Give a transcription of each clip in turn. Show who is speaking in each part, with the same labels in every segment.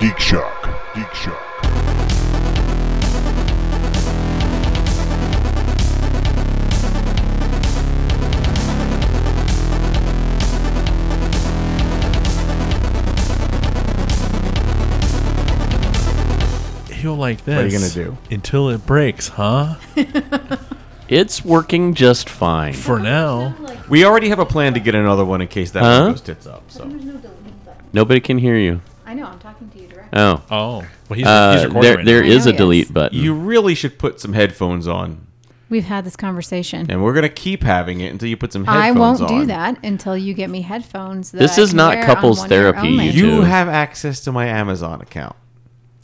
Speaker 1: Geek Shock. Geek Shock.
Speaker 2: He'll like this.
Speaker 3: What are you gonna do?
Speaker 2: Until it breaks, huh?
Speaker 4: It's working just fine.
Speaker 2: For now.
Speaker 3: We already have a plan to get another one in case that
Speaker 4: Huh?
Speaker 3: one goes tits up. So
Speaker 5: There's no delete button.
Speaker 4: Nobody can hear you.
Speaker 5: I know, I'm talking to you directly.
Speaker 4: Oh.
Speaker 2: Oh. Well, he's, he's
Speaker 4: Uh,
Speaker 2: recording
Speaker 4: there
Speaker 2: right
Speaker 4: there
Speaker 5: I
Speaker 4: is
Speaker 5: know
Speaker 4: a
Speaker 5: he
Speaker 4: delete
Speaker 5: is.
Speaker 4: button.
Speaker 3: you really should put some headphones on,
Speaker 5: We've had this conversation.
Speaker 3: and we're gonna keep having it until you put some headphones
Speaker 5: I
Speaker 3: on.
Speaker 5: won't do that until you get me headphones. That
Speaker 4: This
Speaker 5: I
Speaker 4: is
Speaker 5: can
Speaker 4: not
Speaker 5: wear
Speaker 4: couples
Speaker 5: on one ear
Speaker 4: therapy,
Speaker 5: only.
Speaker 4: you-
Speaker 3: You
Speaker 4: do.
Speaker 3: have access to my Amazon account.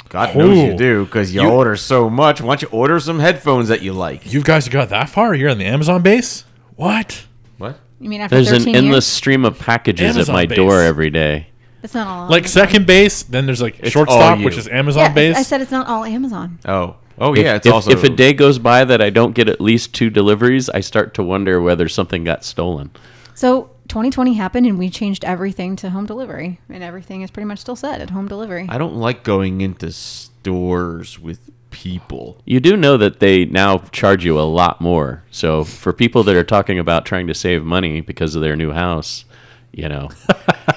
Speaker 3: God knows you
Speaker 4: Oh.
Speaker 2: Ooh.
Speaker 3: do, because you,
Speaker 2: You-
Speaker 3: order so much. Why don't you order some headphones that you like?
Speaker 2: You guys got that far? You're on the Amazon base? What?
Speaker 3: What?
Speaker 5: You mean after
Speaker 4: There's an
Speaker 5: 13
Speaker 4: endless
Speaker 5: years?
Speaker 4: stream of packages
Speaker 2: Amazon
Speaker 4: at my
Speaker 2: base.
Speaker 4: door every day.
Speaker 5: It's not all
Speaker 2: Like second base, then there's like
Speaker 3: It's all
Speaker 2: shortstop,
Speaker 3: you.
Speaker 2: which is Amazon
Speaker 5: yeah,
Speaker 2: base.
Speaker 5: I said it's not all Amazon.
Speaker 3: Oh, oh
Speaker 4: If-
Speaker 3: yeah. It's
Speaker 4: if,
Speaker 3: also
Speaker 4: if a day goes by that I don't get at least two deliveries, I start to wonder whether something got stolen.
Speaker 5: So 2020 happened and we changed everything to home delivery, and everything is pretty much still set at home delivery.
Speaker 3: I don't like going into stores with people.
Speaker 4: You do know that they now charge you a lot more. So for people that are talking about trying to save money because of their new house, you know,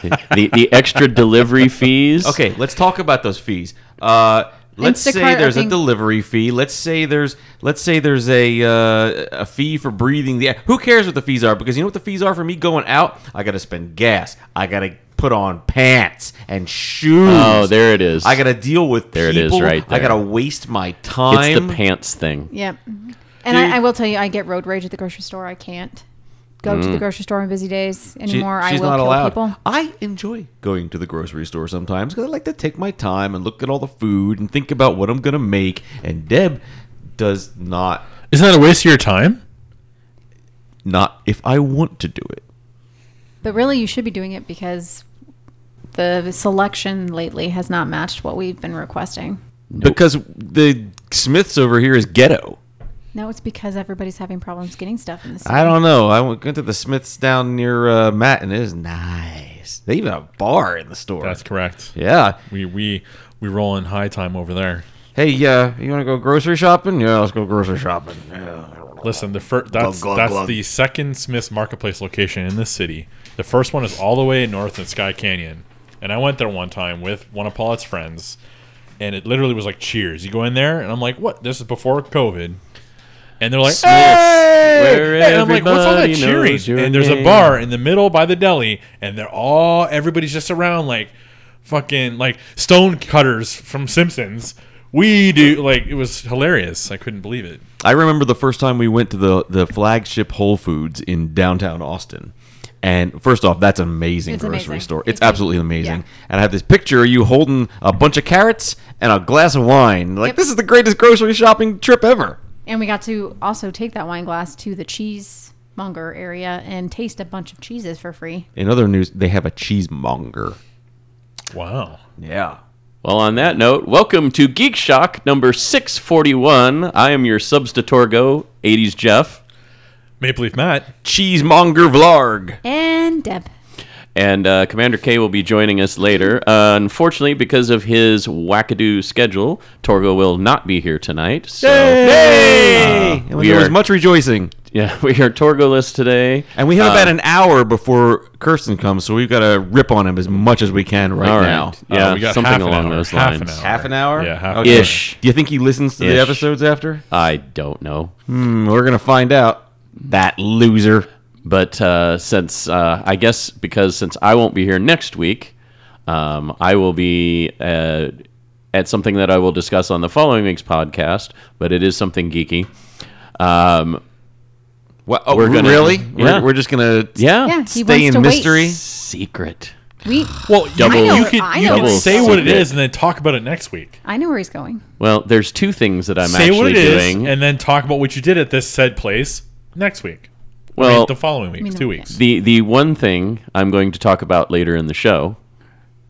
Speaker 4: the the extra delivery fees.
Speaker 3: Okay, let's talk about those fees. Uh, let's say
Speaker 5: Instacart, I
Speaker 3: there's a
Speaker 5: think-
Speaker 3: delivery fee. Let's say there's let's say there's a uh, a fee for breathing the air. Who cares what the fees are? Because you know what the fees are for me going out. I gotta spend gas. I gotta put on pants and shoes.
Speaker 4: Oh, there it is.
Speaker 3: I gotta deal with
Speaker 4: There it is
Speaker 3: people.
Speaker 4: right
Speaker 3: I
Speaker 4: there.
Speaker 3: gotta waste my time.
Speaker 4: It's the pants thing.
Speaker 5: Yep. And I, I will tell you, I get road rage at the grocery store. I can't go to the grocery store on busy days
Speaker 3: She-
Speaker 5: anymore.
Speaker 3: she's
Speaker 5: I will
Speaker 3: not
Speaker 5: kill
Speaker 3: allowed.
Speaker 5: people.
Speaker 3: I enjoy going to the grocery store sometimes because I like to take my time and look at all the food and think about what I'm gonna make. And Deb does not
Speaker 2: Isn't that a waste of your time?
Speaker 3: not if I want to do it.
Speaker 5: But really, you should be doing it because the selection lately has not matched what we've been requesting.
Speaker 3: Because the Smiths over here is ghetto.
Speaker 5: No, it's because everybody's having problems getting stuff in the city.
Speaker 3: I don't know. I went went to the Smiths down near uh, Matt, and it is nice. They even have a bar in the store.
Speaker 2: That's correct.
Speaker 3: yeah.
Speaker 2: We we we roll in high time over there.
Speaker 3: Hey, uh, you want to go grocery shopping? Yeah, let's go grocery shopping. Yeah.
Speaker 2: Listen, the first that's
Speaker 3: glug,
Speaker 2: that's
Speaker 3: glug.
Speaker 2: the second Smith's Marketplace location in this city. The first one is all the way north in Sky Canyon, and I went there one time with one of Paul's friends, and it literally was like Cheers. You go in there, and I'm like, "What? This is before COVID," and they're like,
Speaker 4: Where
Speaker 2: Hey, and I'm like, what's all that
Speaker 4: everybody
Speaker 2: cheering?
Speaker 4: knows your
Speaker 2: And there's a
Speaker 4: name.
Speaker 2: bar in the middle by the deli, and they're all everybody's just around like fucking like stone cutters from Simpsons. We do like it was hilarious. I couldn't believe it.
Speaker 3: I remember the first time we went to the the flagship Whole Foods in downtown Austin. And first off, that's an amazing
Speaker 5: It's
Speaker 3: grocery
Speaker 5: amazing.
Speaker 3: store. It's,
Speaker 5: It's a-
Speaker 3: absolutely amazing.
Speaker 5: yeah.
Speaker 3: And I have this picture of you holding a bunch of carrots and a glass of wine. Like
Speaker 5: Yep.
Speaker 3: this is the greatest grocery shopping trip ever.
Speaker 5: And we got to also take that wine glass to the cheesemonger area and taste a bunch of cheeses for free.
Speaker 3: In other news, they have a cheesemonger.
Speaker 2: Wow.
Speaker 3: Yeah.
Speaker 4: Well, on that note, welcome to Geek Shock number 641. I am your Substatorgo, 80s Jeff.
Speaker 2: Maple Leaf Matt.
Speaker 3: Cheesemonger vlog.
Speaker 5: And Deb.
Speaker 4: And uh, Commander K will be joining us later. Uh, unfortunately, because of his wackadoo schedule, Torgo will not be here tonight. So,
Speaker 3: Hey! and
Speaker 4: Uh, we
Speaker 3: there was
Speaker 4: are-
Speaker 3: much rejoicing.
Speaker 4: yeah, we are Torgo-less today.
Speaker 3: And we have about
Speaker 4: Uh,
Speaker 3: an hour before Kirsten comes, so we've got to rip on him as much as we can right
Speaker 4: All right.
Speaker 3: now.
Speaker 4: Yeah,
Speaker 2: Uh, we got
Speaker 4: something
Speaker 2: half an
Speaker 4: along
Speaker 2: hour,
Speaker 4: those
Speaker 2: half an
Speaker 4: lines.
Speaker 2: hour.
Speaker 3: Half an hour?
Speaker 2: Yeah, half an
Speaker 3: Okay.
Speaker 2: hour.
Speaker 4: Ish.
Speaker 3: Do you think he listens to the
Speaker 4: Ish.
Speaker 3: episodes after?
Speaker 4: I don't know.
Speaker 3: Hmm, we're gonna find out. That loser.
Speaker 4: But uh, since uh, I guess because since I won't be here next week, um, I will be uh, at something that I will discuss on the following week's podcast. But it is something geeky. Um,
Speaker 3: What? Oh,
Speaker 4: We're
Speaker 3: we're
Speaker 4: gonna-
Speaker 3: really?
Speaker 4: yeah.
Speaker 3: We're, we're just gonna.
Speaker 4: yeah,
Speaker 5: Yeah, he
Speaker 3: Stay
Speaker 5: wants
Speaker 3: in
Speaker 5: to
Speaker 3: mystery.
Speaker 5: wait.
Speaker 4: secret.
Speaker 5: We,
Speaker 2: Well, you-
Speaker 4: Double-
Speaker 2: you,
Speaker 4: I know-
Speaker 2: could
Speaker 5: I
Speaker 2: you
Speaker 5: know
Speaker 2: could
Speaker 5: it's
Speaker 2: say what it
Speaker 4: secret.
Speaker 2: is and then talk about it next week.
Speaker 5: I know where he's going.
Speaker 4: Well, there's two things that I'm
Speaker 2: say what
Speaker 4: actually
Speaker 2: it is
Speaker 4: doing.
Speaker 2: and then talk about what you did at this said place next week. I mean,
Speaker 4: well,
Speaker 2: the following week,
Speaker 5: mean,
Speaker 2: two
Speaker 5: no,
Speaker 2: weeks.
Speaker 4: the the one thing I'm going to talk about later in the show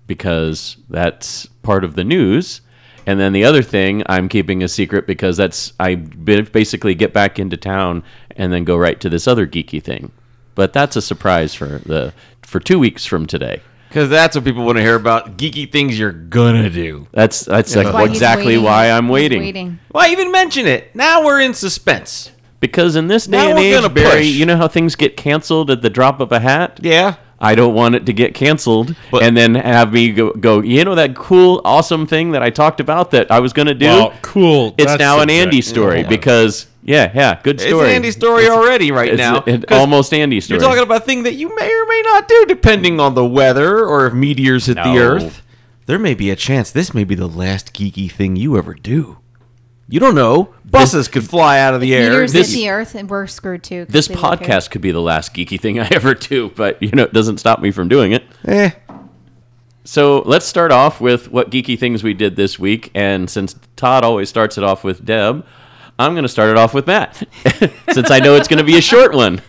Speaker 4: because that's part of the news. And then the other thing I'm keeping a secret because that's I bi- basically get back into town and then go right to this other geeky thing. But that's a surprise for the for 2 weeks from today.
Speaker 3: Because that's what people want to hear about geeky things you're gonna do.
Speaker 4: That's that's
Speaker 3: Yeah.
Speaker 4: like
Speaker 5: Why he's
Speaker 4: exactly
Speaker 5: waiting.
Speaker 4: why I'm
Speaker 5: He's
Speaker 4: waiting.
Speaker 3: Why even mention it? Now we're in suspense.
Speaker 4: Because in this day
Speaker 3: Now
Speaker 4: and
Speaker 3: we're gonna
Speaker 4: age, Barry,
Speaker 3: push.
Speaker 4: you know how things get canceled at the drop of a hat.
Speaker 3: Yeah.
Speaker 4: I don't want it to get canceled
Speaker 3: But-
Speaker 4: and then have me go, go. You know that cool, awesome thing that I talked about that I was gonna do.
Speaker 2: Well, cool.
Speaker 4: it's
Speaker 2: That's
Speaker 4: now an
Speaker 2: subject.
Speaker 4: Andy story
Speaker 3: Yeah.
Speaker 4: because yeah, yeah, good
Speaker 3: It's an
Speaker 4: story.
Speaker 3: Andy story already right
Speaker 4: It's
Speaker 3: now.
Speaker 4: an
Speaker 3: 'cause
Speaker 4: almost Andy story.
Speaker 3: you're talking about a thing that you may or may not do depending on the weather or if meteors hit
Speaker 4: No.
Speaker 3: the earth. There may be a chance this may be the last geeky thing you ever do. You don't know. Buses could fly out of the air.
Speaker 5: Meteors
Speaker 4: This-
Speaker 5: hit the earth and we're screwed too. 'cause
Speaker 4: this
Speaker 5: we live here.
Speaker 4: podcast could be the last geeky thing I ever do, but you know it doesn't stop me from doing it.
Speaker 3: Eh.
Speaker 4: So let's start off with what geeky things we did this week. And since Todd always starts it off with Deb, I'm going to start it off with Matt, since I know it's going to be a short one.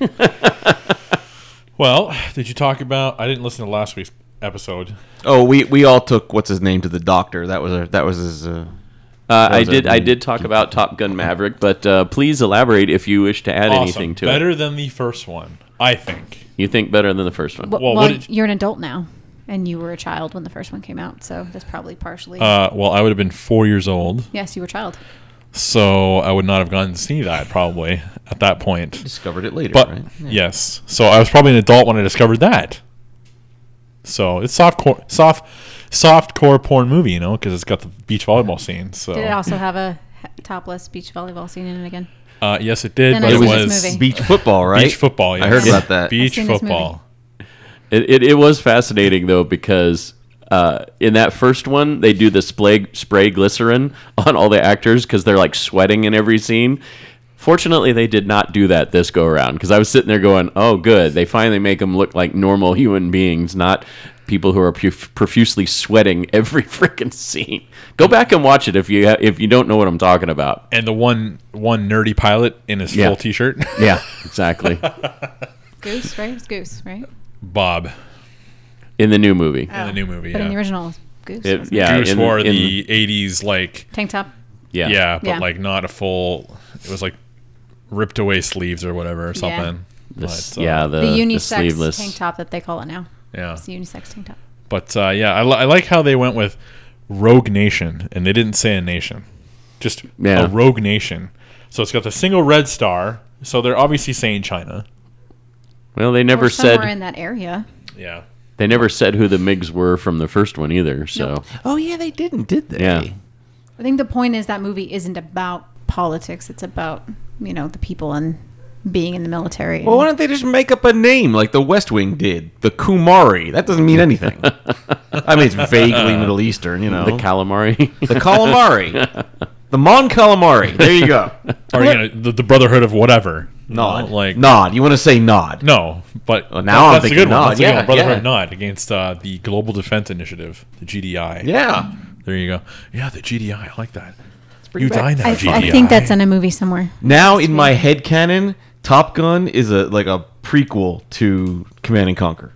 Speaker 2: Well, did you talk about? I didn't listen to last week's episode.
Speaker 3: Oh, we, we all took what's his name to the doctor. That was a, that was his. Uh,
Speaker 4: Uh, I
Speaker 3: was
Speaker 4: did.
Speaker 3: our
Speaker 4: I did talk about Top Gun Maverick, but uh, please elaborate if you wish to add anything to
Speaker 2: better
Speaker 4: it.
Speaker 2: than the first one, I think.
Speaker 4: You think better than the first one.
Speaker 5: Well,
Speaker 2: Well,
Speaker 5: well,
Speaker 2: what did-
Speaker 5: you're an adult now, and you were a child when the first one came out, so that's probably partially.
Speaker 2: Uh, well, I would have been four years old,
Speaker 5: yes, you were a child.
Speaker 2: so I would not have gone to see that probably at that point.
Speaker 3: discovered it later,
Speaker 2: But
Speaker 3: right?
Speaker 2: yes, so I was probably an adult when I discovered that. So it's soft core, soft, soft core porn movie, you know, because it's got the beach volleyball scene. So
Speaker 5: Did it also have a he- topless beach volleyball scene in it again?
Speaker 2: uh, yes, it did,
Speaker 5: Then
Speaker 2: but
Speaker 5: I
Speaker 2: it
Speaker 5: see
Speaker 2: was
Speaker 5: this
Speaker 2: beach
Speaker 5: movie.
Speaker 3: Beach football, right?
Speaker 2: football. Yes.
Speaker 3: I heard
Speaker 5: Yeah.
Speaker 3: about that.
Speaker 2: Beach
Speaker 5: I've seen this
Speaker 2: football.
Speaker 4: It, it, it was fascinating though because uh, in that first one they do the spray spray glycerin on all the actors because they're like sweating in every scene. Fortunately, they did not do that this go around because I was sitting there going, "Oh, good! They finally make them look like normal human beings, not people who are prof- profusely sweating every freaking scene." Go back and watch it if you ha- if you don't know what I'm talking about.
Speaker 2: and the one one nerdy pilot in his
Speaker 4: Yeah.
Speaker 2: full T-shirt,
Speaker 4: Yeah, exactly.
Speaker 5: Goose, right? It's Goose, right?
Speaker 2: Bob
Speaker 4: In the new movie,
Speaker 2: in the new movie.
Speaker 5: Oh. But
Speaker 2: yeah.
Speaker 5: in the original, it was Goose.
Speaker 4: It-
Speaker 5: wasn't it?
Speaker 4: yeah,
Speaker 2: Goose
Speaker 4: in-
Speaker 2: wore
Speaker 4: in-
Speaker 2: the '80s like
Speaker 5: Tank top.
Speaker 4: yeah,
Speaker 2: yeah, but
Speaker 5: Yeah.
Speaker 2: like not a full. It was like ripped away sleeves or whatever or something.
Speaker 4: This-
Speaker 2: But, uh,
Speaker 4: yeah, the,
Speaker 5: The
Speaker 4: the
Speaker 5: unisex
Speaker 4: sleeveless.
Speaker 5: tank top that they call it now.
Speaker 2: yeah.
Speaker 5: It's a unisex tank top.
Speaker 2: But uh, yeah, I, li- I like how they went with Rogue Nation, and they didn't say a nation, just
Speaker 4: Yeah.
Speaker 2: a Rogue Nation. So it's got the single red star. So they're obviously saying China.
Speaker 4: Well, they never
Speaker 5: or somewhere
Speaker 4: said
Speaker 5: in that area.
Speaker 2: Yeah.
Speaker 4: They never said who the MIGs were from the first one either. So
Speaker 3: Oh yeah, they didn't, did they?
Speaker 4: yeah,
Speaker 5: I think the point is that movie isn't about politics. It's about you know the people and being in the military. and-
Speaker 3: Well, why don't they just make up a name like the West Wing did? The Kumari. That doesn't mean anything. I mean, it's vaguely Middle Eastern, you know.
Speaker 4: the calamari.
Speaker 3: The calamari. the Mon calamari. There you go.
Speaker 2: Or you know, the, the Brotherhood of whatever. you
Speaker 3: Nod.
Speaker 2: know, like
Speaker 3: nod. You want to say nod?
Speaker 2: No, but
Speaker 3: Well, now I'm
Speaker 2: that's a
Speaker 3: thinking
Speaker 2: good
Speaker 3: Nod,
Speaker 2: one. That's a good
Speaker 3: yeah,
Speaker 2: one. Brotherhood
Speaker 3: yeah.
Speaker 2: Nod against uh, the Global Defense Initiative, the GDI.
Speaker 3: Yeah.
Speaker 2: There you go. Yeah, the GDI. I like that.
Speaker 3: pretty
Speaker 2: You
Speaker 3: bad.
Speaker 2: die now,
Speaker 5: I,
Speaker 2: GDI.
Speaker 5: I think that's in a movie somewhere.
Speaker 3: Now in my head canon, Top Gun is a like a prequel to Command and Conquer.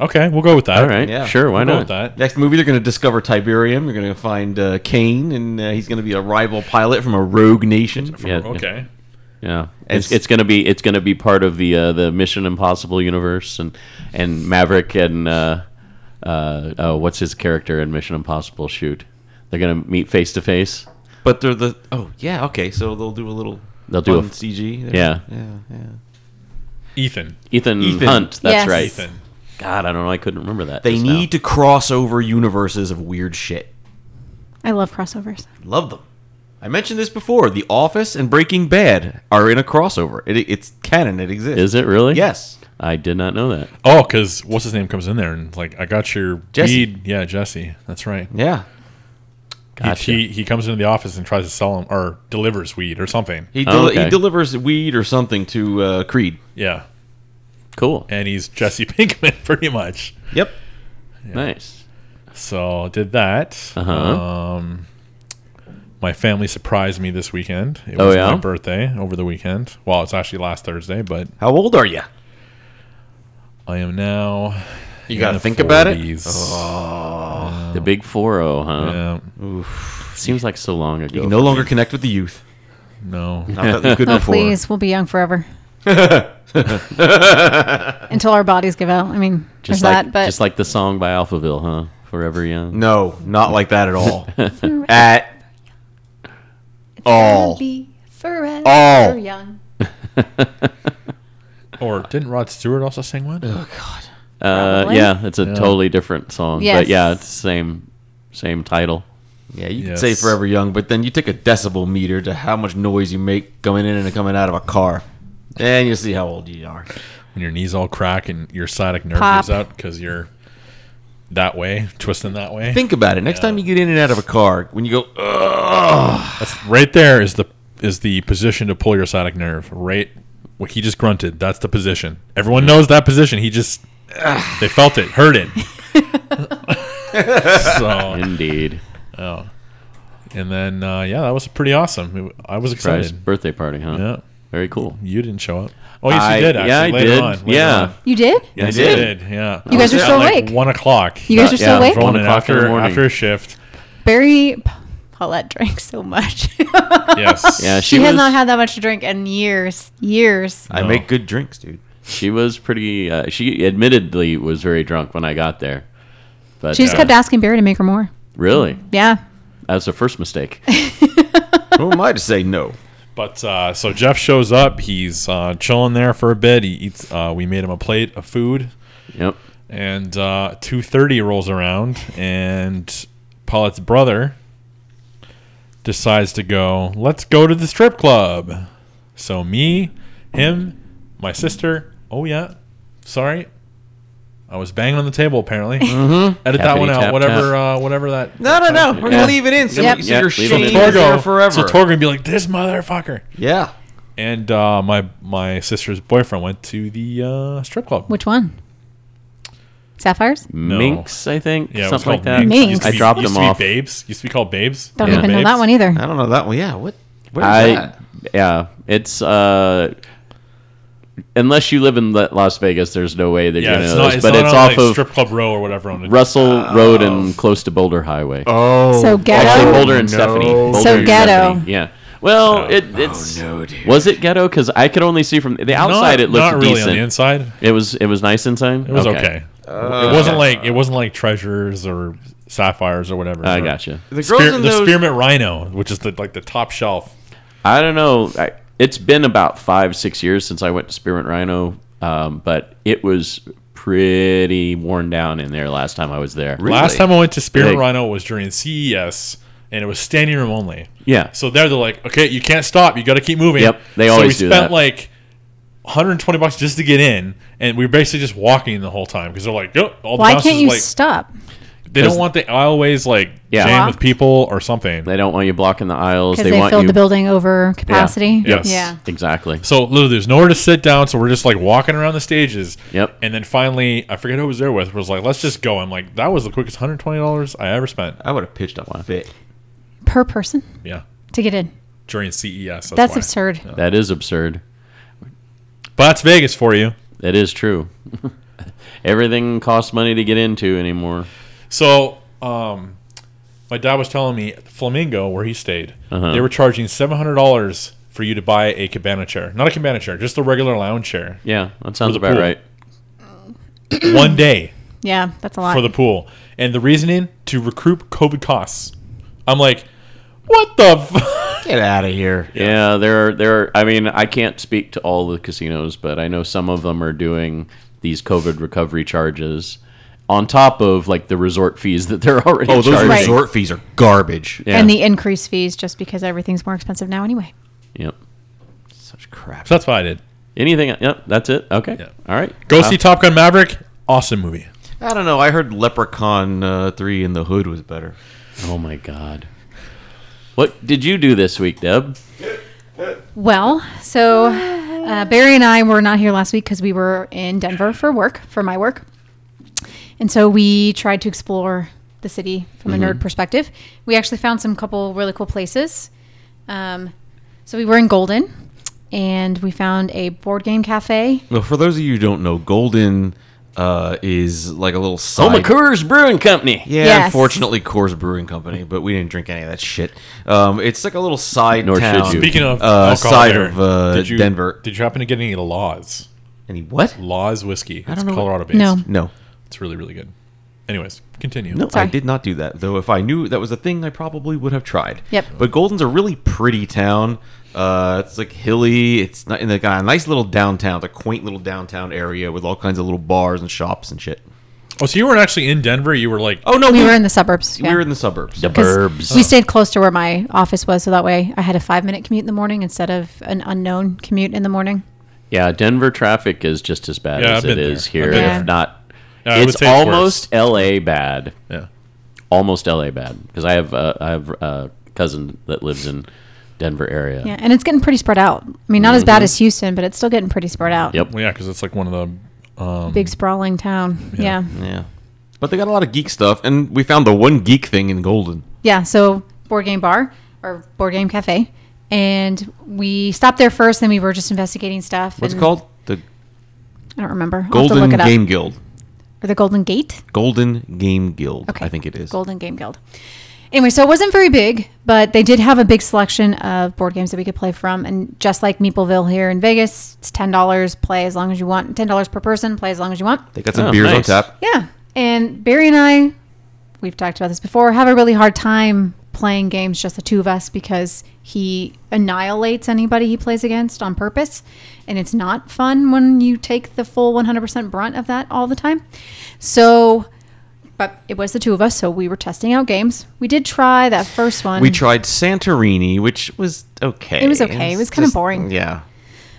Speaker 2: okay. We'll go with that.
Speaker 4: All right,
Speaker 3: Yeah.
Speaker 4: sure, why
Speaker 2: We'll go
Speaker 4: not?
Speaker 2: with that.
Speaker 3: Next movie, they're going to discover Tiberium. They're going to find uh, Kane, and uh, he's going to be a rival pilot from a rogue nation.
Speaker 4: Yeah,
Speaker 2: Okay.
Speaker 4: yeah.
Speaker 3: It's-
Speaker 4: It's, it's gonna be it's gonna be part of the uh, the Mission Impossible universe and and Maverick and uh, uh, uh, what's his character in Mission Impossible? Shoot, they're gonna meet face to face.
Speaker 3: But they're the oh yeah okay. So they'll do a little.
Speaker 4: They'll do a
Speaker 3: fun
Speaker 4: f-
Speaker 3: CG. there.
Speaker 4: Yeah.
Speaker 3: yeah, yeah.
Speaker 2: Ethan.
Speaker 4: Ethan,
Speaker 3: Ethan.
Speaker 4: Hunt. That's
Speaker 5: Yes.
Speaker 4: right.
Speaker 2: Ethan.
Speaker 4: God, I don't know. I couldn't remember that.
Speaker 3: They
Speaker 4: just now.
Speaker 3: need to cross over universes of weird shit.
Speaker 5: I love crossovers.
Speaker 3: Love them. I mentioned this before. The Office and Breaking Bad are in a crossover. It, it's canon. It exists.
Speaker 4: Is it really?
Speaker 3: Yes.
Speaker 4: I did not know that.
Speaker 2: Oh, because what's his name comes in there and like I got your
Speaker 3: Jesse.
Speaker 2: weed. Yeah, Jesse. That's right.
Speaker 3: Yeah.
Speaker 4: Gotcha.
Speaker 2: He, he he comes into the office and tries to sell him or delivers weed or something.
Speaker 3: He
Speaker 4: Oh,
Speaker 3: deli-
Speaker 4: okay.
Speaker 3: he delivers weed or something to uh, Creed.
Speaker 2: yeah.
Speaker 4: Cool.
Speaker 2: And he's Jesse Pinkman pretty much.
Speaker 3: Yep.
Speaker 4: Nice.
Speaker 2: So did that.
Speaker 4: Uh huh.
Speaker 2: My family surprised me this weekend. It
Speaker 4: Oh,
Speaker 2: was
Speaker 4: yeah?
Speaker 2: my birthday over the weekend. Well, it's actually last Thursday, but
Speaker 3: How old are you?
Speaker 2: I am now.
Speaker 3: You got to think about it.
Speaker 2: Oh.
Speaker 4: the big four zero, huh?
Speaker 2: Yeah,
Speaker 4: Seems like so long ago.
Speaker 3: You can no longer connect with the youth.
Speaker 2: no.
Speaker 3: Not that you could
Speaker 5: Oh
Speaker 3: before.
Speaker 5: please, we'll be young forever. until our bodies give out. I mean,
Speaker 4: Just
Speaker 5: there's
Speaker 4: like
Speaker 5: that, but
Speaker 4: just like the song by Alphaville, huh? Forever Young.
Speaker 3: No, not like that at all. at all.
Speaker 5: be forever
Speaker 3: All.
Speaker 5: young.
Speaker 2: Or didn't Rod Stewart also sing one?
Speaker 4: Uh,
Speaker 5: Probably.
Speaker 4: yeah, it's a totally different song,
Speaker 5: Yes.
Speaker 4: but yeah, it's the same same title.
Speaker 3: Yeah, you
Speaker 2: Yes.
Speaker 3: can say forever young, but then you take a decibel meter to how much noise you make coming in and coming out of a car. And you'll see how old you are.
Speaker 2: When your knees all crack and your sciatic nerve
Speaker 5: Pop.
Speaker 2: gives out because you're that way, twisting that way.
Speaker 3: Think about it. Next time you get in and out of a car, when you go, ugh,
Speaker 2: That's, right there is the is the position to pull your sciatic nerve. Right, what he just grunted. That's the position. Everyone knows that position. He just they felt it, heard it. so
Speaker 4: Indeed.
Speaker 2: and then uh, yeah, that was pretty awesome. It- I was
Speaker 4: Surprise
Speaker 2: excited.
Speaker 4: birthday party, huh?
Speaker 2: Yeah,
Speaker 4: Very cool.
Speaker 2: you didn't show up. Oh, yes,
Speaker 4: I-
Speaker 2: you did. Actually,
Speaker 4: yeah, I
Speaker 2: later
Speaker 4: did.
Speaker 2: on. later
Speaker 4: Yeah.
Speaker 2: on.
Speaker 5: You did?
Speaker 2: Yeah,
Speaker 3: I
Speaker 2: you
Speaker 3: did.
Speaker 2: did. Yeah,
Speaker 5: You guys
Speaker 2: I was
Speaker 5: are still
Speaker 2: there at,
Speaker 5: awake.
Speaker 2: Like one o'clock.
Speaker 5: You guys are still
Speaker 4: yeah,
Speaker 5: awake?
Speaker 4: One
Speaker 2: Rolling in
Speaker 4: o'clock in
Speaker 2: after
Speaker 4: the morning.
Speaker 2: after a shift.
Speaker 5: Barry P- Paulette drank so much.
Speaker 2: Yes.
Speaker 4: Yeah,
Speaker 5: she
Speaker 4: she,
Speaker 5: has
Speaker 4: was
Speaker 5: not had that much to drink in years. Years.
Speaker 3: I make good drinks, dude.
Speaker 4: she was pretty. Uh, she admittedly was very drunk when I got there. But
Speaker 5: She just
Speaker 4: uh,
Speaker 5: kept asking Barry to make her more.
Speaker 4: really
Speaker 5: Yeah.
Speaker 4: that was the first mistake.
Speaker 3: Who am I to say no?
Speaker 2: But uh, so Jeff shows up. He's uh, chilling there for a bit. He eats. Uh, we made him a plate of food,
Speaker 4: yep.
Speaker 2: and uh, two thirty rolls around, and Paulette's brother decides to go. Let's go to the strip club. So me, him, my sister. Oh yeah, sorry, I was banging on the table. Apparently, mm-hmm. edit that
Speaker 4: Tappity
Speaker 2: one out.
Speaker 4: tap
Speaker 2: whatever, Uh, whatever that.
Speaker 3: No, no, no. We're
Speaker 4: Yeah.
Speaker 3: going to leave it in. So,
Speaker 5: Yep.
Speaker 3: so
Speaker 4: Yep,
Speaker 3: your
Speaker 4: leave it
Speaker 3: shame
Speaker 4: in.
Speaker 3: is
Speaker 4: Torgo.
Speaker 3: there forever.
Speaker 2: So Torgo would be like, "This motherfucker."
Speaker 3: yeah.
Speaker 2: And uh, my my sister's boyfriend went to the uh, strip club.
Speaker 5: Which one? Sapphires?
Speaker 4: Minx, I think.
Speaker 2: Yeah, it was
Speaker 4: something like
Speaker 2: called
Speaker 4: that.
Speaker 5: Minx.
Speaker 2: Used to
Speaker 4: I
Speaker 2: be-
Speaker 4: dropped
Speaker 2: used to
Speaker 4: them
Speaker 2: be
Speaker 4: off.
Speaker 2: Babes used to be called Babes.
Speaker 5: Don't
Speaker 4: Yeah.
Speaker 5: even know
Speaker 2: Babes.
Speaker 5: that one either.
Speaker 3: I don't know that one. Yeah. What? What is
Speaker 4: I
Speaker 3: that?
Speaker 4: yeah, it's uh unless you live in La- Las Vegas, there's no way that you
Speaker 2: Yeah,
Speaker 4: know
Speaker 2: it's
Speaker 4: this,
Speaker 2: not. It's
Speaker 4: but
Speaker 2: not
Speaker 4: it's
Speaker 2: on,
Speaker 4: off
Speaker 2: like,
Speaker 4: of
Speaker 2: strip club row or whatever on it.
Speaker 4: Russell Road and close to Boulder Highway.
Speaker 3: Oh.
Speaker 5: So
Speaker 4: Actually,
Speaker 5: ghetto.
Speaker 4: Boulder and Stephanie. Boulder
Speaker 5: So
Speaker 4: and
Speaker 5: ghetto.
Speaker 4: Stephanie, Yeah.
Speaker 2: Oh,
Speaker 4: Well, it, it's
Speaker 3: no, Oh, dude.
Speaker 4: was it ghetto because I could only see from the outside.
Speaker 2: not,
Speaker 4: it looked
Speaker 2: not really
Speaker 4: decent.
Speaker 2: on the inside.
Speaker 4: It was it was nice inside.
Speaker 2: It was okay.
Speaker 3: Uh,
Speaker 2: it wasn't like it wasn't like treasures or sapphires or whatever.
Speaker 4: I
Speaker 2: Or-
Speaker 4: gotcha.
Speaker 3: The girls
Speaker 2: Spear-
Speaker 3: in
Speaker 2: the
Speaker 3: those.
Speaker 2: spearmint rhino, which is the, like the top shelf.
Speaker 4: I don't know. I, it's been about five, six years since I went to Spearmint Rhino, um, but it was pretty worn down in there last time I was there.
Speaker 2: Last time I went to Spearmint
Speaker 4: Like-
Speaker 2: Rhino was during CES, and it was standing room only.
Speaker 4: Yeah.
Speaker 2: So there they're like, okay, you can't stop. You got to keep moving.
Speaker 4: Yep, they always
Speaker 2: so
Speaker 4: do
Speaker 2: we spent
Speaker 4: that.
Speaker 2: like 120 bucks just to get in, and we were basically just walking the whole time because they're like, yep, all the
Speaker 5: Why
Speaker 2: bouncers,
Speaker 5: can't you
Speaker 2: like,
Speaker 5: stop?
Speaker 2: they don't want the aisleways like
Speaker 4: Yeah.
Speaker 2: jammed with people or something.
Speaker 4: They don't want you blocking the aisles.
Speaker 5: Because
Speaker 4: They,
Speaker 5: they,
Speaker 4: want
Speaker 5: filled
Speaker 4: you
Speaker 5: the building over capacity.
Speaker 2: Yes.
Speaker 5: Yeah.
Speaker 4: exactly.
Speaker 2: So literally, there's nowhere to sit down, so we're just like walking around the stages.
Speaker 4: Yep.
Speaker 2: And then finally, I forget who I was there with. Was like, let's just go. I'm like, that was the quickest 120 dollars I ever spent.
Speaker 3: I would have pitched a fit.
Speaker 5: Per person
Speaker 2: Yeah.
Speaker 5: to get in.
Speaker 2: During CES. That's,
Speaker 5: That's
Speaker 2: why.
Speaker 5: absurd.
Speaker 4: That is absurd.
Speaker 2: But that's Vegas for you.
Speaker 4: That is true. Everything costs money to get into anymore.
Speaker 2: So, um, my dad was telling me Flamingo, where he stayed,
Speaker 3: Uh-huh.
Speaker 2: they were charging seven hundred dollars for you to buy a cabana chair, not a cabana chair, just a regular lounge chair,
Speaker 4: Yeah, that sounds
Speaker 2: the
Speaker 4: about
Speaker 2: pool.
Speaker 4: right.
Speaker 2: one day
Speaker 5: Yeah, that's a lot.
Speaker 2: for the pool, and the reasoning to recoup COVID costs. I'm like, what the? F-?
Speaker 3: Get out of here.
Speaker 4: Yeah, there are there are I mean, I can't speak to all the casinos, but I know some of them are doing these COVID recovery charges on top of like the resort fees that they're already
Speaker 3: Oh, those
Speaker 4: charging.
Speaker 5: Right.
Speaker 3: resort fees are garbage.
Speaker 4: Yeah.
Speaker 5: And the increased fees just because everything's more expensive now anyway.
Speaker 4: Yep.
Speaker 3: Such crap.
Speaker 2: So that's what I did.
Speaker 4: Anything Yep, that's it. Okay. All right.
Speaker 2: Go
Speaker 4: Uh,
Speaker 3: Uh-huh.
Speaker 2: see Top Gun Maverick. Awesome movie.
Speaker 3: I don't know. I heard Leprechaun uh, 3 in the Hood was better.
Speaker 4: Oh my god. What did you do this week, Deb?
Speaker 5: Well, so uh, Barry and I were not here last week because we were in Denver for work, for my work. And so we tried to explore the city from a nerd perspective. We actually found some couple really cool places. Um, so we were in Golden and we found a board game cafe.
Speaker 3: Well, for those of you who don't know, Golden uh, is like a
Speaker 4: Oh,
Speaker 3: little
Speaker 2: Oh,
Speaker 3: side.
Speaker 4: Homa Coors Brewing Company.
Speaker 3: Yeah,
Speaker 5: Yes.
Speaker 3: unfortunately, Coors Brewing Company, but we didn't drink any of that shit. Um, it's like a little side
Speaker 4: Nor should
Speaker 3: town.
Speaker 4: you.
Speaker 2: Speaking of
Speaker 3: uh,
Speaker 2: alcohol
Speaker 3: side
Speaker 2: there,
Speaker 3: of uh,
Speaker 2: did you,
Speaker 3: Denver.
Speaker 2: did you happen to get any laws?
Speaker 3: Any what?
Speaker 2: Laws whiskey. It's
Speaker 3: don't know what-
Speaker 2: Colorado based.
Speaker 5: No.
Speaker 3: No,
Speaker 2: it's really really good. Anyways, continue.
Speaker 3: no,
Speaker 5: Sorry.
Speaker 3: I did not do that. Though, if I knew that was a thing, I probably would have tried.
Speaker 5: Yep.
Speaker 3: But Golden's a really pretty town. Uh, it's like hilly. It's not, and they got a nice little downtown, it's a quaint little downtown area with all kinds of little bars and shops and shit.
Speaker 2: Oh, so you weren't actually in Denver. You were like,
Speaker 3: Oh no,
Speaker 5: We were in the suburbs.
Speaker 3: we
Speaker 5: yeah.
Speaker 3: were in the suburbs.
Speaker 4: The
Speaker 5: 'Cause
Speaker 4: Burbs.
Speaker 5: We stayed close to where my office was, so that way I had a five minute commute in the morning instead of an unknown commute in the morning.
Speaker 4: Yeah, Denver traffic is just as bad
Speaker 2: Yeah,
Speaker 4: as
Speaker 2: I've
Speaker 4: it
Speaker 2: been
Speaker 4: is
Speaker 2: there.
Speaker 4: here,
Speaker 2: I've
Speaker 5: been
Speaker 4: if
Speaker 5: there.
Speaker 4: not.
Speaker 2: Yeah, I would
Speaker 4: it's
Speaker 2: say it's worse.
Speaker 4: almost LA bad.
Speaker 2: yeah.
Speaker 4: Almost LA bad because I have uh, I have a cousin that lives in Denver area.
Speaker 5: Yeah, and it's getting pretty spread out. I mean, not as
Speaker 3: Mm-hmm.
Speaker 5: bad as Houston, but it's still getting pretty spread out.
Speaker 4: Yep.
Speaker 2: Well, yeah, because it's like one of the. Um,
Speaker 5: Big sprawling town. Yeah. yeah.
Speaker 3: Yeah. But they got a lot of geek stuff, and we found the one geek thing in Golden.
Speaker 5: so board game bar or board game cafe. And we stopped there first, then we were just investigating stuff.
Speaker 3: What's it
Speaker 5: and-
Speaker 3: called? The
Speaker 5: I don't remember. I'll have to
Speaker 3: Golden
Speaker 5: look it up.
Speaker 3: Game Guild.
Speaker 5: Or the Golden Gate?
Speaker 3: Golden Game Guild.
Speaker 5: Okay.
Speaker 3: I think it is.
Speaker 5: Golden Game Guild. Anyway, so it wasn't very big, but they did have a big selection of board games that we could play from. And just like Meepleville here in Vegas, it's ten dollars. Play as long as you want. Ten dollars per person. Play as long as you want.
Speaker 3: They got some
Speaker 4: Oh,
Speaker 3: beers
Speaker 4: nice.
Speaker 3: on tap.
Speaker 5: Yeah. And Barry and I, we've talked about this before, have a really hard time playing games, just the two of us, because he annihilates anybody he plays against on purpose. And it's not fun when you take the full 100% brunt of that all the time. So, but it was the two of us, so we were testing out games. We did try that first one.
Speaker 3: We tried Santorini, which was okay.
Speaker 5: Mm-hmm. It was okay. It was
Speaker 3: It's
Speaker 5: kinda
Speaker 3: just-
Speaker 5: boring.
Speaker 3: Yeah.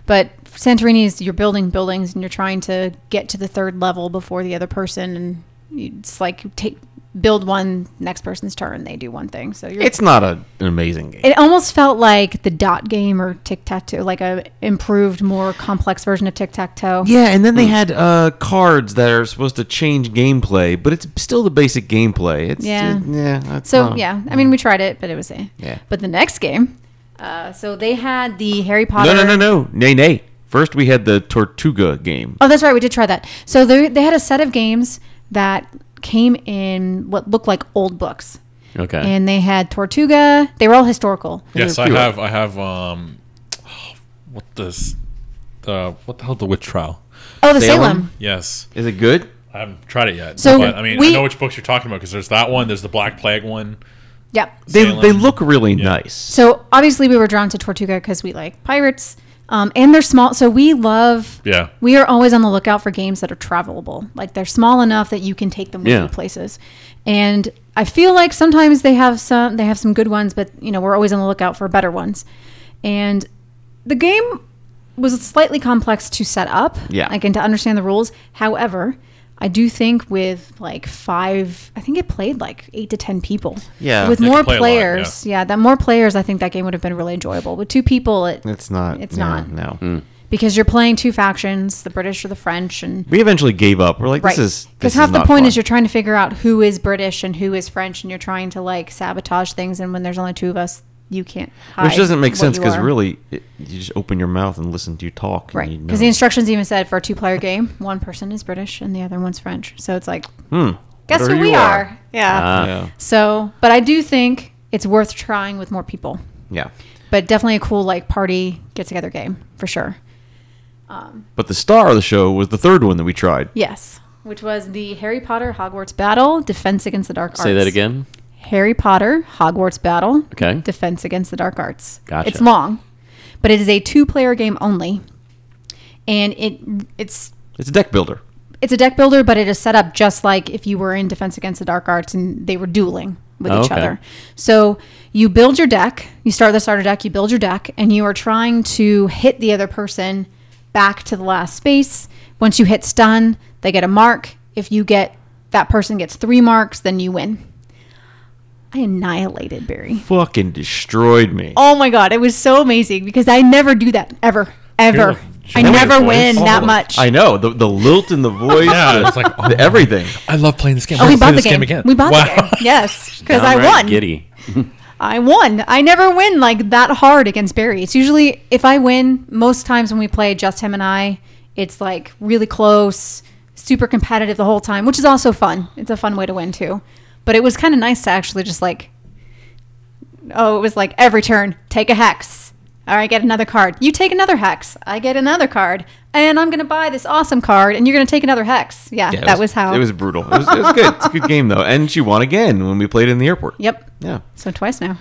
Speaker 5: But Santorini is you're building buildings and you're trying to get to the third level before the other person, and you- it's like you take build one next person's turn, they do one thing. So you're.
Speaker 3: It's not a, an amazing game.
Speaker 5: it almost felt like the dot game or tic tac toe, like a improved, more complex version of tic tac toe.
Speaker 3: yeah, and then they had uh, cards that are supposed to change gameplay, but it's still the basic gameplay. It's,
Speaker 5: Yeah.
Speaker 3: uh, yeah. that's
Speaker 5: So
Speaker 3: not-
Speaker 5: yeah, I mean we tried it, but it was eh.
Speaker 3: Yeah.
Speaker 5: But the next game, uh, so they had the Harry Potter.
Speaker 3: No, no, no, no. Nay, nay. First, we had the Tortuga game.
Speaker 5: Oh, that's right. We did try that. So they, they had a set of games that came in what looked like old books.
Speaker 4: Okay.
Speaker 5: and they had Tortuga. They were all historical.
Speaker 2: yes,
Speaker 3: Yeah,
Speaker 2: I
Speaker 3: few.
Speaker 2: have. I have. Um, what this? Uh, what the hell? The witch trial.
Speaker 5: Oh, the Salem.
Speaker 3: Salem?
Speaker 2: Yes,
Speaker 3: Is it good?
Speaker 2: I haven't tried it yet.
Speaker 5: So
Speaker 2: but, I mean, I
Speaker 5: we-
Speaker 2: know which books you're talking about because there's that one. There's the Black Plague one.
Speaker 5: Yep.
Speaker 3: They,
Speaker 2: Salem.
Speaker 3: they look really nice.
Speaker 5: So obviously we were drawn to Tortuga because we like pirates, um, and they're small. So we love.
Speaker 2: Yeah.
Speaker 5: We are always on the lookout for games that are travelable. Like they're small enough that you can take them with
Speaker 4: Yeah.
Speaker 5: you places. And I feel like sometimes they have some they have some good ones, but you know, we're always on the lookout for better ones. And the game was slightly complex to set up.
Speaker 3: Yeah.
Speaker 5: Like and to understand the rules. However, I do think with like five I think it played like eight to ten people.
Speaker 3: Yeah.
Speaker 5: With
Speaker 2: They could
Speaker 5: more
Speaker 2: play a lot,
Speaker 5: players. yeah. that more players I think that game would have been really enjoyable. With two people it
Speaker 3: It's not.
Speaker 5: It's
Speaker 3: no,
Speaker 5: not.
Speaker 3: No.
Speaker 5: because you're playing two factions, the British or the French and
Speaker 3: We eventually gave up. We're like,
Speaker 5: Right.
Speaker 3: this is
Speaker 5: Because half the point is you're trying to figure out who is British and who is French, and you're trying to like sabotage things. And when there's only two of us, you can't. Hide
Speaker 3: which doesn't make
Speaker 5: what
Speaker 3: sense
Speaker 5: you
Speaker 3: because
Speaker 5: are.
Speaker 3: really, it, you just open your mouth and listen to you talk.
Speaker 5: right?
Speaker 3: Because
Speaker 5: Because the instructions even said for a two-player game, one person is British and the other one's French. So it's like, guess
Speaker 3: Hmm. Whatever
Speaker 5: who we
Speaker 3: you
Speaker 5: are?
Speaker 3: are. Uh,
Speaker 5: Yeah.
Speaker 4: Ah.
Speaker 3: yeah.
Speaker 5: so, but I do think it's worth trying with more people.
Speaker 3: yeah.
Speaker 5: But definitely a cool like party get-together game for sure.
Speaker 3: But the star of the show was the third one that we tried.
Speaker 5: Yes, which was the Harry Potter Hogwarts Battle Defense Against the Dark Arts.
Speaker 4: Say that again.
Speaker 5: Harry Potter Hogwarts Battle
Speaker 4: Okay.
Speaker 5: Defense Against the Dark Arts.
Speaker 4: Gotcha.
Speaker 5: It's long, but it is a two-player game only, and it it's
Speaker 3: It's a deck builder.
Speaker 5: it's a deck builder, but it is set up just like if you were in Defense Against the Dark Arts and they were dueling with
Speaker 4: Oh,
Speaker 5: each
Speaker 4: okay.
Speaker 5: other. So you build your deck, you start the starter deck, you build your deck, and you are trying to hit the other person back to the last space. Once you hit stun, they get a mark. If you get that person gets three marks, then you win. I annihilated Barry.
Speaker 3: Fucking destroyed me.
Speaker 5: Oh my god, it was so amazing because I never do that ever, ever. I
Speaker 2: Hear the
Speaker 5: never
Speaker 2: voice.
Speaker 5: win
Speaker 2: Oh,
Speaker 5: that much.
Speaker 3: I know the the lilt in the voice.
Speaker 2: Yeah,
Speaker 3: the-
Speaker 2: it's like, oh,
Speaker 3: the everything.
Speaker 2: I love playing this game.
Speaker 5: Oh,
Speaker 2: Let's
Speaker 5: we
Speaker 2: play
Speaker 5: bought the
Speaker 2: this
Speaker 5: game. We bought
Speaker 2: wow.
Speaker 5: the game. Yes, because I
Speaker 4: Downright
Speaker 5: won.
Speaker 4: Giddy.
Speaker 5: I won. I never win like that hard against Barry. It's usually if I win, most times when we play just him and I, it's like really close, super competitive the whole time, which is also fun. It's a fun way to win too. But it was kind of nice to actually just like, oh, it was like every turn, take a hex. All right, get another card. You take another hex. I get another card, and I'm gonna buy this awesome card, and you're gonna take another hex. Yeah,
Speaker 3: Yeah, it
Speaker 5: that was, how.
Speaker 3: It was brutal. It was, it was good. It's a good game though, and she won again when we played in the airport.
Speaker 5: Yep.
Speaker 3: Yeah.
Speaker 5: So twice now.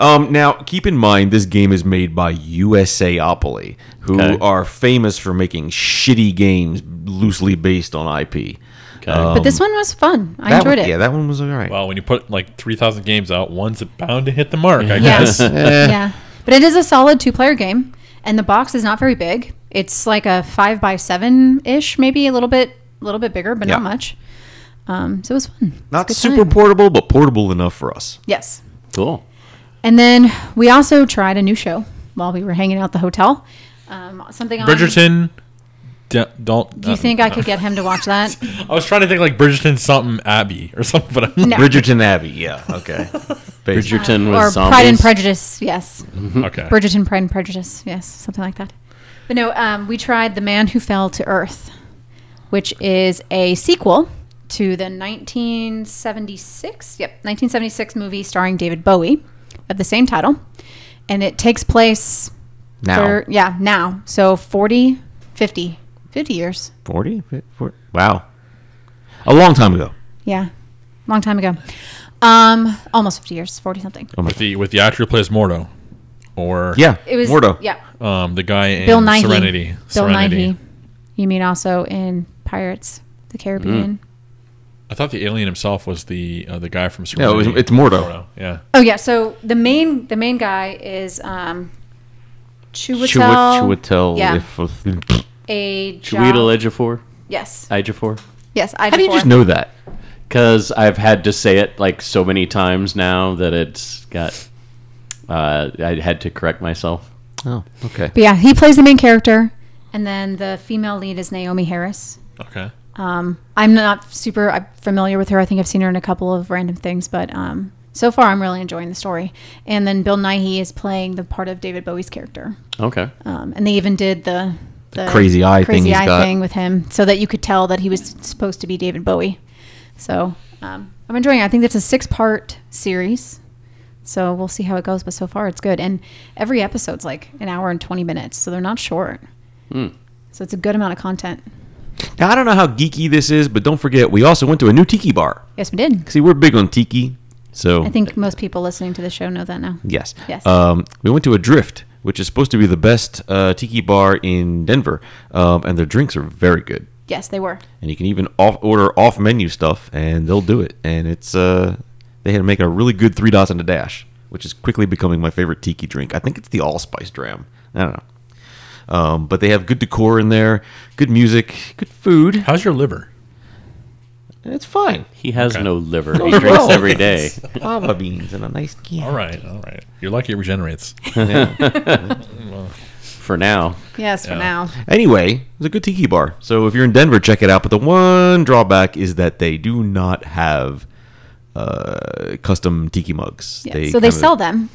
Speaker 3: Um, now, keep in mind, this game is made by USAopoly, who
Speaker 4: Okay.
Speaker 3: are famous for making shitty games loosely based on IP.
Speaker 4: Okay.
Speaker 5: But this one was fun. I
Speaker 3: Um, That
Speaker 5: enjoyed
Speaker 3: one-
Speaker 5: it.
Speaker 3: Yeah, that one was all right.
Speaker 2: Well, when you put like 3,000 games out, one's bound to hit the mark, I
Speaker 5: Yes.
Speaker 2: guess.
Speaker 5: yeah. But it is a solid two player game, and the box is not very big. It's like a five by seven ish, maybe a little bit, a little bit bigger, but
Speaker 3: Yeah.
Speaker 5: not much. Um, so it was fun. It was a
Speaker 3: Not
Speaker 5: good
Speaker 3: super
Speaker 5: time.
Speaker 3: portable, but portable enough for us.
Speaker 5: Yes.
Speaker 4: cool.
Speaker 5: And then we also tried a new show while we were hanging out at the hotel. Um, something on.
Speaker 2: Bridgerton. Uh, d- Don't.
Speaker 5: Do you think I could get him to watch that?
Speaker 2: I was trying to think like Bridgerton something Abbey or something, but I'm
Speaker 5: No.
Speaker 3: Bridgerton Abbey. Yeah. Okay. Based-
Speaker 4: Bridgerton with
Speaker 5: or
Speaker 4: zombies.
Speaker 5: Pride and Prejudice? Yes.
Speaker 2: okay.
Speaker 5: Bridgerton, Pride and Prejudice. Yes, something like that. But no, um, we tried The Man Who Fell to Earth, which is a sequel to the 1976, yep, 1976 movie starring David Bowie of the same title. And it takes place
Speaker 3: Now.
Speaker 5: thir- yeah, now. So 40, 50, 50 years.
Speaker 3: 40? 40? Wow. A long time ago.
Speaker 5: Yeah. Long time ago. Um, almost 50 years, 40 something.
Speaker 2: with the with the actor who plays Mordo, or
Speaker 3: Yeah.
Speaker 5: It was
Speaker 3: Mordo.
Speaker 5: Yeah.
Speaker 2: um, the guy in
Speaker 5: Bill Nighy.
Speaker 2: Serenity.
Speaker 5: Bill
Speaker 2: Serenity.
Speaker 5: Nighy. You mean also in Pirates, of the Caribbean?
Speaker 2: Mm. I thought the alien himself was the uh, the guy from
Speaker 3: No, it
Speaker 2: Serenity.
Speaker 3: was, it's Mordo.
Speaker 2: Mordo. Yeah.
Speaker 5: Oh yeah. So the main the main guy is um, Chiwetel.
Speaker 3: Chiwetel. Chiwetel.
Speaker 5: Yeah.
Speaker 3: If,
Speaker 5: A job-
Speaker 4: Chiwetel Ejiofor.
Speaker 5: Yes.
Speaker 4: Ejiofor.
Speaker 5: Yes. I
Speaker 3: how do you just know that?
Speaker 4: because I've had to say it like so many times now that it's got. Uh, I had to correct myself.
Speaker 3: Oh, okay.
Speaker 5: But yeah, he plays the main character, and then the female lead is Naomi Harris.
Speaker 2: Okay.
Speaker 5: Um, I'm not super I'm familiar with her. I think I've seen her in a couple of random things, but um, so far I'm really enjoying the story. And then Bill Nighy is playing the part of David Bowie's character.
Speaker 4: Okay.
Speaker 5: Um, and they even did the, the
Speaker 3: crazy eye thing
Speaker 5: crazy
Speaker 3: he's
Speaker 5: eye
Speaker 3: got.
Speaker 5: thing with him, so that you could tell that he was supposed to be David Bowie. So um, I'm enjoying. it. I think that's a six part series, so we'll see how it goes. But so far, it's good, and every episode's like an hour and twenty minutes, so they're not short.
Speaker 3: Hmm.
Speaker 5: So it's a good amount of content.
Speaker 3: Now, I don't know how geeky this is, but don't forget, we also went to a new tiki bar.
Speaker 5: Yes, we did.
Speaker 3: See, we're big on tiki. So,
Speaker 5: I think most people listening to the show know that now.
Speaker 3: yes.
Speaker 5: Yes.
Speaker 3: Um, we went to a drift, which is supposed to be the best uh, tiki bar in Denver, um, and their drinks are very good.
Speaker 5: Yes, they were.
Speaker 3: And you can even off order off menu stuff, and they'll do it. And it's uh, they had to make a really good three dots and a dash, which is quickly becoming my favorite tiki drink. I think it's the allspice dram. I don't know. Um, but they have good decor in there, good music, good food.
Speaker 2: How's your liver?
Speaker 3: and It's fine.
Speaker 4: He has no liver. He
Speaker 3: no.
Speaker 4: drinks every
Speaker 5: Oh.
Speaker 4: day.
Speaker 3: Fava beans and a nice can.
Speaker 2: All right. All right. You're lucky it regenerates.
Speaker 4: For now,
Speaker 5: Yes, for
Speaker 2: Yeah.
Speaker 5: now.
Speaker 3: Anyway, it's a good tiki bar. So if you're in Denver, check it out. But the one drawback is that they do not have uh, custom tiki mugs.
Speaker 5: Yeah. so they
Speaker 3: kinda-
Speaker 5: sell them,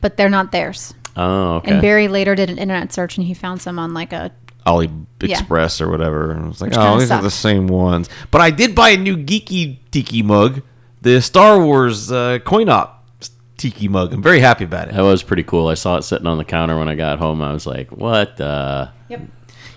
Speaker 5: but they're not theirs.
Speaker 4: oh okay.
Speaker 5: And Barry later did an internet search, and he found some on like a
Speaker 3: Ali Express or whatever. And I was like,
Speaker 5: Which
Speaker 3: oh,
Speaker 5: kinda
Speaker 3: these are the
Speaker 5: sucks.
Speaker 3: same ones. But I did buy a new geeky tiki mug, the Star Wars uh, coin op tiki mug. I'm very happy about it.
Speaker 4: that was pretty cool. I saw it sitting on the counter when I got home. I was like, "What? the
Speaker 3: Yeah.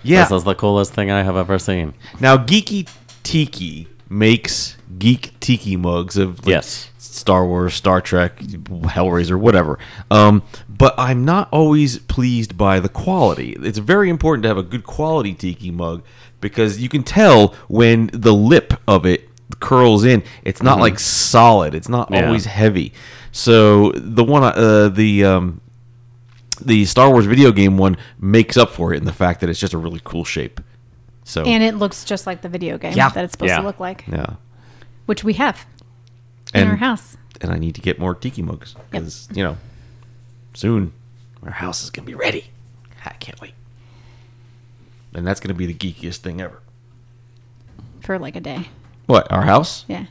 Speaker 4: This is the coolest thing I have ever seen."
Speaker 3: Now, Geeky Tiki makes geek tiki mugs of like,
Speaker 4: Yes.
Speaker 3: Star Wars, Star Trek, Hellraiser, whatever. Um, but I'm not always pleased by the quality. It's very important to have a good quality tiki mug because you can tell when the lip of it curls in. It's not like solid. It's not
Speaker 4: Mm-hmm. Yeah.
Speaker 3: always heavy. So the one, I- uh, the um, the Star Wars video game one makes up for it in the fact that it's just a really cool shape. So
Speaker 5: And it looks just like the video game
Speaker 3: Yeah.
Speaker 5: that it's supposed
Speaker 4: Yeah.
Speaker 5: to look like,
Speaker 3: yeah.
Speaker 5: which we have in
Speaker 3: And-
Speaker 5: our house.
Speaker 3: and I need to get more tiki mugs because you know soon our house is gonna be ready. I can't wait, and that's gonna be the geekiest thing ever.
Speaker 5: for like a day.
Speaker 3: What our house?
Speaker 5: Yeah.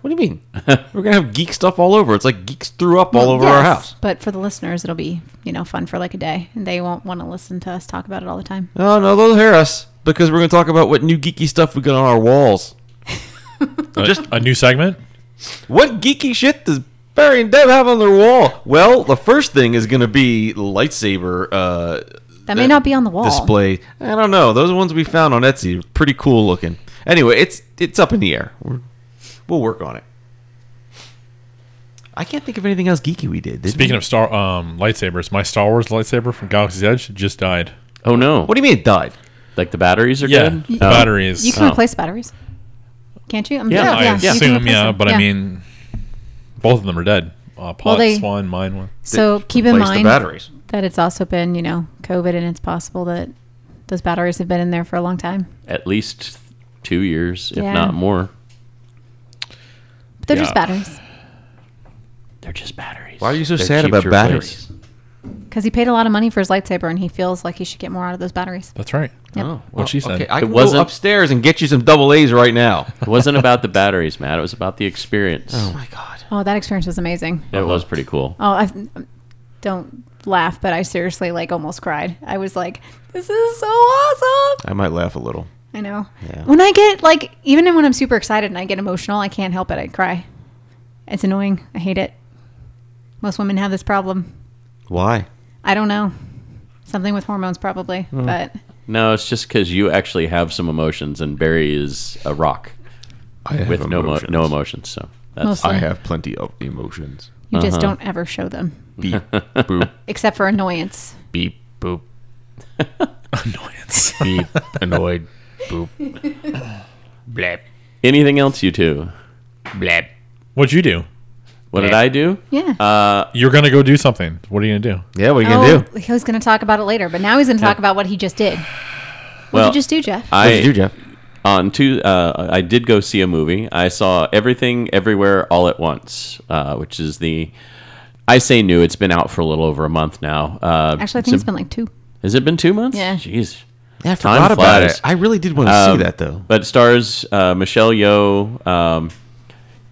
Speaker 3: What do you mean? We're gonna have geek stuff all over. It's like geeks threw up all over our
Speaker 5: Yes,
Speaker 3: house.
Speaker 5: But for the listeners, it'll be, you know, fun for like a day. And they won't want to listen to us talk about it all the time.
Speaker 3: Oh no, they'll hear us. because we're going to talk about what new geeky stuff we got on our walls.
Speaker 2: Just a new segment.
Speaker 3: What geeky shit does Barry and Deb have on their wall? Well, the first thing is going to be lightsaber uh,
Speaker 5: That may not be on the wall.
Speaker 3: display. I don't know. Those ones we found on Etsy, pretty cool looking. Anyway, it's it's up in the air. We're, we'll work on it. I can't think of anything else geeky we did. did
Speaker 2: Speaking
Speaker 3: we?
Speaker 2: of star um, lightsabers, my Star Wars lightsaber from Galaxy's Edge just died.
Speaker 4: Oh no!
Speaker 3: what do you mean it died?
Speaker 4: like the batteries are
Speaker 2: Yeah,
Speaker 4: good.
Speaker 2: the
Speaker 4: Oh.
Speaker 2: batteries.
Speaker 5: You can
Speaker 4: Oh.
Speaker 5: replace batteries, can't you? I'm
Speaker 4: Yeah,
Speaker 2: I
Speaker 5: you can
Speaker 2: assume,
Speaker 5: replace
Speaker 2: yeah,
Speaker 5: them.
Speaker 2: but I mean, both of them are dead. Uh, Pot,
Speaker 5: they-
Speaker 2: Swan, mine were.
Speaker 5: so keep in
Speaker 3: Replace
Speaker 5: mind
Speaker 3: the batteries.
Speaker 5: that it's also been, you know, COVID, and it's possible that those batteries have been in there for a long time.
Speaker 4: At least two years, if
Speaker 5: Yeah.
Speaker 4: not more.
Speaker 5: But they're just
Speaker 2: Yeah.
Speaker 5: batteries
Speaker 4: They're just batteries.
Speaker 3: Why are you so
Speaker 4: They're
Speaker 3: sad
Speaker 4: cheap
Speaker 3: about
Speaker 4: to
Speaker 3: batteries?
Speaker 4: replace.
Speaker 5: because he paid a lot of money for his lightsaber, and he feels like he should get more out of those batteries.
Speaker 2: That's right.
Speaker 5: Yep.
Speaker 3: Oh,
Speaker 2: What she said.
Speaker 3: Okay, I
Speaker 4: It
Speaker 3: can go
Speaker 4: wasn't-
Speaker 3: upstairs and get you some double A's right now.
Speaker 4: It wasn't about the batteries, Matt. It was about the experience.
Speaker 3: oh my god.
Speaker 5: Oh, that experience was amazing.
Speaker 4: It was pretty cool.
Speaker 5: Oh, I don't laugh, but I seriously like almost cried. I was like, "This is so awesome!"
Speaker 3: I might laugh a little.
Speaker 5: I know.
Speaker 3: Yeah.
Speaker 5: When I get like, even when I'm super excited and I get emotional, I can't help it. I cry. It's annoying. I hate it. Most women have this problem.
Speaker 3: Why?
Speaker 5: I don't know. Something with hormones, probably.
Speaker 3: Hmm.
Speaker 5: But
Speaker 4: No, it's just because you actually have some emotions, and Barry is a rock
Speaker 3: I have
Speaker 4: with no mo- no emotions. So that's
Speaker 5: mostly,
Speaker 3: have Uh-huh. plenty of emotions.
Speaker 5: you just don't ever show them,
Speaker 3: Beep boop
Speaker 5: except for annoyance.
Speaker 3: beep boop
Speaker 2: Annoyance.
Speaker 3: beep annoyed boop blap
Speaker 4: anything else you two.
Speaker 3: blap.
Speaker 2: What'd you do?
Speaker 4: What did I do?
Speaker 5: Yeah.
Speaker 2: You're gonna go do something. What are you gonna do?
Speaker 3: Yeah, what are Uh, you
Speaker 5: oh,
Speaker 3: gonna do?
Speaker 5: he was going to talk about it later, but now he's going to talk about what he just did. What
Speaker 4: Well,
Speaker 5: did you just do, Jeff?
Speaker 4: I
Speaker 3: What did you do, Jeff?
Speaker 4: on two uh, i did go see a movie i saw everything everywhere all at once uh, which is the i say new it's been out for a little over a month now uh,
Speaker 5: Actually, I
Speaker 4: so-
Speaker 5: think it's been like two.
Speaker 4: has it been two months
Speaker 5: Yeah.
Speaker 4: jeez
Speaker 3: Yeah, I
Speaker 4: Time
Speaker 3: forgot about
Speaker 4: flies.
Speaker 3: it. I really did want to see that though.
Speaker 4: but it stars uh, michelle yo um,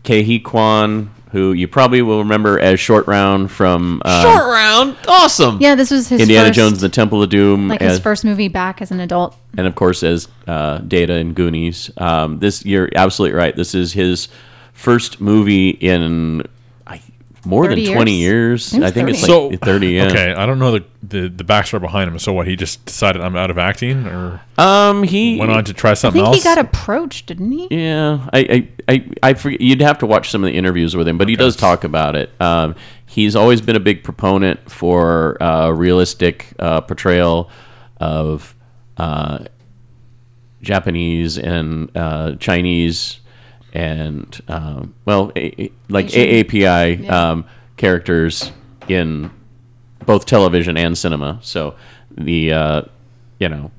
Speaker 4: Hee kwan who you probably will remember as short round from uh,
Speaker 3: Short round, awesome.
Speaker 5: Yeah, this was his
Speaker 4: indiana
Speaker 5: first,
Speaker 4: jones and the temple of doom
Speaker 5: like his
Speaker 4: as-
Speaker 5: first movie back as an adult.
Speaker 4: and of course as uh, Data and Goonies. Um, this you're absolutely right. This is his first movie in I, more than
Speaker 5: 30
Speaker 4: twenty
Speaker 5: years.
Speaker 4: years.
Speaker 5: It was
Speaker 4: I think it's
Speaker 5: 30.
Speaker 4: like
Speaker 2: so
Speaker 4: thirty. Yeah.
Speaker 2: Okay, I don't know the, the the backstory behind him. So what? He just decided I'm out of acting, or
Speaker 4: Um, he
Speaker 2: went on to try
Speaker 5: I
Speaker 2: something
Speaker 5: think
Speaker 2: else.
Speaker 5: he got approached, didn't he?
Speaker 4: Yeah, I, I, I, I forget. You'd have to watch some of the interviews with him, but he does talk about it. Um, he's always been a big proponent for uh, realistic uh, portrayal of uh, Japanese and uh, Chinese and um, well, a, a- like AAPI um, characters in both television and cinema. So the uh, you know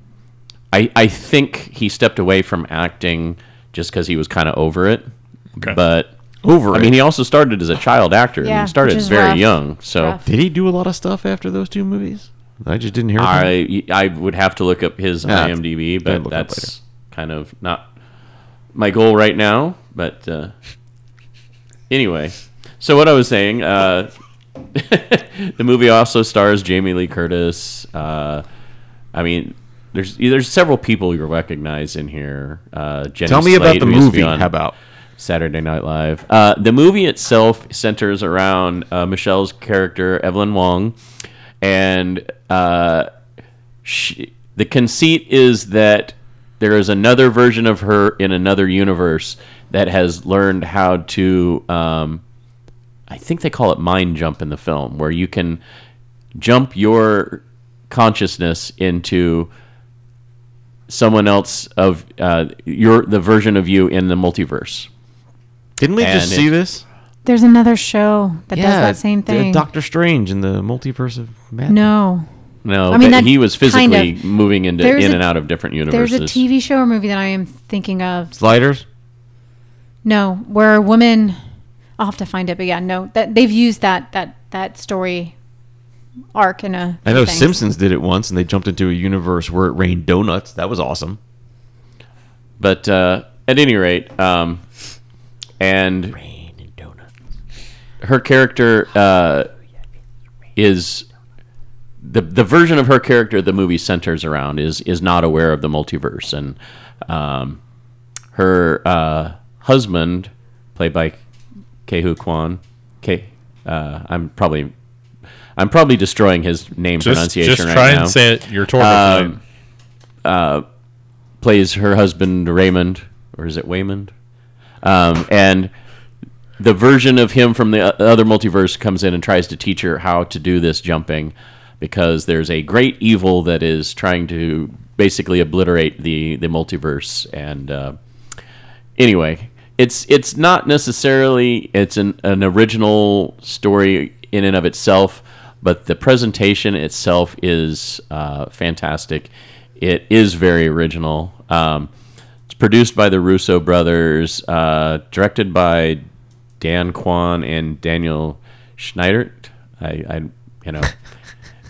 Speaker 4: I, I think he stepped away from acting just because he was kind of over it.
Speaker 2: Okay.
Speaker 4: But
Speaker 3: Over.
Speaker 4: I mean, he also started as a child actor.
Speaker 5: Yeah,
Speaker 4: and he started
Speaker 5: which is
Speaker 4: very
Speaker 5: rough.
Speaker 4: young, so
Speaker 5: Rough.
Speaker 3: did he do a lot of stuff after those two movies? I just didn't hear. from him.
Speaker 4: I I would have to look up his
Speaker 3: Yeah,
Speaker 4: IMDb,
Speaker 3: yeah,
Speaker 4: but
Speaker 3: look it up
Speaker 4: that's kind of not my goal right now. But uh, anyway, so what I was saying, uh, the movie also stars Jamie Lee Curtis. Uh, I mean, there's there's several people you recognize in here. Uh, Jenny
Speaker 3: Tell me about
Speaker 4: Slate,
Speaker 3: the
Speaker 4: who used to
Speaker 3: movie.
Speaker 4: be on
Speaker 3: How about?
Speaker 4: Saturday Night Live. Uh, the movie itself centers around uh, Michelle's character Evelyn Wong, and uh, she, the conceit is that there is another version of her in another universe that has learned how to. Um, I think they call it mind jump in the film, where you can jump your consciousness into someone else of uh, your the version of you in the multiverse.
Speaker 3: Didn't we
Speaker 4: And
Speaker 3: just see
Speaker 4: it-
Speaker 3: this?
Speaker 5: There's another show that does that same
Speaker 3: the
Speaker 5: thing.
Speaker 3: Doctor Strange in the multiverse of madness.
Speaker 5: no.
Speaker 4: No,
Speaker 5: I mean,
Speaker 4: but
Speaker 5: that
Speaker 4: he was
Speaker 5: kind
Speaker 4: physically
Speaker 5: of-
Speaker 4: moving into
Speaker 5: There's
Speaker 4: in
Speaker 5: a-
Speaker 4: and out of different
Speaker 5: There's
Speaker 4: universes.
Speaker 5: a TV show or movie that I am thinking of.
Speaker 3: sliders.
Speaker 5: No, where a woman I'll have to find it, but yeah, no. That they've used that that that story arc in a
Speaker 3: I know
Speaker 5: thing.
Speaker 3: Simpsons did it once, and they jumped into a universe where it rained donuts. That was awesome.
Speaker 4: But uh, at any rate, um, and
Speaker 3: Rain and donuts.
Speaker 4: her character uh, is the the version of her character the movie centers around is is not aware of the multiverse, and um, her uh, husband, played by Kehu Kwan, K, uh, I'm probably I'm probably destroying his name
Speaker 2: Just,
Speaker 4: pronunciation
Speaker 2: just
Speaker 4: right
Speaker 2: try
Speaker 4: now.
Speaker 2: and say it. You're torn.
Speaker 4: Um, plays her husband Raymond, or is it Waymond? Um, and the version of him from the o- other multiverse comes in and tries to teach her how to do this jumping because there's a great evil that is trying to basically obliterate the the multiverse and uh, anyway it's it's not necessarily it's an, an original story in and of itself but the presentation itself is uh, fantastic it is very original um, it's produced by the russo brothers uh, directed by dan kwan and daniel schneider i, I you know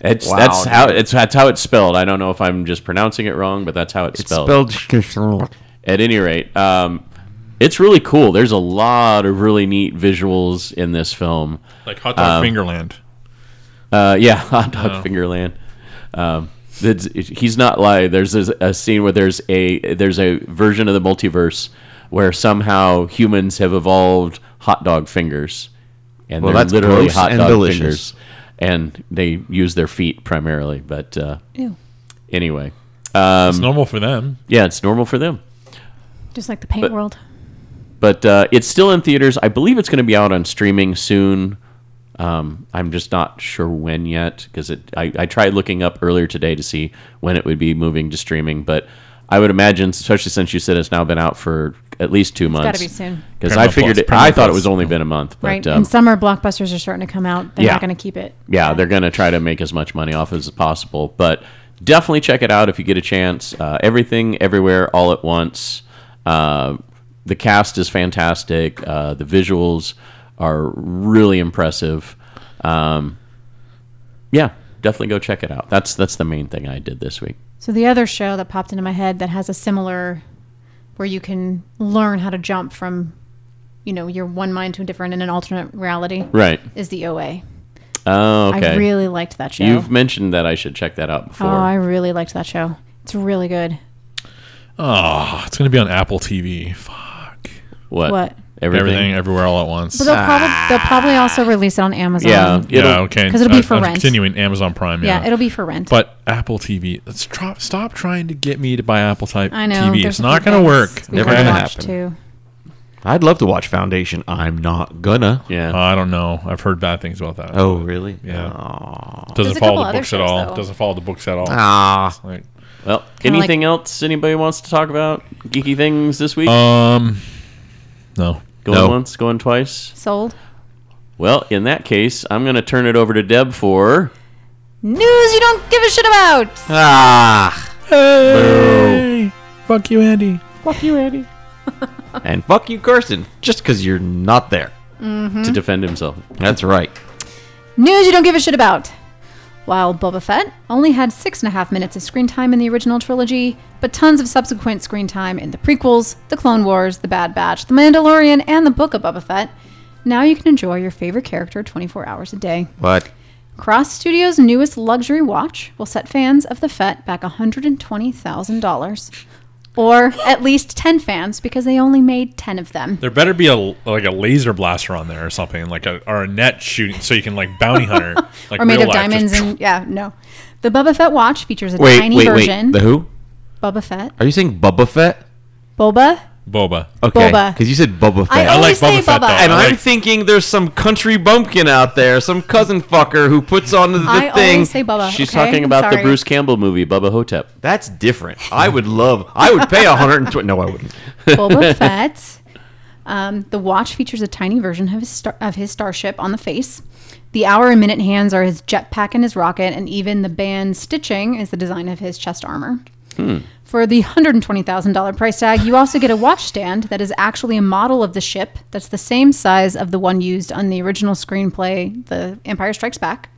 Speaker 4: It's,
Speaker 3: Wow,
Speaker 4: that's how
Speaker 3: dude.
Speaker 4: it's that's how it's spelled. I don't know if I'm just pronouncing it wrong, but that's how it's, spelled at any rate, um, it's really cool. There's a lot of really neat visuals in this film.
Speaker 2: like hot
Speaker 5: um,
Speaker 2: dog fingerland.
Speaker 4: Uh, yeah, Hot Dog
Speaker 2: Oh.
Speaker 4: Fingerland. Um, that's- he's not lying. There's this, a scene where there's a there's a version of the multiverse where somehow humans have evolved hot dog fingers, and
Speaker 3: Well,
Speaker 4: they're
Speaker 3: that's
Speaker 4: literally
Speaker 3: gross
Speaker 4: hot
Speaker 3: and
Speaker 4: dog
Speaker 3: delicious.
Speaker 4: fingers, and they use their feet primarily. But uh,
Speaker 5: Ew.
Speaker 4: anyway,
Speaker 5: um,
Speaker 2: it's normal for them.
Speaker 4: yeah, it's normal for them.
Speaker 5: Just like the paint
Speaker 4: But-
Speaker 5: world.
Speaker 4: but uh, it's still in theaters. I believe it's going to be out on streaming soon. Um, I'm just not sure when yet because it. I, I tried looking up earlier today to see when it would be moving to streaming, but I would imagine, especially since you said it's now been out for at least two months.
Speaker 5: gotta be soon.
Speaker 4: Because I
Speaker 2: Paramount
Speaker 4: figured
Speaker 2: Plus,
Speaker 4: it, I thought
Speaker 2: Paramount
Speaker 4: it was
Speaker 2: Plus.
Speaker 4: only been a month, but
Speaker 5: right.
Speaker 4: um,
Speaker 5: and summer blockbusters are starting to come out. They're
Speaker 4: yeah.
Speaker 5: not going to keep it.
Speaker 4: yeah, they're going to try to make as much money off as possible. But definitely check it out if you get a chance. Uh, everything, everywhere, all at once. Uh, the cast is fantastic. Uh, the visuals are really impressive. Um, yeah, definitely go check it out. That's that's the main thing I did this week.
Speaker 5: So the other show that popped into my head that has a similar, where you can learn how to jump from, you know, your one mind to a different in an alternate reality,
Speaker 4: Right.
Speaker 5: is the OA.
Speaker 4: Oh, okay.
Speaker 5: I really liked that show.
Speaker 4: You've mentioned that I should check that out
Speaker 5: oh,
Speaker 4: before.
Speaker 5: I really liked that show. It's really good.
Speaker 2: Oh, it's gonna be on Apple TV. Fuck
Speaker 4: what?
Speaker 5: What?
Speaker 4: Everything.
Speaker 2: everything, everywhere, all at once.
Speaker 5: But they'll, probably, they'll probably also release it on Amazon.
Speaker 4: Yeah.
Speaker 2: yeah,
Speaker 4: it'll-
Speaker 2: okay.
Speaker 5: 'cause it'll be
Speaker 2: Uh,
Speaker 5: for
Speaker 2: I'm
Speaker 5: rent.
Speaker 2: Continuing Amazon Prime. Yeah.
Speaker 5: Yeah, it'll be for rent.
Speaker 2: but Apple TV. Let's try, stop trying to get me to buy Apple type
Speaker 5: I know.
Speaker 2: TV.
Speaker 5: there's
Speaker 2: It's
Speaker 5: a
Speaker 2: not
Speaker 5: few
Speaker 2: gonna
Speaker 5: things
Speaker 2: work.
Speaker 5: we
Speaker 3: Never
Speaker 5: gotta
Speaker 3: gonna
Speaker 5: watch,
Speaker 3: happen.
Speaker 5: Too.
Speaker 3: I'd love to watch Foundation. I'm not gonna.
Speaker 4: Yeah.
Speaker 2: Uh, I don't know. I've heard bad things about that.
Speaker 3: Oh, really?
Speaker 2: Yeah.
Speaker 3: Aw.
Speaker 2: doesn't
Speaker 5: There's a couple
Speaker 2: follow the
Speaker 5: other
Speaker 2: books at
Speaker 5: shows,
Speaker 2: all.
Speaker 5: though.
Speaker 2: Doesn't follow the books at all.
Speaker 3: Ah.
Speaker 2: Like,
Speaker 4: Well,
Speaker 5: Kinda
Speaker 4: anything else anybody wants to talk about? Geeky things this week?
Speaker 2: um, no.
Speaker 4: going
Speaker 3: no.
Speaker 4: once, going twice.
Speaker 5: Sold.
Speaker 4: Well, in that case, I'm going to turn it over to Deb for.
Speaker 5: News you don't give a shit about.
Speaker 3: Ah.
Speaker 2: Hey, fuck you, Andy.
Speaker 3: and fuck you, Kirsten, just because you're not there.
Speaker 5: Hmm?
Speaker 4: to defend himself.
Speaker 3: That's right.
Speaker 5: News you don't give a shit about. While Boba Fett only had six and a half minutes of screen time in the original trilogy, but tons of subsequent screen time in the prequels, The Clone Wars, The Bad Batch, The Mandalorian, and The Book of Boba Fett, now you can enjoy your favorite character 24 hours a day.
Speaker 3: But
Speaker 5: Cross Studios' newest luxury watch will set fans of the Fett back $120,000. Or at least 10 fans, because they only made 10 of them.
Speaker 2: There better be a like a laser blaster on there or something, like a or a net shooting, so you can like bounty hunter, like
Speaker 5: Or made
Speaker 2: real
Speaker 5: of
Speaker 2: life, just
Speaker 5: diamonds and, yeah, no. The Boba Fett watch features a
Speaker 3: wait,
Speaker 5: tiny
Speaker 3: wait,
Speaker 5: version.
Speaker 3: wait. The who?
Speaker 5: Boba Fett.
Speaker 3: Are you saying Bubba Fett?
Speaker 5: Boba?
Speaker 2: boba.
Speaker 3: Okay.
Speaker 5: Boba.
Speaker 3: Because you said Bubba
Speaker 5: I
Speaker 3: Fett.
Speaker 2: like
Speaker 5: always say
Speaker 2: Boba Fett,
Speaker 5: Boba.
Speaker 2: though.
Speaker 3: and
Speaker 2: I
Speaker 3: I'm
Speaker 2: like-
Speaker 3: thinking there's some country bumpkin out there, some cousin fucker who puts on the, the
Speaker 5: I
Speaker 3: thing.
Speaker 5: always say Boba.
Speaker 4: She's
Speaker 5: okay?
Speaker 4: talking about the
Speaker 5: Sorry.
Speaker 4: Bruce Campbell movie, Bubba Hotep.
Speaker 3: That's different. I would love. I would pay 120. No, I wouldn't.
Speaker 5: Boba Fett. Um, the watch features a tiny version of his star- of his starship on the face. The hour and minute hands are his jetpack and his rocket, and even the band stitching is the design of his chest armor. For the $120,000 price tag, you also get a watch stand that is actually a model of the ship that's the same size of the one used on the original screenplay, The Empire Strikes Back.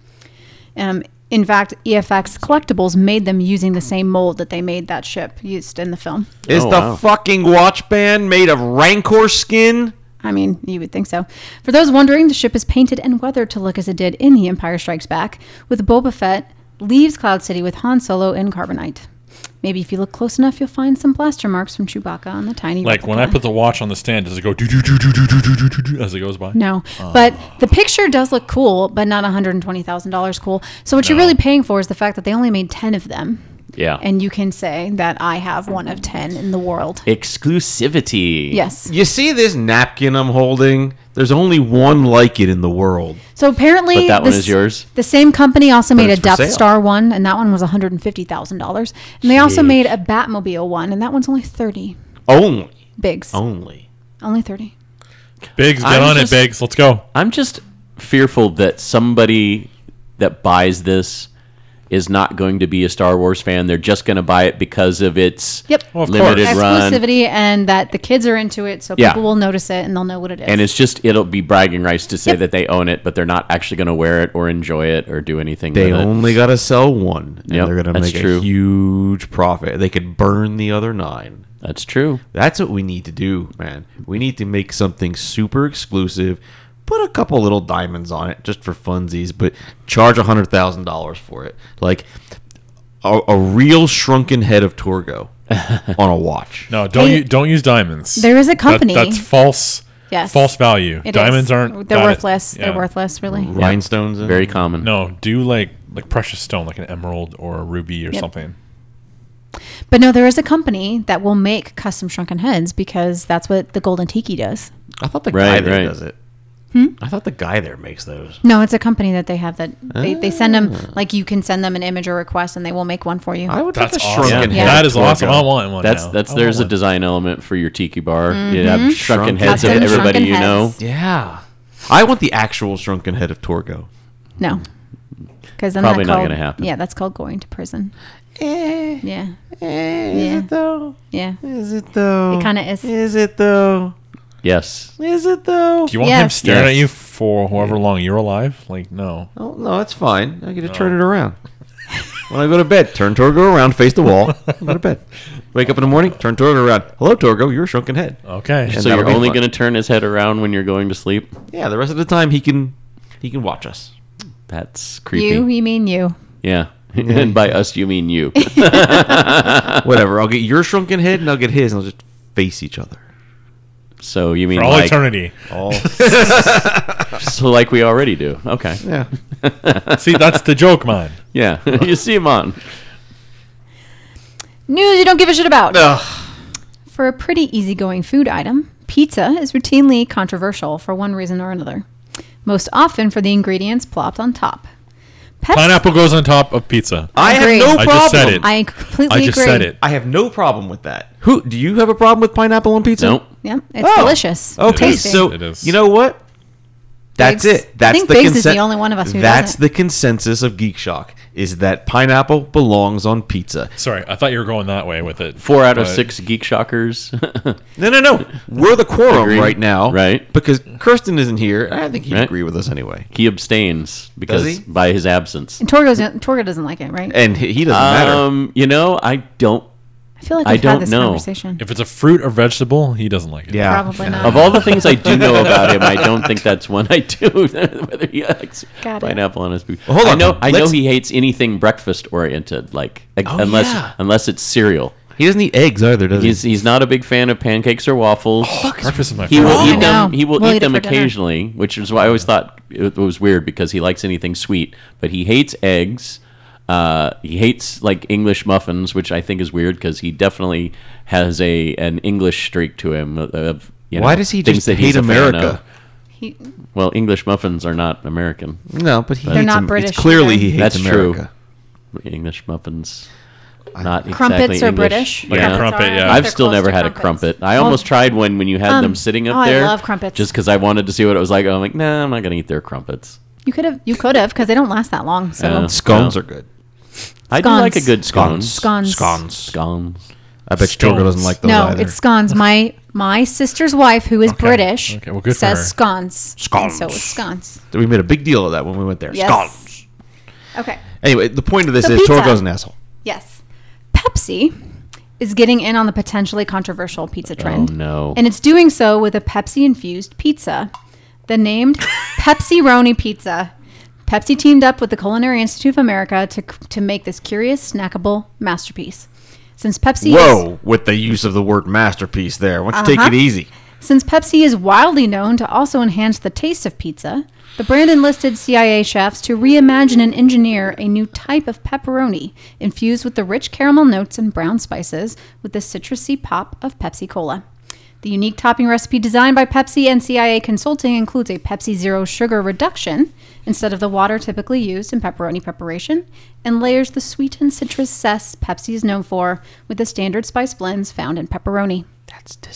Speaker 5: Um, in fact, EFX Collectibles made them using the same mold that they made that ship used in the film.
Speaker 3: Is
Speaker 4: Oh,
Speaker 3: the
Speaker 4: wow.
Speaker 3: fucking watch band made of rancor skin?
Speaker 5: I mean, you would think so. For those wondering, the ship is painted and weathered to look as it did in The Empire Strikes Back, with Boba Fett leaves Cloud City with Han Solo and Carbonite. Maybe if you look close enough, you'll find some blaster marks from Chewbacca on the tiny.
Speaker 2: Like when I
Speaker 5: replica.
Speaker 2: put the watch on the stand, does it go do do do do do do do do do do as it goes by?
Speaker 5: No, but the picture does look cool, but not one hundred and twenty thousand dollars cool. So what you're
Speaker 2: No.
Speaker 5: really paying for is the fact that they only made ten of them,
Speaker 4: Yeah.
Speaker 5: and you can say that I have one of ten in the world.
Speaker 4: Exclusivity.
Speaker 5: yes.
Speaker 3: You see this napkin I'm holding? There's only one like it in the world.
Speaker 5: So apparently,
Speaker 4: But that one
Speaker 5: this-
Speaker 4: is yours?
Speaker 5: The same company also made a
Speaker 3: it's for
Speaker 5: Death
Speaker 3: sale.
Speaker 5: Star one, and that one was one hundred and fifty thousand dollars. And they also made a Batmobile one, and that one's only thirty
Speaker 3: Only.
Speaker 5: bigs.
Speaker 4: Oh.
Speaker 3: Only.
Speaker 5: Only thirty.
Speaker 2: Biggs, get
Speaker 4: I'm
Speaker 2: on
Speaker 4: just-
Speaker 2: it, Biggs. Let's go.
Speaker 4: I'm just fearful that somebody that buys this is not going to be a Star Wars fan. They're just going to buy it because of its
Speaker 5: Yep. Well,
Speaker 2: of
Speaker 4: limited
Speaker 2: course.
Speaker 4: run.
Speaker 5: Exclusivity, and that the kids are into it, so
Speaker 4: Yeah.
Speaker 5: people will notice it and they'll know what it is.
Speaker 4: And it's just it'll be bragging rights to say
Speaker 5: Yep.
Speaker 4: that they own it, but they're not actually going to wear it or enjoy it or do anything.
Speaker 3: They
Speaker 4: with
Speaker 3: only got to sell one. and
Speaker 4: Yep,
Speaker 3: they're going to
Speaker 4: that's
Speaker 3: make
Speaker 4: true.
Speaker 3: a huge profit. They could burn the other nine.
Speaker 4: it. That's true.
Speaker 3: That's what we need to do, man. We need to make something super exclusive. Put a couple little diamonds on it just for funsies, but charge a hundred thousand dollars for it, like a, a real shrunken head of Torgo on a watch.
Speaker 2: No, don't
Speaker 5: Hey,
Speaker 2: you don't use diamonds.
Speaker 5: there is a
Speaker 2: That-
Speaker 5: company.
Speaker 2: that's false.
Speaker 5: Yes.
Speaker 2: False value.
Speaker 5: It is.
Speaker 2: diamonds aren't.
Speaker 5: They're
Speaker 2: got it.
Speaker 5: worthless.
Speaker 2: Yeah.
Speaker 5: They're worthless, really.
Speaker 3: Rhinestones, in it.
Speaker 4: Very common.
Speaker 2: No, do like like precious stone, like an emerald or a ruby or something.
Speaker 5: But no, there is a company that will make custom shrunken heads because that's what the Golden Tiki does.
Speaker 3: I thought the guy
Speaker 4: Right,
Speaker 3: there
Speaker 4: right.
Speaker 3: does it.
Speaker 5: Hmm?
Speaker 3: I thought the guy there makes those.
Speaker 5: No, it's a company that they have that they, they send them
Speaker 4: Ah.
Speaker 5: like you can send them an image or request and they will make one for you.
Speaker 3: I would
Speaker 2: That's
Speaker 3: like a
Speaker 2: awesome.
Speaker 3: shrunken
Speaker 5: Yeah.
Speaker 3: head.
Speaker 2: That
Speaker 3: of
Speaker 2: is awesome.
Speaker 3: Torgo.
Speaker 2: I want one.
Speaker 4: That's
Speaker 2: now.
Speaker 4: that's
Speaker 2: I want
Speaker 4: there's a
Speaker 2: one.
Speaker 4: design element for your tiki bar. You have shrunken
Speaker 3: Shrunken
Speaker 4: heads of
Speaker 5: Custom
Speaker 4: everybody
Speaker 5: shrunken
Speaker 4: you know.
Speaker 5: Mm-hmm. heads.
Speaker 3: Yeah, I want the actual shrunken head of Torgo.
Speaker 5: no, because then
Speaker 4: Probably
Speaker 5: that
Speaker 4: not
Speaker 5: called-
Speaker 4: gonna happen.
Speaker 5: Yeah, that's called going to prison.
Speaker 3: Eh,
Speaker 5: Yeah,
Speaker 3: eh,
Speaker 5: Yeah.
Speaker 3: Is it though?
Speaker 5: yeah.
Speaker 3: Is it though?
Speaker 5: It kinda is.
Speaker 3: Is it though?
Speaker 4: Yes.
Speaker 3: Is it though?
Speaker 2: Do you want him
Speaker 5: Yes.
Speaker 2: staring
Speaker 4: Yes.
Speaker 2: at you for however long you're alive? Like no.
Speaker 3: Oh no, it's fine. I get to turn it around. when I go to bed, turn Torgo around, face the wall, and go to bed. Wake up in the morning, turn Torgo around. Hello, Torgo, you're a shrunken head.
Speaker 2: Okay.
Speaker 3: And
Speaker 4: So
Speaker 3: that'll
Speaker 4: you're
Speaker 3: be
Speaker 4: only
Speaker 3: fun.
Speaker 4: going to turn his head around when you're going to sleep.
Speaker 3: Yeah, the rest of the time he can he can watch us.
Speaker 4: That's
Speaker 5: You,
Speaker 4: creepy.
Speaker 5: you mean you?
Speaker 4: yeah. and by us you mean you.
Speaker 3: Whatever. I'll get your shrunken head and I'll get his, and I'll just face each other.
Speaker 4: So you mean
Speaker 2: for all
Speaker 4: like
Speaker 2: eternity.
Speaker 3: All
Speaker 4: so like we already do. Okay.
Speaker 3: yeah.
Speaker 2: See, that's the joke, man.
Speaker 4: Yeah. you see him on.
Speaker 5: News you don't give a shit about. For a pretty easygoing food item, pizza is routinely controversial for one reason or another. Most often for the ingredients plopped on top. Pepsi-
Speaker 2: Pineapple goes on top of pizza.
Speaker 3: I have
Speaker 5: Agreed.
Speaker 3: no
Speaker 5: I
Speaker 3: problem.
Speaker 2: just said it.
Speaker 5: I completely
Speaker 2: I just
Speaker 5: agree.
Speaker 2: said it.
Speaker 3: I have no problem with that. Who do you have a problem with pineapple on pizza?
Speaker 4: Nope.
Speaker 5: Yep, it's
Speaker 3: Oh.
Speaker 5: delicious.
Speaker 3: Okay,
Speaker 5: Tasty.
Speaker 3: so
Speaker 2: It is.
Speaker 3: you know what? That's
Speaker 5: Biggs-
Speaker 3: it.
Speaker 5: I
Speaker 3: That's
Speaker 5: think
Speaker 3: the
Speaker 5: Biggs is
Speaker 3: consen-
Speaker 5: the only one of us who
Speaker 3: That's
Speaker 5: doesn't.
Speaker 3: the consensus of Geek Shock is that pineapple belongs on pizza.
Speaker 2: Sorry, I thought you were going that way with it.
Speaker 4: Four out of
Speaker 2: But-
Speaker 4: six geek shockers.
Speaker 3: No, no, no. We're the quorum
Speaker 4: Agreed.
Speaker 3: right now,
Speaker 4: Right.
Speaker 3: Because Kirsten isn't here. I think he'd
Speaker 4: Right.
Speaker 3: agree with us anyway,
Speaker 4: he abstains because
Speaker 3: he?
Speaker 4: by his absence.
Speaker 5: and Torgo's, Torgo doesn't like it,
Speaker 4: Eh,
Speaker 5: right?
Speaker 3: and he he doesn't matter.
Speaker 4: Um, you know, I don't
Speaker 5: I feel like
Speaker 4: I
Speaker 5: we've
Speaker 4: don't
Speaker 5: had this
Speaker 4: know.
Speaker 5: conversation.
Speaker 2: If it's a fruit or vegetable, he doesn't like it.
Speaker 3: Yeah,
Speaker 5: Probably not.
Speaker 4: Of all the things I do know about him, I don't think that's one I do. Whether he likes
Speaker 5: Got it.
Speaker 4: pineapple on his pizza.
Speaker 3: Well, hold
Speaker 4: I
Speaker 3: on,
Speaker 4: know.
Speaker 3: Tom.
Speaker 4: I know
Speaker 3: Let's-
Speaker 4: he hates anything breakfast oriented, like ag-
Speaker 3: Oh,
Speaker 4: unless
Speaker 3: yeah.
Speaker 4: unless it's cereal.
Speaker 3: He doesn't eat eggs either, does
Speaker 4: He's he's not a big fan of pancakes or waffles.
Speaker 2: Breakfast is my
Speaker 4: He
Speaker 2: favorite.
Speaker 4: will
Speaker 5: I
Speaker 4: eat them.
Speaker 5: know.
Speaker 4: He will
Speaker 5: We'll
Speaker 4: eat
Speaker 5: eat it
Speaker 4: them
Speaker 5: for dinner.
Speaker 4: occasionally, which is why I always thought it was weird because he likes anything sweet, but he hates eggs. Uh, he hates like English muffins, which I think is weird because he definitely has a an English streak to him. Of, of, you
Speaker 3: Why
Speaker 4: know,
Speaker 3: does he
Speaker 4: things
Speaker 3: just
Speaker 4: that he's
Speaker 3: hate
Speaker 4: a fan
Speaker 3: America?
Speaker 4: of.
Speaker 5: He,
Speaker 4: Well, English muffins are not American.
Speaker 3: he? No, but he
Speaker 5: They're
Speaker 3: hates
Speaker 5: not
Speaker 3: Am- it's
Speaker 5: British
Speaker 3: clearly,
Speaker 5: either.
Speaker 3: he hates
Speaker 4: That's
Speaker 3: America.
Speaker 4: English muffins, not
Speaker 5: Crumpets
Speaker 4: exactly English.
Speaker 5: are British.
Speaker 2: Like a
Speaker 4: Yeah.
Speaker 2: crumpet, yeah.
Speaker 4: I've still never had a crumpet. I almost tried one when you had
Speaker 5: um,
Speaker 4: them sitting up
Speaker 5: oh, I
Speaker 4: there.
Speaker 5: love crumpets.
Speaker 4: Just because I wanted to see what it was like. I'm like, nah, I'm not gonna eat their crumpets.
Speaker 5: You could have. You could have because they don't last that long. So
Speaker 4: Yeah.
Speaker 3: Scones
Speaker 4: No.
Speaker 3: are good.
Speaker 4: I do like a
Speaker 5: Scones.
Speaker 4: good scone.
Speaker 5: Scones.
Speaker 3: Scones.
Speaker 4: Scones. Oh,
Speaker 3: I bet
Speaker 2: Scones.
Speaker 3: Torgo doesn't like those
Speaker 5: no,
Speaker 3: either.
Speaker 5: it's scones. My my sister's wife, who is British,
Speaker 2: Okay, well, good for
Speaker 5: says
Speaker 2: her.
Speaker 5: scones. And So
Speaker 3: Scones.
Speaker 5: it's scones.
Speaker 3: we made a big deal of that when we went there.
Speaker 5: Yes.
Speaker 3: Scones.
Speaker 5: Okay.
Speaker 3: Anyway, the point of this
Speaker 5: So
Speaker 3: is
Speaker 5: pizza.
Speaker 3: Torgo's an asshole.
Speaker 5: Yes. Pepsi is getting in on the potentially controversial pizza
Speaker 4: Oh
Speaker 5: trend.
Speaker 4: no.
Speaker 5: And it's doing so with a Pepsi infused pizza. The named Pepsi Roni Pizza. Pepsi teamed up with the Culinary Institute of America to, to make this curious, snackable masterpiece. Since Pepsi is,
Speaker 3: Whoa, with the use of the word masterpiece there. Why don't you
Speaker 5: Uh-huh.
Speaker 3: take it easy?
Speaker 5: Since Pepsi is widely known to also enhance the taste of pizza, the brand enlisted CIA chefs to reimagine and engineer a new type of pepperoni infused with the rich caramel notes and brown spices with the citrusy pop of Pepsi Cola. The unique topping recipe designed by Pepsi and CIA Consulting includes a Pepsi Zero sugar reduction instead of the water typically used in pepperoni preparation and layers the sweet and citrus zest Pepsi is known for with the standard spice blends found in pepperoni.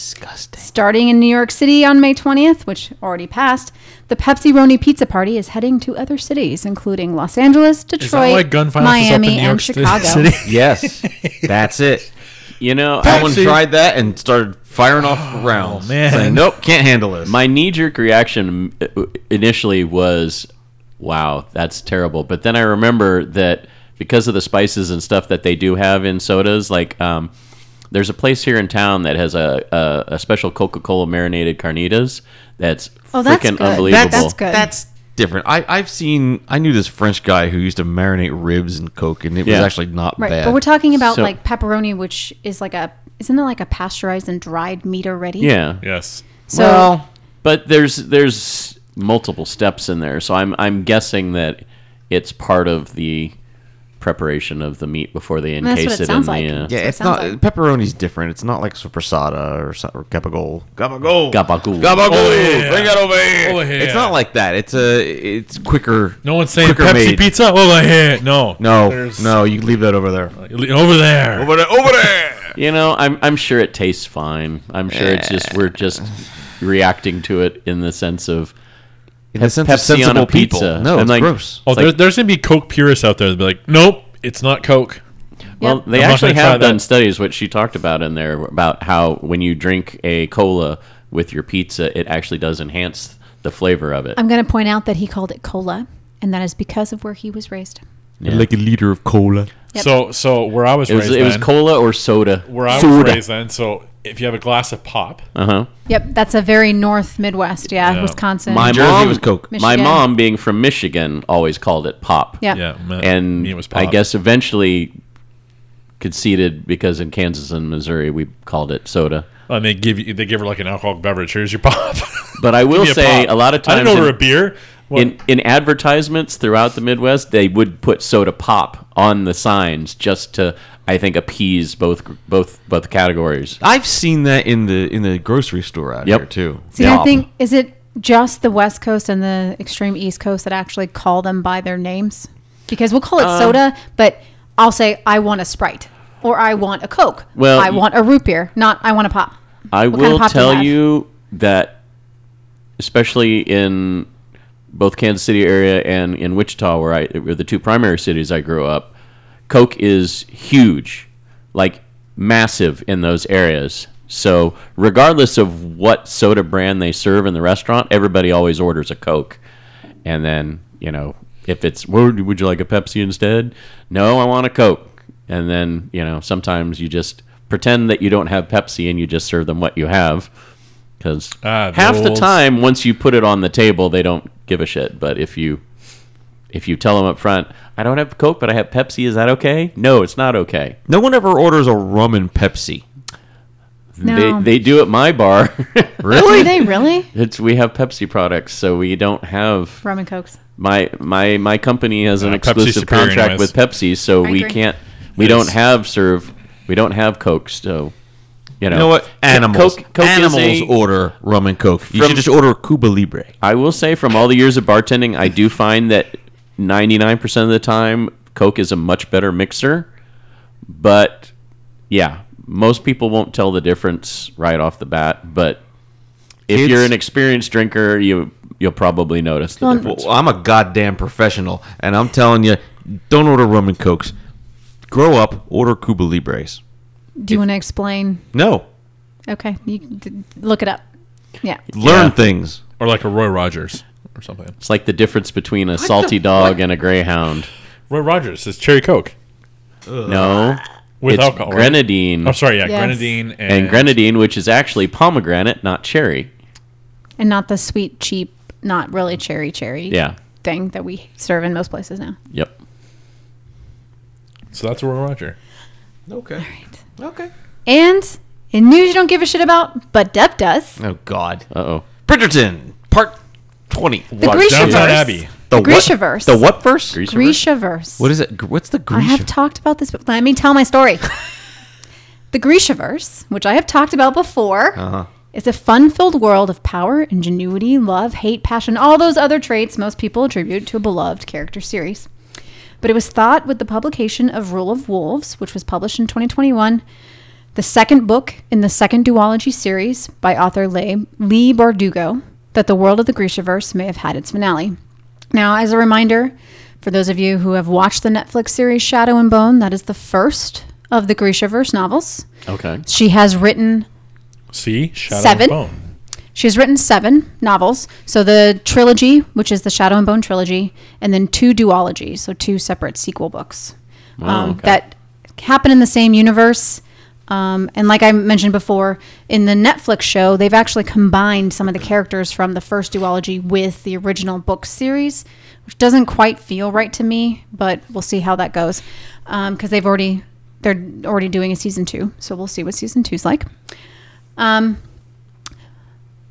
Speaker 5: Starting in New York City on May 20th, which already passed, the Pepsi Roni Pizza Party is heading to other cities, including Los Angeles, Detroit,
Speaker 2: like gun violence is up in
Speaker 5: Miami,
Speaker 2: New York
Speaker 5: and
Speaker 2: Sti-
Speaker 5: Chicago.
Speaker 2: City?
Speaker 3: Yes, that's it.
Speaker 4: You know, I
Speaker 3: Someone
Speaker 4: want
Speaker 3: tried that and started firing
Speaker 5: Oh,
Speaker 3: off rounds.
Speaker 2: man.
Speaker 3: Saying, nope, can't handle this.
Speaker 4: my knee jerk reaction uh, initially was, wow, that's terrible. But then I remember that because of the spices and stuff that they do have in sodas, like um, there's a place here in town that has a, a, a special Coca Cola marinated carnitas that's
Speaker 5: Oh, that's
Speaker 4: freaking
Speaker 5: good. That's-
Speaker 4: unbelievable.
Speaker 5: that's good.
Speaker 3: That's different. I, I've seen, I knew this French guy who used to marinate ribs in Coke, and it was
Speaker 4: Yeah.
Speaker 3: actually not
Speaker 5: Right,
Speaker 3: bad.
Speaker 5: but we're talking about
Speaker 4: So-
Speaker 5: like pepperoni, which is like a isn't it like a pasteurized and dried meat already?
Speaker 4: Yeah.
Speaker 2: Yes.
Speaker 5: So
Speaker 3: well,
Speaker 4: But there's there's multiple steps in there, so I'm I'm guessing that it's part of the preparation of the meat before they
Speaker 5: that's
Speaker 4: encase it,
Speaker 5: what it
Speaker 4: in
Speaker 5: sounds like.
Speaker 4: the uh,
Speaker 3: yeah,
Speaker 5: it
Speaker 3: it's not,
Speaker 5: sounds like-
Speaker 3: pepperoni's different. It's not like sopressata or, so- or gabagol. Gabagol.
Speaker 4: gabagool.
Speaker 3: Gabagool.
Speaker 2: Oh, yeah.
Speaker 3: Bring that over here.
Speaker 2: Over here.
Speaker 3: It's not like that. It's a, it's quicker.
Speaker 2: No one's saying
Speaker 3: quicker
Speaker 2: Pepsi
Speaker 3: made.
Speaker 2: pizza over here. No.
Speaker 3: No,
Speaker 2: There's-
Speaker 3: no, you leave that over there.
Speaker 2: Over there.
Speaker 3: Over there, uh, over there.
Speaker 4: You know, I'm I'm sure it tastes fine. I'm sure it's just we're just reacting to it in the sense of
Speaker 3: In the sense
Speaker 4: Pepsi
Speaker 3: of sensible
Speaker 4: on a
Speaker 3: people.
Speaker 4: pizza.
Speaker 3: No,
Speaker 4: I'm
Speaker 3: it's
Speaker 4: like-
Speaker 3: gross.
Speaker 2: oh,
Speaker 4: it's
Speaker 2: there,
Speaker 4: like-
Speaker 2: there's gonna be Coke purists out there that be like, nope, it's not Coke.
Speaker 4: well,
Speaker 5: Yep.
Speaker 4: they
Speaker 2: I'm not
Speaker 4: actually
Speaker 2: gonna try
Speaker 4: have done
Speaker 2: that.
Speaker 4: studies which she talked about in there about how when you drink a cola with your pizza, it actually does enhance the flavor of it.
Speaker 5: I'm going to point out that he called it cola, and that is because of where he was raised.
Speaker 3: Like a liter of cola.
Speaker 5: Yep.
Speaker 2: So, so where I was
Speaker 4: It was,
Speaker 2: raised,
Speaker 4: it was
Speaker 2: then-
Speaker 4: cola or soda.
Speaker 2: Where I was
Speaker 3: Soda.
Speaker 2: raised then. So, if you have a glass of pop,
Speaker 4: Uh huh.
Speaker 5: Yep, that's a very north Midwest, yeah,
Speaker 2: Yeah.
Speaker 5: Wisconsin.
Speaker 3: My
Speaker 4: Jersey
Speaker 3: mom was
Speaker 4: was
Speaker 3: Coke.
Speaker 4: My
Speaker 5: Michigan.
Speaker 4: mom, being from Michigan, always called it pop.
Speaker 5: yeah.
Speaker 2: yeah, me-
Speaker 4: and
Speaker 2: me, it was pop.
Speaker 4: I guess eventually conceded because in Kansas and Missouri we called it soda.
Speaker 2: and they give you they give her like an alcoholic beverage. Here's your pop.
Speaker 4: But I will
Speaker 2: Give me
Speaker 4: say
Speaker 2: pop.
Speaker 4: a lot of
Speaker 2: I
Speaker 4: times
Speaker 2: didn't order
Speaker 4: in-
Speaker 2: a beer. What?
Speaker 4: in, in advertisements throughout the Midwest, they would put soda pop on the signs just to, I think, appease both both both categories.
Speaker 3: I've seen that in the in the grocery store out
Speaker 4: Yep.
Speaker 3: here too.
Speaker 5: See,
Speaker 4: Yeah.
Speaker 5: I think is it just the West Coast and the extreme East Coast that actually call them by their names? Because we'll call it
Speaker 4: Um,
Speaker 5: soda, but I'll say I want a Sprite or I want a Coke.
Speaker 4: Well,
Speaker 5: I
Speaker 4: y-
Speaker 5: want a root beer, not I want a pop.
Speaker 4: I
Speaker 5: What kind of
Speaker 4: will
Speaker 5: pop do you
Speaker 4: tell
Speaker 5: have?
Speaker 4: you that, especially in both Kansas City area and in Wichita, where I were the two primary cities I grew up, Coke is huge, like massive in those areas. So regardless of what soda brand they serve in the restaurant, everybody always orders a Coke, and then you know if it's would would you like a Pepsi instead? No, I want a Coke. And then you know sometimes you just pretend that you don't have Pepsi and you just serve them what you have. Because
Speaker 2: Ah, the
Speaker 4: half the
Speaker 2: old-
Speaker 4: time, once you put it on the table, they don't give a shit. But if you if you tell them up front, I don't have Coke, but I have Pepsi. Is that okay? No, it's not okay.
Speaker 3: No one ever orders a rum and Pepsi.
Speaker 5: No.
Speaker 4: They they do at my bar.
Speaker 5: Really? Do they really?
Speaker 4: it's we have Pepsi products, so we don't have
Speaker 5: Rum and Cokes.
Speaker 4: my my my company has an
Speaker 2: Uh, Pepsi's
Speaker 4: exclusive
Speaker 2: superior
Speaker 4: contract
Speaker 2: anyways.
Speaker 4: with Pepsi, so
Speaker 5: I
Speaker 4: we
Speaker 5: agree.
Speaker 4: can't we
Speaker 2: Yes.
Speaker 4: don't have serve we don't have Coke. So you know,
Speaker 3: You know what? Animals.
Speaker 4: Coke, Coke is
Speaker 3: Animals
Speaker 4: a-
Speaker 3: order rum and Coke. You
Speaker 4: From-
Speaker 3: should just order Cuba Libre.
Speaker 4: I will say from all the years of bartending, I do find that 99% of the time, Coke is a much better mixer. But yeah, most people won't tell the difference right off the bat. But if
Speaker 3: It's-
Speaker 4: you're an experienced drinker, you you'll probably notice the
Speaker 5: Well,
Speaker 4: difference.
Speaker 3: Well, I'm a goddamn professional, and I'm telling you, don't order rum and Cokes. Grow up, order Cuba Libres.
Speaker 5: Do you want to explain?
Speaker 3: No,
Speaker 5: Okay, you can d- look it up. Yeah.
Speaker 3: learn
Speaker 4: Yeah.
Speaker 3: things.
Speaker 2: or like a Roy Rogers or something.
Speaker 4: It's like the difference between a salty dog and a greyhound.
Speaker 2: Roy Rogers is cherry Coke
Speaker 4: No,
Speaker 2: with
Speaker 4: it's
Speaker 2: alcohol. right? Oh,
Speaker 4: grenadine.
Speaker 2: I'm sorry, yeah,
Speaker 5: Yes.
Speaker 2: grenadine and,
Speaker 4: And grenadine, which is actually pomegranate, not cherry.
Speaker 5: And not the sweet, cheap, not really cherry, cherry.
Speaker 4: Yeah.
Speaker 5: thing that we serve in most places now.
Speaker 4: Yep.
Speaker 2: So that's Roy Roger.
Speaker 3: Okay.
Speaker 5: Right.
Speaker 3: Okay.
Speaker 5: And in news you don't give a shit about, but Depp does.
Speaker 3: Oh God.
Speaker 4: Uh oh.
Speaker 3: Bridgerton, part twenty.
Speaker 5: The
Speaker 2: What,
Speaker 5: Grishaverse.
Speaker 2: Downton Abbey.
Speaker 3: The what?
Speaker 5: Grishaverse.
Speaker 3: The what first?
Speaker 4: Grease.
Speaker 5: Grishaverse.
Speaker 3: What is it? Gr- What's the
Speaker 5: I
Speaker 3: Grisha?
Speaker 5: have talked about this, but let me tell my story. the Grishaverse, which I have talked about before,
Speaker 3: Uh-huh.
Speaker 5: is a fun-filled world of power, ingenuity, love, hate, passion, all those other traits most people attribute to a beloved character series. But it was thought with the publication of Rule of Wolves, which was published in 2021, the second book in the second duology series by author Leigh, Lee Bardugo, that the world of the Grishaverse may have had its finale. Now, as a reminder, for those of you who have watched the Netflix series Shadow and Bone, that is the first of the Grishaverse novels.
Speaker 4: Okay.
Speaker 5: She has written
Speaker 2: See, Shadow
Speaker 5: Seven.
Speaker 2: and Bone.
Speaker 5: she has written seven novels. So the trilogy, which is the Shadow and Bone trilogy, and then two duologies, so two separate sequel books um,
Speaker 4: okay.
Speaker 5: that happen in the same universe. Um, and like I mentioned before, in the Netflix show, they've actually combined some of the characters from the first duology with the original book series, which doesn't quite feel right to me, but we'll see how that goes because they've already they're already doing a season two, so we'll see what season two's like. Um,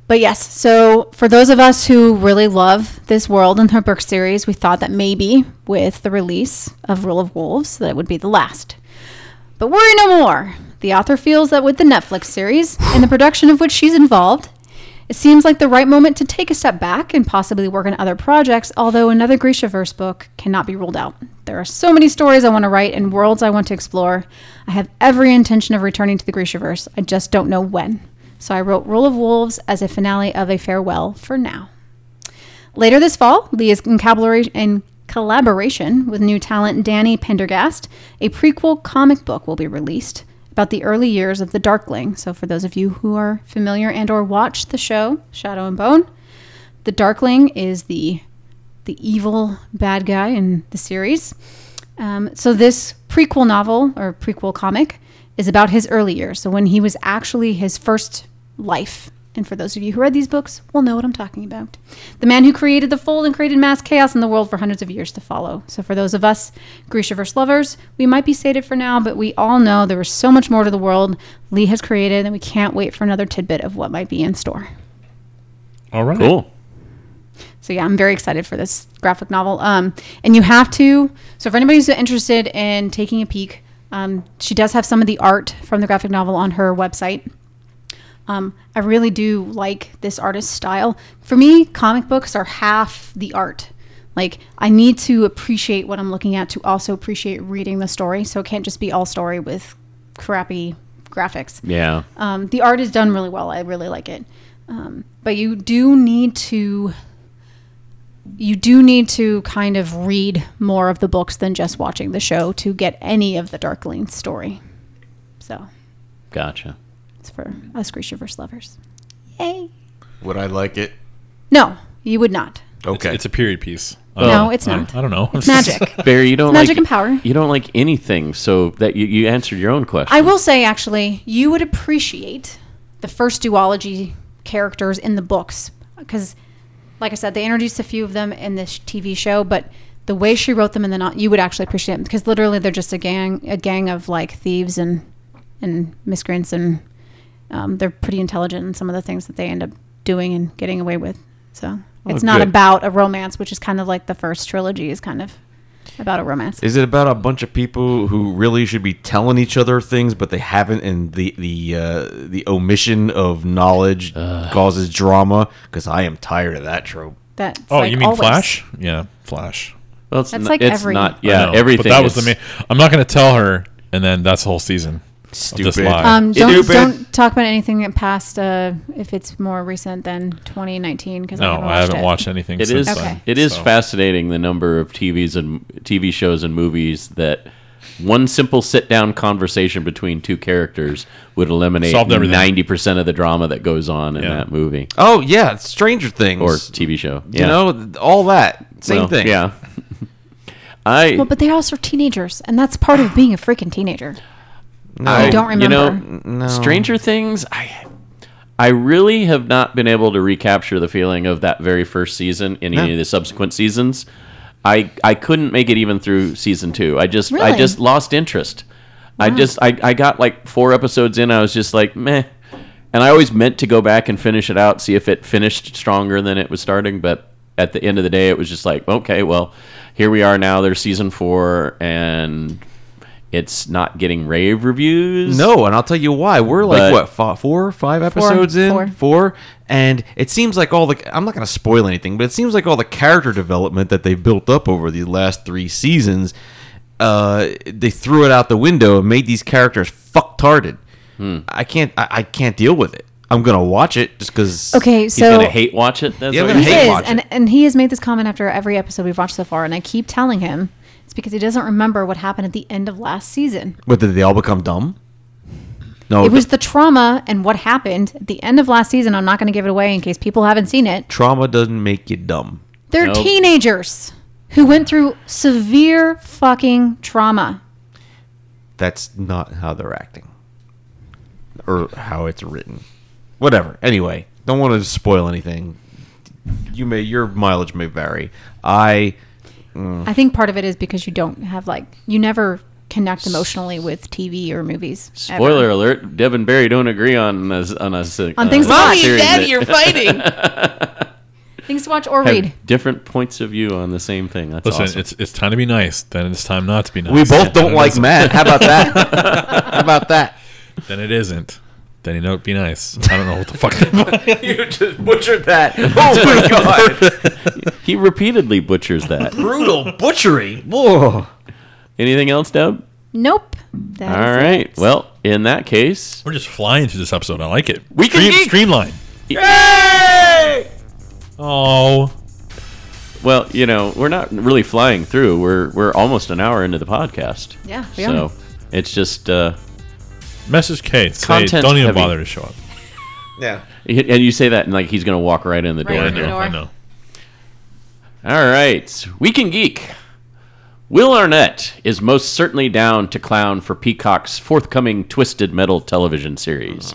Speaker 5: but yes, so for those of us who really love this world and her book series, we thought that maybe with the release of Rule of Wolves, that it would be the last. But worry no more. The author feels that with the Netflix series, in the production of which she's involved, it seems like the right moment to take a step back and possibly work on other projects, although another Grishaverse book cannot be ruled out. There are so many stories I want to write and worlds I want to explore. I have every intention of returning to the Grishaverse. I just don't know when. So I wrote Rule of Wolves as a finale of a farewell for now. Later this fall, Lee is in, collabora- in collaboration with new talent Danny Pendergast. A prequel comic book will be released about the early years of the Darkling. So for those of you who are familiar and or watch the show Shadow and Bone, the Darkling is the the evil bad guy in the series. Um, so this prequel novel or prequel comic is about his early years, so when he was actually his first life. And for those of you who read these books, will know what I'm talking about. The man who created the fold and created mass chaos in the world for hundreds of years to follow. So for those of us Grishaverse lovers, we might be sated for now, but we all know there is so much more to the world Lee has created, and we can't wait for another tidbit of what might be in store.
Speaker 2: All right.
Speaker 4: Cool.
Speaker 5: So yeah, I'm very excited for this graphic novel. Um, and you have to. So for anybody who's interested in taking a peek, um, she does have some of the art from the graphic novel on her website. Um, I really do like this artist's style. For me, comic books are half the art. Like I need to appreciate what I'm looking at to also appreciate reading the story. So it can't just be all story with crappy graphics.
Speaker 4: Yeah.
Speaker 5: Um, the art is done really well. I really like it. Um, but you do need to you do need to kind of read more of the books than just watching the show to get any of the Darkling story. So
Speaker 4: Gotcha.
Speaker 5: it's for us Grishaverse lovers. Yay!
Speaker 3: Would I like it?
Speaker 5: No, you would not.
Speaker 3: Okay.
Speaker 2: It's a period piece.
Speaker 5: No, it's
Speaker 2: I-
Speaker 5: not.
Speaker 2: I don't know.
Speaker 5: It's magic.
Speaker 4: Barry, you don't
Speaker 5: Magic
Speaker 4: like
Speaker 5: and power.
Speaker 4: You don't like anything, so that you, you answered your own question.
Speaker 5: I will say, actually, you would appreciate the first duology characters in the books because, like I said, they introduced a few of them in this TV show, but the way she wrote them in the not, you would actually appreciate them because literally they're just a gang, a gang of like thieves and and miscreants, and um, they're pretty intelligent in some of the things that they end up doing and getting away with. So
Speaker 2: Oh,
Speaker 5: it's not
Speaker 4: good.
Speaker 5: about a romance, which is kind of like the first trilogy is kind of about a romance.
Speaker 3: Is it about a bunch of people who really should be telling each other things, but they haven't, and the the uh, the omission of knowledge causes drama? Because I am tired of that trope.
Speaker 5: That's
Speaker 2: Oh,
Speaker 5: like
Speaker 2: you mean
Speaker 5: always.
Speaker 2: Flash? Yeah, Flash.
Speaker 4: Well, it's
Speaker 5: That's
Speaker 4: n-
Speaker 5: like
Speaker 4: it's
Speaker 5: every-
Speaker 4: not.
Speaker 2: I
Speaker 4: Yeah,
Speaker 2: know,
Speaker 4: everything.
Speaker 2: But that was
Speaker 4: is-
Speaker 2: the main. I'm not going to tell her, and then that's the whole season. of this
Speaker 3: Stupid.
Speaker 2: lie.
Speaker 5: Um, don't,
Speaker 3: Stupid.
Speaker 5: don't talk about anything that passed uh, if it's more recent than 2019 because
Speaker 2: no,
Speaker 5: I haven't watched, it.
Speaker 2: anything.
Speaker 4: It
Speaker 2: since
Speaker 4: is.
Speaker 2: then,
Speaker 5: Okay.
Speaker 4: It is
Speaker 2: so.
Speaker 4: fascinating the number of TVs and TV shows and movies that one simple sit-down conversation between two characters would eliminate
Speaker 2: Solved everything.
Speaker 4: ninety percent of the drama that goes on in
Speaker 2: Yeah.
Speaker 4: that movie
Speaker 3: Oh yeah, Stranger Things
Speaker 4: or TV show.
Speaker 3: You know, th- all that. Same
Speaker 4: Well,
Speaker 3: thing.
Speaker 4: Yeah. I.
Speaker 5: Well, but they're also teenagers, and that's part of being a freaking teenager.
Speaker 3: No,
Speaker 5: I don't
Speaker 4: You know,
Speaker 5: remember.
Speaker 4: Stranger Things. I. I really have not been able to recapture the feeling of that very first season in
Speaker 3: No.
Speaker 4: any of the subsequent seasons. I I couldn't make it even through season two. I just I
Speaker 5: Really?
Speaker 4: just lost interest. I just I, I got like four episodes in. I was just like meh, and I always meant to go back and finish it out, see if it finished stronger than it was starting. But at the end of the day, it was just like okay, well, here we are now. There's season four, and it's not getting rave reviews.
Speaker 3: No, and I'll tell you why. We're like
Speaker 4: But-
Speaker 3: what fi- four or five episodes in
Speaker 5: Four.
Speaker 3: Four. and it seems like all the I'm not going to spoil anything, but it seems like all the character development that they've built up over these last three seasons, uh, they threw it out the window and made these characters fucktarded.
Speaker 4: Hmm.
Speaker 3: I can't, I, I can't deal with it. I'm gonna watch it just because.
Speaker 5: Okay,
Speaker 4: He's
Speaker 5: so
Speaker 4: gonna hate watch it. That's
Speaker 3: Yeah,
Speaker 4: what
Speaker 3: I'm gonna
Speaker 4: you're
Speaker 5: he
Speaker 3: hate
Speaker 5: is,
Speaker 3: watch
Speaker 5: and
Speaker 3: it.
Speaker 5: and he has made this comment after every episode we've watched so far, and I keep telling him it's because he doesn't remember what happened at the end of last season.
Speaker 3: But did they all become dumb? No,
Speaker 5: It was the trauma and what happened at the end of last season. I'm not going to give it away in case people haven't seen it.
Speaker 3: trauma doesn't make you dumb.
Speaker 5: They're
Speaker 4: Nope.
Speaker 5: teenagers who went through severe fucking trauma.
Speaker 3: That's not how they're acting, or how it's written. Whatever. Anyway, don't want to spoil anything. You may your mileage may vary. I
Speaker 5: I think part of it is because you don't have like you never connect emotionally with TV or movies. ever.
Speaker 4: Spoiler alert: Deb and Barry don't agree on a, on a se-
Speaker 5: On
Speaker 4: uh,
Speaker 5: things to watch.
Speaker 4: series that
Speaker 3: fighting.
Speaker 5: Things to watch or
Speaker 4: have
Speaker 5: read.
Speaker 4: different points of view on the same thing. That's
Speaker 2: Listen,
Speaker 4: awesome.
Speaker 2: it's it's time to be nice. Then it's time not to be nice.
Speaker 3: we
Speaker 2: Then
Speaker 3: both don't
Speaker 2: it
Speaker 3: like
Speaker 2: isn't-
Speaker 3: Matt. How about that? How about that?
Speaker 2: Then it isn't. Then you know, be nice. I don't know what the fuck. that-
Speaker 3: You just butchered that. Oh my god!
Speaker 4: he repeatedly butchers that.
Speaker 3: Brutal butchery. Whoa.
Speaker 4: Anything else, Deb?
Speaker 5: Nope. That
Speaker 4: All
Speaker 5: is it.
Speaker 4: right. Well, in that case,
Speaker 2: We're just flying through this episode. I like it.
Speaker 4: We can geek!
Speaker 2: streamline. Oh,
Speaker 4: well, you know, we're not really flying through. We're we're almost an hour into the podcast.
Speaker 5: Yeah, we
Speaker 4: So
Speaker 5: are.
Speaker 4: it's just, uh,
Speaker 2: message Kate. Say,
Speaker 4: Content
Speaker 2: don't even
Speaker 4: heavy.
Speaker 2: bother to show up.
Speaker 3: Yeah.
Speaker 4: and you say that, and like he's gonna walk right in the
Speaker 5: Right
Speaker 4: door.
Speaker 2: I
Speaker 5: in the
Speaker 2: know.
Speaker 5: door.
Speaker 2: I know.
Speaker 4: All right. Weekend Geek. Will Arnett is most certainly down to clown for Peacock's forthcoming Twisted Metal television series.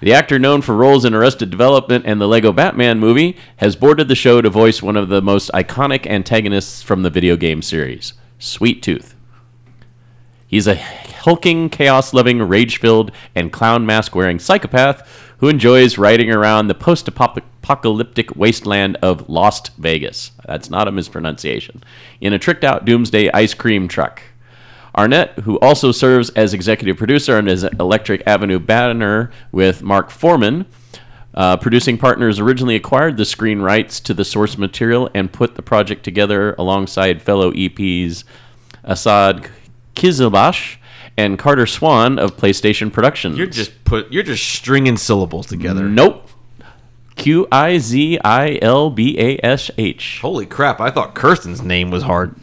Speaker 4: The actor, known for roles in Arrested Development and the Lego Batman movie, has boarded the show to voice one of the most iconic antagonists from the video game series, Sweet Tooth. He's a hulking, chaos loving, rage filled, and clown mask wearing psychopath who enjoys riding around the post apocalyptic wasteland of Lost Vegas. That's not a mispronunciation. In a tricked out doomsday ice cream truck. Arnett, who also serves as executive producer and is Electric Avenue banner with Mark Foreman, uh, producing partners originally acquired the screen rights to the source material and put the project together alongside fellow EPs Assad Kizilbash and Carter Swan of PlayStation Productions.
Speaker 3: You're just put. You're just stringing syllables together.
Speaker 4: nope. Q I Z I L B A S H.
Speaker 3: Holy crap! I thought Kirsten's name was hard.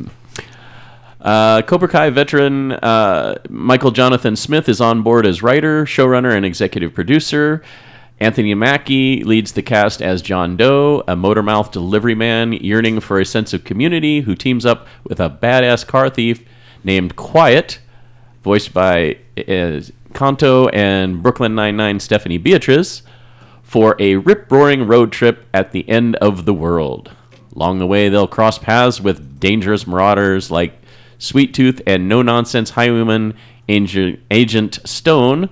Speaker 4: Uh, Cobra Kai veteran uh, Michael Jonathan Smith is on board as writer, showrunner, and executive producer. Anthony Mackie leads the cast as John Doe, a motormouth delivery man yearning for a sense of community who teams up with a badass car thief named Quiet, voiced by uh, Kanto and Brooklyn Nine-Nine Stephanie Beatrice, for a rip-roaring road trip at the end of the world. Along the way, they'll cross paths with dangerous marauders like Sweet Tooth and no-nonsense highwayman Ange- Agent Stone,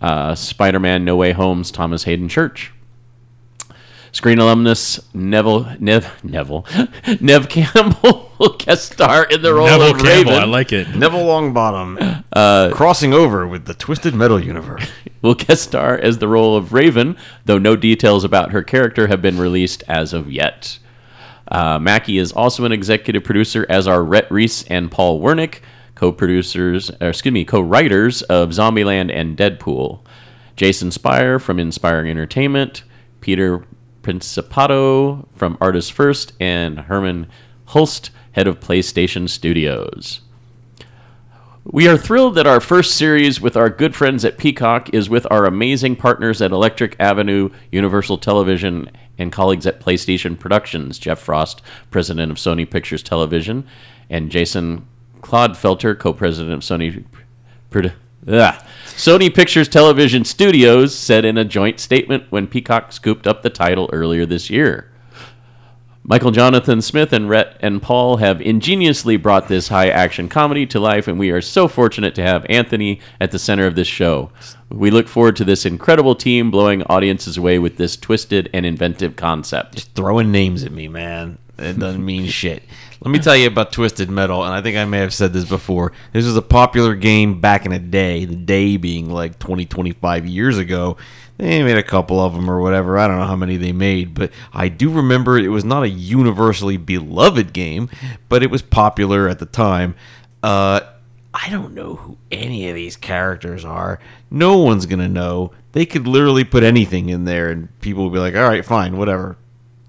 Speaker 4: uh, Spider-Man No Way Home's Thomas Hayden Church. Screen alumnus Neville Nev Neville Nev Campbell will guest star in the role
Speaker 2: Neville
Speaker 4: of
Speaker 2: Campbell.
Speaker 4: Raven.
Speaker 2: I like it.
Speaker 3: Neville Longbottom crossing over with the Twisted Metal universe.
Speaker 4: will guest star as the role of Raven, though no details about her character have been released as of yet. Uh, Mackey is also an executive producer, as are Rhett Reese and Paul Wernick, co-producers, or excuse me, co-writers of Zombieland and Deadpool. Jason Spire from Inspiring Entertainment, Peter Principato from Artist First, and Herman Hulst, head of PlayStation Studios. We are thrilled that our first series with our good friends at Peacock is with our amazing partners at Electric Avenue, Universal Television, and colleagues at PlayStation Productions, Jeff Frost, president of Sony Pictures Television, and Jason Clodfelter, co president of Sony Pr- Produ- Ugh. Sony Pictures Television Studios said in a joint statement when Peacock scooped up the title earlier this year. Michael Jonathan Smith and Rhett and Paul have ingeniously brought this high action comedy to life, and we are so fortunate to have Anthony at the center of this show. We look forward to this incredible team blowing audiences away with this twisted and inventive concept.
Speaker 3: throwing names at me, man. It doesn't mean shit. Let me tell you about Twisted Metal, and I think I may have said this before. This was a popular game back in the day, the day being like 20, 25 years ago. They made a couple of them or whatever. I don't know how many they made, but I do remember it was not a universally beloved game, but it was popular at the time. Uh, I don't know who any of these characters are. No one's gonna know. They could literally put anything in there, and people would be like, "All right, fine, whatever."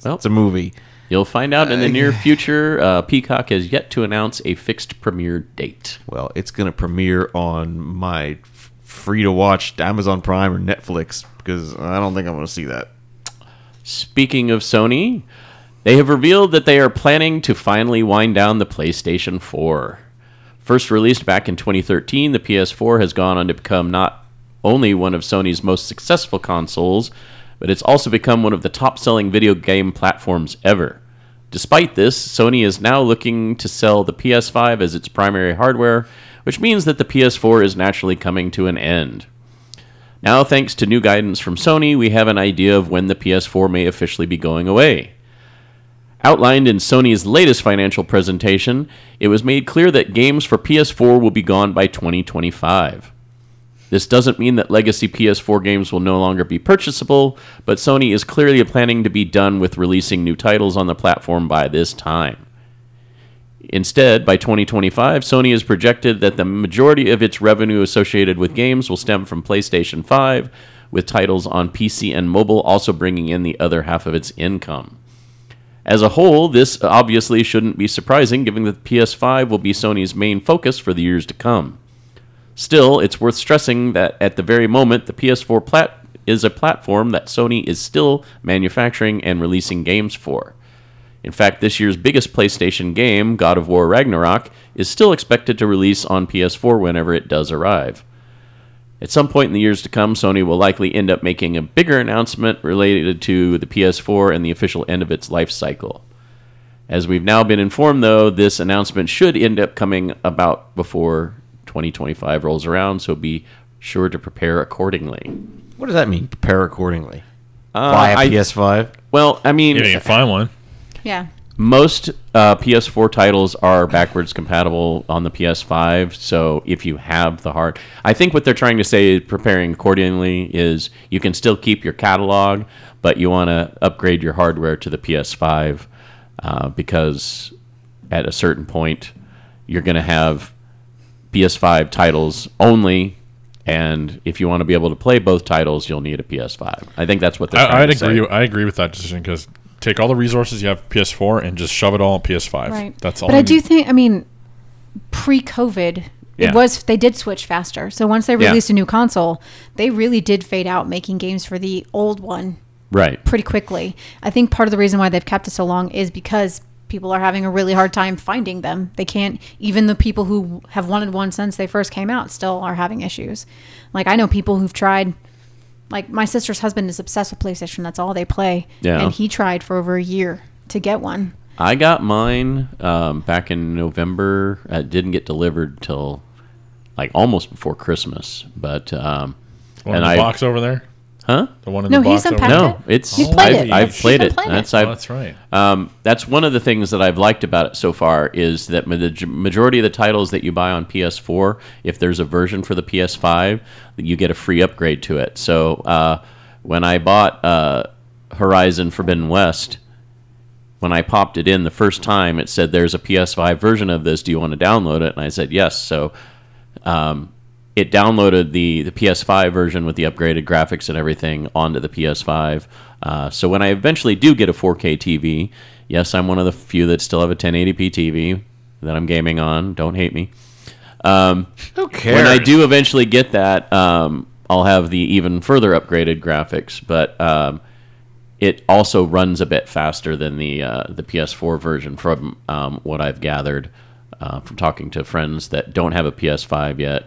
Speaker 4: Well-
Speaker 3: it's a movie.
Speaker 4: You'll find out in the near future. Uh, Peacock has yet to announce a fixed premiere date.
Speaker 3: Well, it's gonna premiere on my f- free-to-watch Amazon Prime or Netflix because I don't think I'm gonna see that.
Speaker 4: Speaking of Sony, they have revealed that they are planning to finally wind down the PlayStation 4. First released back in 2013, the PS4 has gone on to become not only one of Sony's most successful consoles, but it's also become one of the top selling video game platforms ever. Despite this, Sony is now looking to sell the PS5 as its primary hardware, which means that the PS4 is naturally coming to an end. Now, thanks to new guidance from Sony, we have an idea of when the PS4 may officially be going away. Outlined in Sony's latest financial presentation, it was made clear that games for PS4 will be gone by 2025. This doesn't mean that legacy PS4 games will no longer be purchasable, but Sony is clearly planning to be done with releasing new titles on the platform by this time. Instead, by 2025, Sony has projected that the majority of its revenue associated with games will stem from PlayStation 5, with titles on PC and mobile also bringing in the other half of its income. As a whole, this obviously shouldn't be surprising given that PS5 will be Sony's main focus for the years to come. Still, it's worth stressing that at the very moment, the PS4 plat- is a platform that Sony is still manufacturing and releasing games for. In fact, this year's biggest PlayStation game, God of War Ragnarok, is still expected to release on PS4 whenever it does arrive. At some point in the years to come, Sony will likely end up making a bigger announcement related to the PS4 and the official end of its life cycle. As we've now been informed, though, this announcement should end up coming about before 2025 rolls around, so be sure to prepare accordingly.
Speaker 3: What does that mean? Prepare accordingly.
Speaker 4: Uh,
Speaker 3: Buy a
Speaker 4: I-
Speaker 3: PS5.
Speaker 4: Well, I mean,
Speaker 2: If you can find one.
Speaker 5: Yeah.
Speaker 4: most uh, PS4 titles are backwards compatible on the PS5. So if you have the hard, I think what they're trying to say, preparing accordingly, is you can still keep your catalog, but you want to upgrade your hardware to the PS5 uh, because at a certain point you're going to have PS5 titles only. And if you want to be able to play both titles, you'll need a PS5. I think that's what they're.
Speaker 2: I,
Speaker 4: trying
Speaker 2: I'd
Speaker 4: to say.
Speaker 2: agree. I agree with that decision because take all the resources you have PS4 and just shove it all on PS5.
Speaker 5: Right.
Speaker 2: That's all.
Speaker 5: But I do
Speaker 2: need.
Speaker 5: think, I mean, pre-COVID,
Speaker 4: Yeah.
Speaker 5: it was they did switch faster. So once they
Speaker 4: Yeah.
Speaker 5: released a new console, they really did fade out making games for the old one
Speaker 4: Right.
Speaker 5: pretty quickly. I think part of the reason why they've kept it so long is because people are having a really hard time finding them. They can't even the people who have wanted one since they first came out still are having issues. Like I know people who've tried like my sister's husband is obsessed with PlayStation. That's all they play.
Speaker 4: Yeah.
Speaker 5: And he tried for over a year to get one.
Speaker 4: I got mine um, back in November. It didn't get delivered till like almost before Christmas, but um,
Speaker 2: One in
Speaker 4: and
Speaker 2: the
Speaker 4: I
Speaker 2: box over there.
Speaker 4: huh?
Speaker 2: The one in
Speaker 5: No,
Speaker 2: the
Speaker 5: he's
Speaker 2: box. over
Speaker 5: unpacked
Speaker 2: there?
Speaker 5: it.
Speaker 4: No, it's
Speaker 5: You've
Speaker 2: played
Speaker 4: I've,
Speaker 2: it.
Speaker 4: I've
Speaker 2: You've
Speaker 4: played
Speaker 5: been
Speaker 4: it.
Speaker 5: playing it.
Speaker 4: That's
Speaker 2: Oh,
Speaker 4: I've,
Speaker 2: that's right.
Speaker 4: um, that's one of the things that I've liked about it so far is that ma- the majority of the titles that you buy on PS4, if there's a version for the PS5, that you get a free upgrade to it. So uh, when I bought uh, Horizon Forbidden West, when I popped it in the first time, it said there's a PS5 version of this. Do you want to download it? And I said yes. So it downloaded the, the PS5 version with the upgraded graphics and everything onto the PS5. Uh, so when I eventually do get a 4K TV, yes, I'm one of the few that still have a 1080p TV that I'm gaming on. Don't hate me.
Speaker 3: Who cares?
Speaker 4: When I do eventually get that, um, I'll have the even further upgraded graphics, but um, it also runs a bit faster than the uh, the PS4 version, from um, what I've gathered uh, from talking to friends that don't have a PS5 yet.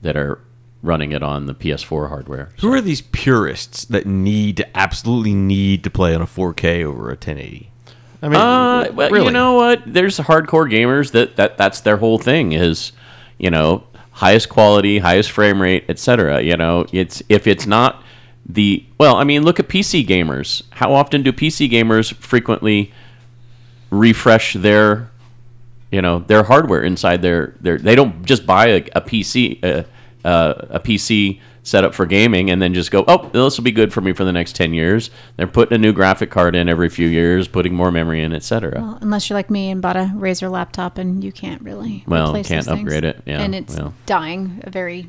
Speaker 4: that are running it on the PS4 hardware.
Speaker 3: Who are these purists that need to absolutely need to play on a 4K over a 1080? I mean,
Speaker 4: Uh, well, you know what? There's hardcore gamers that, that that's their whole thing is, you know, highest quality, highest frame rate, etc. You know, it's if it's not the well, I mean, look at PC gamers. How often do PC gamers frequently refresh their, you know, their hardware inside their their? They don't just buy a, a PC a, uh, a PC set up for gaming and then just go, oh, this will be good for me for the next ten years. They're putting a new graphic card in every few years, putting more memory in, etc.
Speaker 5: Well, unless you're like me and bought a Razer laptop and you can't really
Speaker 4: Well,
Speaker 5: replace
Speaker 4: can't
Speaker 5: those things.
Speaker 4: upgrade it, yeah,
Speaker 5: and it's
Speaker 4: well.
Speaker 5: dying a very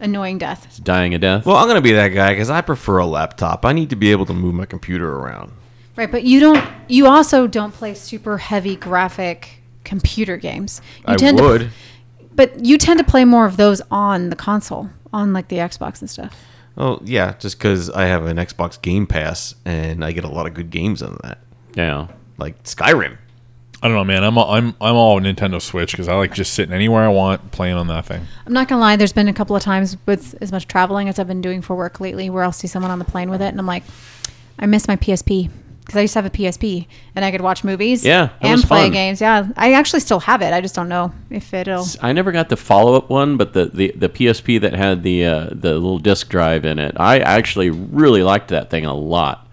Speaker 5: annoying death.
Speaker 4: dying a death.
Speaker 3: Well, I'm going to be that guy because I prefer a laptop. I need to be able to move my computer around.
Speaker 5: Right, but you don't. You also don't play super heavy graphic computer games. You
Speaker 3: I
Speaker 5: to-
Speaker 3: would.
Speaker 5: but you tend to play more of those on the console, on like the Xbox and stuff.
Speaker 3: Oh, yeah, just because I have an Xbox Game Pass and I get a lot of good games on that,
Speaker 4: yeah.
Speaker 3: like Skyrim.
Speaker 2: I don't know, man. I'm all, I'm I'm all Nintendo Switch because I like just sitting anywhere I want playing on that thing.
Speaker 5: I'm not gonna lie. There's been a couple of times with as much traveling as I've been doing for work lately, where I'll see someone on the plane with it, and I'm like, I miss my PSP because I used to have a PSP and I could watch movies,
Speaker 4: Yeah, that
Speaker 5: and
Speaker 4: was
Speaker 5: play
Speaker 4: fun.
Speaker 5: games. Yeah, I actually still have it. I just don't know if it'll.
Speaker 4: I never got the follow up one, but the, the, the PSP that had the uh, the little disk drive in it, I actually really liked that thing a lot.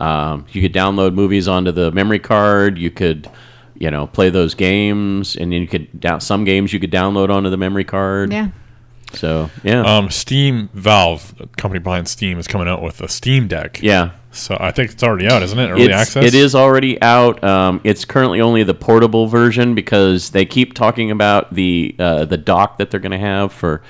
Speaker 4: Um, you could download movies onto the memory card. You could, you know, play those games, and then you could down, some games you could download onto the memory card.
Speaker 5: Yeah,
Speaker 4: So yeah,
Speaker 2: Um, Steam Valve, the company behind Steam, is coming out with a Steam Deck.
Speaker 4: yeah.
Speaker 2: So I think it's already out, isn't it? Early
Speaker 4: it's,
Speaker 2: access.
Speaker 4: It is already out. Um, it's currently only the portable version because they keep talking about the uh, the dock that they're going to have for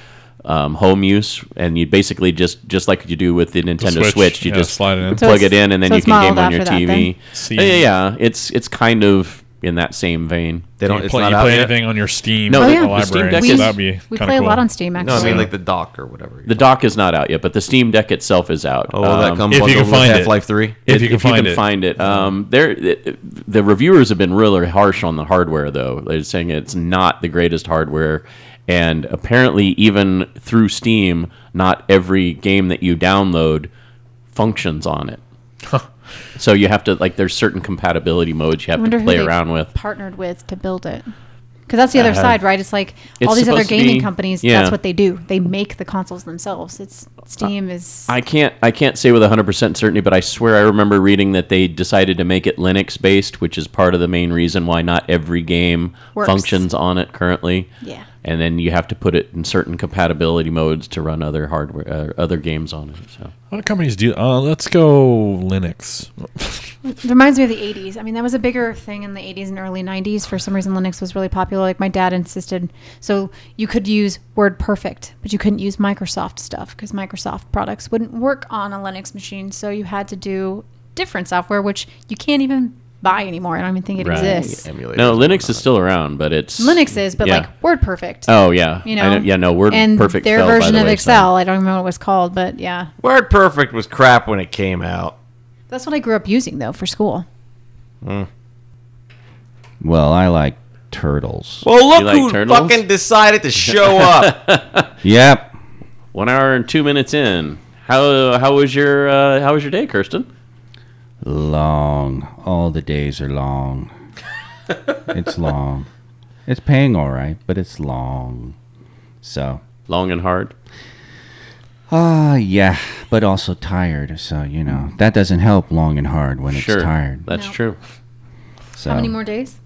Speaker 4: um, home use, and you basically just just like you do with the Nintendo
Speaker 2: Switch,
Speaker 4: Switch, you
Speaker 2: yeah,
Speaker 4: just
Speaker 2: slide it in.
Speaker 5: So
Speaker 4: plug
Speaker 5: it's-
Speaker 4: it in, and then
Speaker 5: so
Speaker 4: you
Speaker 5: it's
Speaker 4: can game
Speaker 5: modeled
Speaker 4: on your
Speaker 5: after that
Speaker 4: TV.
Speaker 2: See.
Speaker 4: Yeah, yeah, yeah. it's it's kind of in that same vein.
Speaker 3: They
Speaker 2: You
Speaker 3: don't. it's
Speaker 2: play,
Speaker 3: not
Speaker 2: you
Speaker 3: out
Speaker 2: play
Speaker 3: yet.
Speaker 2: anything on your Steam
Speaker 4: No,
Speaker 2: in
Speaker 5: the-
Speaker 2: the
Speaker 5: the
Speaker 2: library.
Speaker 4: Steam Deck
Speaker 2: so
Speaker 4: is-
Speaker 2: that'd be
Speaker 5: we
Speaker 2: kinda
Speaker 5: play
Speaker 2: cool.
Speaker 5: a lot on Steam
Speaker 3: No,
Speaker 5: actually.
Speaker 3: I mean like the dock or whatever.
Speaker 4: The dock is not out yet, but the Steam Deck itself is out.
Speaker 3: oh, will that
Speaker 4: Um,
Speaker 3: come
Speaker 2: if you
Speaker 3: bundled
Speaker 2: can
Speaker 3: with
Speaker 2: find it.
Speaker 3: Half-Life Three.
Speaker 2: If you can find it.
Speaker 4: Um, there, it, the reviewers have been really harsh on the hardware, though. They're saying it's not the greatest hardware, and apparently, even through Steam, not every game that you download functions on it. So you have to like there's certain compatibility modes you
Speaker 5: I
Speaker 4: have
Speaker 5: wonder
Speaker 4: to
Speaker 5: who
Speaker 4: play
Speaker 5: they
Speaker 4: around with.
Speaker 5: partnered with to build it. Because that's the other side, right? It's like all
Speaker 4: it's
Speaker 5: these other
Speaker 4: supposed to
Speaker 5: gaming
Speaker 4: be-
Speaker 5: companies.
Speaker 4: yeah.
Speaker 5: That's what they do. They make the consoles themselves. It's Steam is
Speaker 4: I can't I can't say with 100% certainty, but I swear I remember reading that they decided to make it Linux based, which is part of the main reason why not every game
Speaker 5: Works.
Speaker 4: functions on it currently.
Speaker 5: Yeah.
Speaker 4: And then you have to put it in certain compatibility modes to run other hardware uh, other games on it. So
Speaker 2: What companies do? Uh, let's go Linux.
Speaker 5: It reminds me of the 80s. I mean, that was a bigger thing in the 80s and early 90s. For some reason, Linux was really popular. Like, my dad insisted. So, you could use Word Perfect, but you couldn't use Microsoft stuff because Microsoft products wouldn't work on a Linux machine. So, you had to do different software, which you can't even buy anymore. I don't even think it
Speaker 4: Right.
Speaker 5: exists.
Speaker 3: Emulator.
Speaker 4: No, Linux is still around, but it's
Speaker 5: Linux is, but
Speaker 4: Yeah.
Speaker 5: like Word Perfect.
Speaker 4: Oh yeah.
Speaker 5: You
Speaker 4: I
Speaker 5: know,
Speaker 4: yeah, no, we're
Speaker 5: and
Speaker 4: perfect
Speaker 5: Their
Speaker 4: fell, by
Speaker 5: version
Speaker 4: the
Speaker 5: of
Speaker 4: wayside.
Speaker 5: Excel. I don't remember what it was called, but yeah,
Speaker 3: Word Perfect was crap when it came out.
Speaker 5: that's what I grew up using though for school.
Speaker 6: Well, I like turtles.
Speaker 3: Well, look
Speaker 4: You like
Speaker 3: who
Speaker 4: turtles?
Speaker 3: fucking decided to show up.
Speaker 6: Yep.
Speaker 4: 1 hour and 2 minutes in. How how was your uh, how was your day, Kirsten?
Speaker 6: Long. All the days are long. it's long. It's paying all right, but it's long. So,
Speaker 4: Long and hard.
Speaker 6: ah, yeah, but also tired. So, you know, that doesn't help long and hard when
Speaker 4: Sure.
Speaker 6: it's tired.
Speaker 4: That's
Speaker 5: No.
Speaker 4: true.
Speaker 6: So,
Speaker 5: How many more days?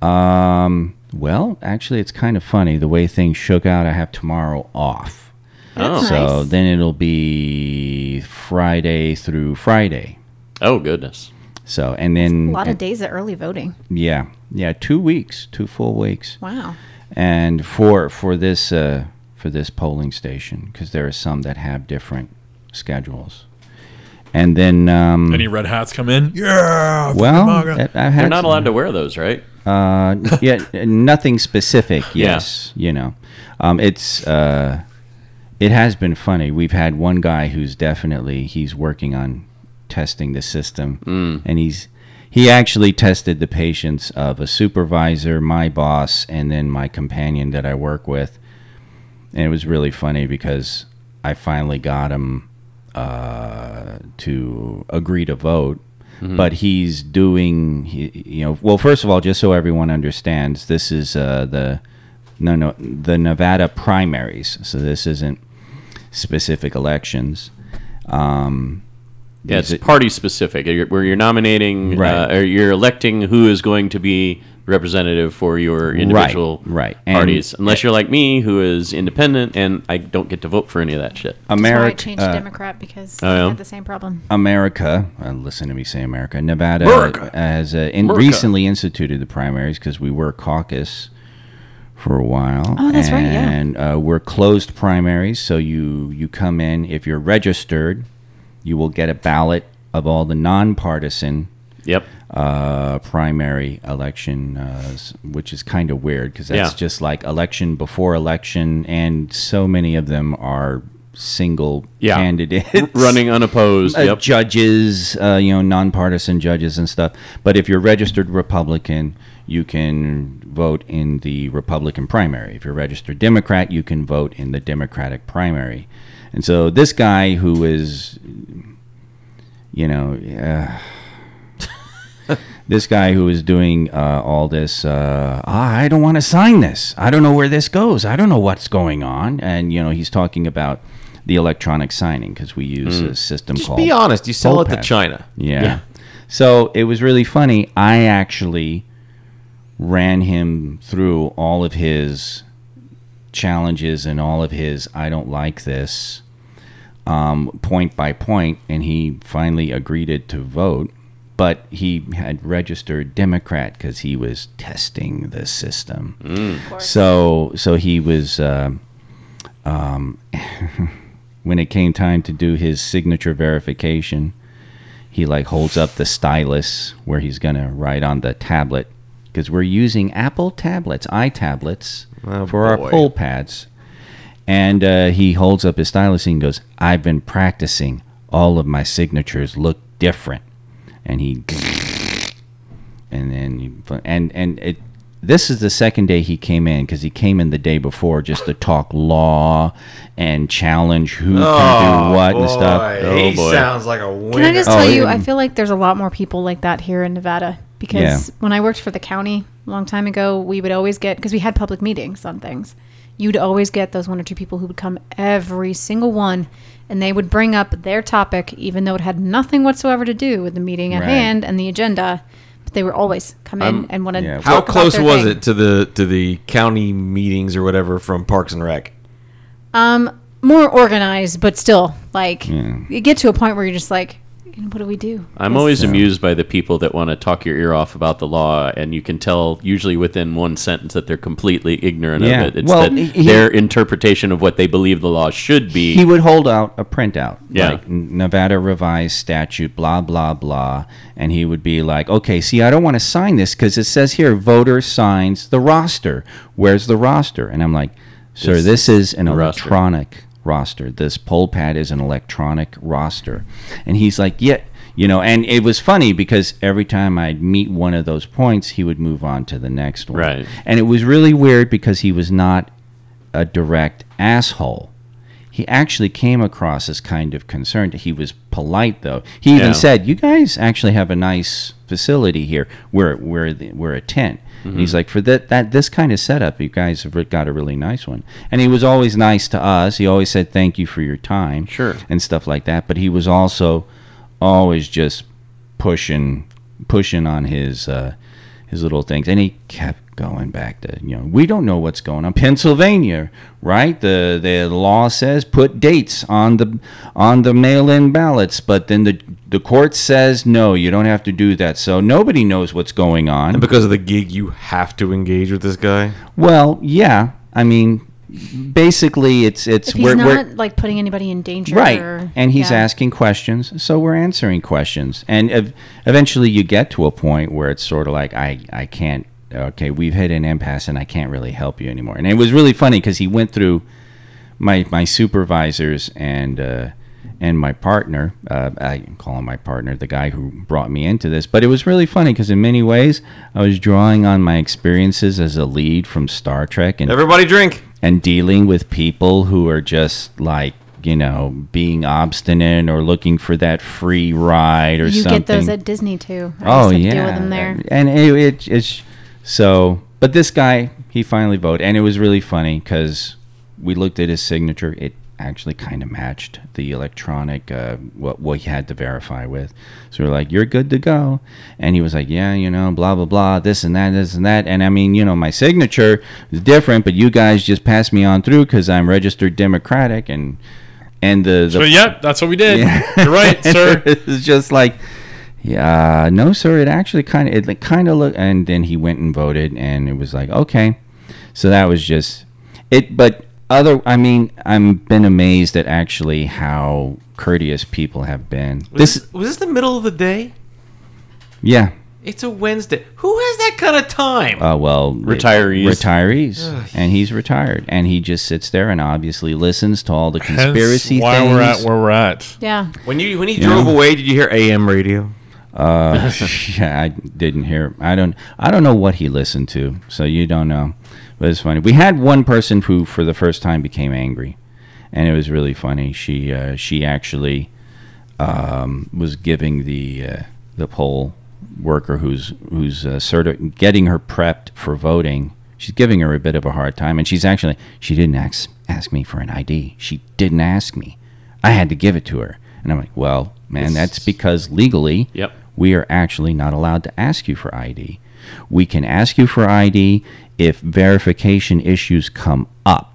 Speaker 6: Um, well, actually, it's kind of funny the way things shook out. I have tomorrow off.
Speaker 4: Oh.
Speaker 5: That's
Speaker 6: So
Speaker 5: nice.
Speaker 6: then it'll be Friday through Friday.
Speaker 4: Oh goodness.
Speaker 6: So, and then
Speaker 5: A lot of days of early voting.
Speaker 6: Yeah, yeah, two weeks, two full weeks,
Speaker 5: Wow.
Speaker 6: and for for this uh, for this polling station because there are some that have different schedules, and then um,
Speaker 2: Any red hats come in? Yeah.
Speaker 6: well,
Speaker 2: MAGA.
Speaker 6: that- I've had
Speaker 4: They're not allowed to wear those, right?
Speaker 6: Uh, yeah, nothing specific.
Speaker 4: Yeah.
Speaker 6: Yes, you know, um, it's uh, it has been funny. We've had one guy who's definitely he's working on testing the system, and he's he actually tested the patience of a supervisor, my boss, and then my companion that I work with. and it was really funny because I finally got him uh, to agree to vote. But he's doing, he, you know. Well, first of all, just so everyone understands, this is uh, the no, no, the Nevada primaries. So this isn't specific elections. Um,
Speaker 4: Yeah,
Speaker 6: these
Speaker 4: it's party specific. You're- Where you're nominating,
Speaker 6: Right.
Speaker 4: uh, or you're electing who is going to be representative for your individual
Speaker 6: right. And-
Speaker 4: parties. Unless you're like me, who is independent, and I don't get to vote for any of that shit.
Speaker 5: That's why I
Speaker 6: America,
Speaker 5: changed to Democrat because
Speaker 4: uh, oh, yeah?
Speaker 5: I had the same problem.
Speaker 6: America, uh, listen to me say America, Nevada has uh, in,
Speaker 4: America.
Speaker 6: recently instituted the primaries because we were caucus for a while.
Speaker 5: Oh, that's right, yeah.
Speaker 6: And uh, we're closed primaries, so you you come in if you're registered, you will get a ballot of all the nonpartisan
Speaker 4: Yep.
Speaker 6: uh, primary election, uh, s- which is kind of weird because that's
Speaker 4: Yeah.
Speaker 6: just like election before election, and so many of them are single
Speaker 4: Yeah.
Speaker 6: candidates
Speaker 4: Running unopposed.
Speaker 6: uh,
Speaker 4: yep.
Speaker 6: judges, uh, you know, nonpartisan judges and stuff. But if you're registered Republican, you can vote in the Republican primary. If you're registered Democrat, you can vote in the Democratic primary. And so this guy who is, you know, uh, this guy who is doing uh, all this, uh, "Ah, I don't want to sign this. I don't know where this goes. I don't know what's going on. And, you know, he's talking about the electronic signing because we use a system
Speaker 3: Just
Speaker 6: called.
Speaker 3: be honest. You sell it to
Speaker 6: Opeth.
Speaker 3: China.
Speaker 6: Yeah. So it was really funny. I actually ran him through all of his challenges and all of his I don't like this um, point by point, and he finally agreed to vote. But he had registered Democrat because he was testing the system.
Speaker 3: Mm.
Speaker 6: So so he was. Uh, um, when it came time to do his signature verification, he like holds up the stylus where he's gonna write on the tablet because we're using Apple tablets, iTablets,
Speaker 3: Oh,
Speaker 6: for
Speaker 3: boy.
Speaker 6: our poll pads. And uh, he holds up his stylus and goes, "I've been practicing. All of my signatures look different." And he, and then he- and and it. This is the second day he came in because he came in the day before just to talk law and challenge who
Speaker 3: Oh,
Speaker 6: can do what and stuff.
Speaker 4: Oh, boy.
Speaker 3: like a winner.
Speaker 5: Can I just
Speaker 6: Oh,
Speaker 5: tell you,
Speaker 6: yeah.
Speaker 5: I feel like there's a lot more people like that here in Nevada because
Speaker 6: Yeah.
Speaker 5: when I worked for the county a long time ago, we would always get, because we had public meetings on things, you'd always get those one or two people who would come every single one and they would bring up their topic, even though it had nothing whatsoever to do with the meeting at
Speaker 6: Right.
Speaker 5: hand and the agenda. But they were always come in and want to.
Speaker 6: yeah.
Speaker 3: Um, How close was it to the to the county meetings or whatever from Parks and Rec?
Speaker 5: Um, more organized, but still, like, you get to a point where you're just like, what do we do?
Speaker 4: I'm
Speaker 5: This-
Speaker 4: always amused by the people that want to talk your ear off about the law, and you can tell usually within one sentence that they're completely ignorant
Speaker 6: Yeah.
Speaker 4: of it. It's
Speaker 6: Well,
Speaker 4: that
Speaker 6: he-
Speaker 4: their interpretation of what they believe the law should be.
Speaker 6: he would hold out a printout
Speaker 4: Yeah.
Speaker 6: like N- nevada revised statute blah blah blah and he would be like okay see i don't want to sign this because it says here voter signs the roster where's the roster and i'm like sir this, is an
Speaker 4: roster.
Speaker 6: electronic roster this poll pad is an electronic roster and he's like yeah you know and it was funny because every time i'd meet one of those points he would move on to the next one
Speaker 4: Right.
Speaker 6: and it was really weird because he was not a direct asshole he actually came across as kind of concerned. He was polite, though. He even
Speaker 4: Yeah.
Speaker 6: said, "You guys actually have a nice facility here. We're we're the, we're a tent." And he's like, "For that that this kind of setup, you guys have re- got a really nice one." And he was always nice to us. He always said, "Thank you for your time,"
Speaker 4: Sure.
Speaker 6: and stuff like that. But he was also always just pushing pushing on his. Uh, his little things, and he kept going back to you know we don't know what's going on Pennsylvania, right? The the law says put dates on the on the mail-in ballots, but then the the court says no, you don't have to do that. So nobody knows what's going on.
Speaker 3: And because of the gig, you have to engage with this guy.
Speaker 6: Well, yeah, I mean, basically it's it's
Speaker 5: If he's
Speaker 6: we're, we're
Speaker 5: not like putting anybody in danger,
Speaker 6: right
Speaker 5: or-
Speaker 6: and he's
Speaker 5: yeah.
Speaker 6: asking questions so we're answering questions and ev- eventually you get to a point where it's sort of like i i can't okay we've hit an impasse and i can't really help you anymore and it was really funny because he went through my my supervisors and uh and my partner, uh, I call him my partner, the guy who brought me into this. But it was really funny because, in many ways, I was drawing on my experiences as a lead from Star Trek and
Speaker 3: Everybody drink.
Speaker 6: and dealing with people who are just like you know being obstinate or looking for that free ride or
Speaker 5: you
Speaker 6: something.
Speaker 5: get those at Disney too. I
Speaker 6: oh
Speaker 5: used to
Speaker 6: yeah,
Speaker 5: deal with them there.
Speaker 6: and it, it, it's so. But this guy, he finally voted, and it was really funny because we looked at his signature. It actually kind of matched the electronic uh, what what he had to verify with. So we are like, "You're good to go," and he was like, "Yeah, you know, blah blah blah, this and that, this and that." And I mean, you know, my signature is different, but you guys just passed me on through because I'm registered Democratic and. And the, the
Speaker 2: So, yep, that's what we did.
Speaker 6: Yeah.
Speaker 2: You're right, sir.
Speaker 6: it's just like, yeah, no, sir. It actually kind of, it like, kind of looked, and then he went and voted, and it was like, okay. So that was just it. But other, I mean, I've been amazed at actually how courteous people have been.
Speaker 3: Was
Speaker 6: This,
Speaker 3: was this the middle of the day?
Speaker 6: yeah.
Speaker 3: It's a Wednesday. Who has that kind of time?
Speaker 6: Uh, well,
Speaker 4: Retirees.
Speaker 6: retirees, and he's retired, and he just sits there and obviously listens to all the
Speaker 2: Hence
Speaker 6: conspiracy
Speaker 2: why
Speaker 6: things.
Speaker 2: we're at where we're at.
Speaker 5: Yeah.
Speaker 3: when you when he drove away, did you hear AM radio?
Speaker 6: Uh, yeah, I didn't hear. I don't. I don't know what he listened to. So you don't know. But it's funny. We had one person who, for the first time, became angry, and it was really funny. She uh, she actually um, was giving the uh, the poll worker who's who's uh, certi- getting her prepped for voting. She's giving her a bit of a hard time, and she's actually she didn't ask ask me for an ID. She didn't ask me. I had to give it to her, and I'm like, well, man, that's because legally,
Speaker 4: Yep.
Speaker 6: we are actually not allowed to ask you for ID. We can ask you for ID if verification issues come up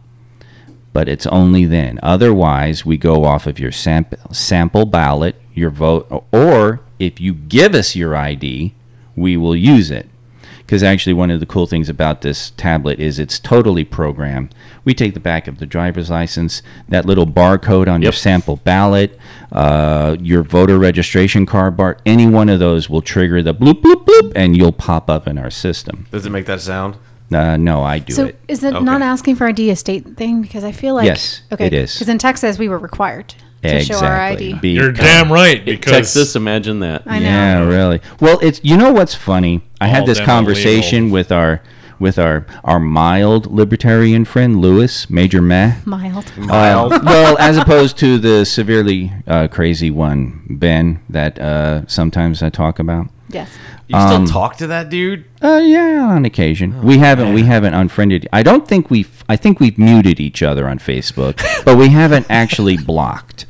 Speaker 6: but it's only then. Otherwise, we go off of your sample, sample ballot, your vote, or if you give us your ID, we will use it. Because actually, one of the cool things about this tablet is it's totally programmed. We take the back of the driver's license, that little barcode on your
Speaker 4: Yep.
Speaker 6: sample ballot, uh, your voter registration card bar, any one of those will trigger the bloop, bloop, bloop, and you'll pop up in our system.
Speaker 3: Does it make that sound?
Speaker 6: Uh, no, I do
Speaker 5: So
Speaker 6: it.
Speaker 5: is it
Speaker 3: Okay.
Speaker 5: not asking for ID a state thing? Because I feel like
Speaker 6: Yes, it is.
Speaker 5: Because in Texas we were required to show our ID.
Speaker 2: You're
Speaker 6: Because-
Speaker 2: damn right because
Speaker 4: Texas, imagine that.
Speaker 5: I know.
Speaker 6: Yeah, really. Well, it's you know what's funny. I
Speaker 2: All
Speaker 6: had this
Speaker 2: them
Speaker 6: conversation with our with our our mild libertarian friend Lewis Major Meh.
Speaker 5: Mild.
Speaker 6: Uh, well, as opposed to the severely uh, crazy one Ben that uh, sometimes I talk about.
Speaker 5: Yes.
Speaker 3: You still talk to that dude?
Speaker 6: Uh, yeah, on occasion.
Speaker 3: Oh,
Speaker 6: we haven't we haven't unfriended. I don't think we have I think we've muted each other on Facebook, but we haven't actually blocked.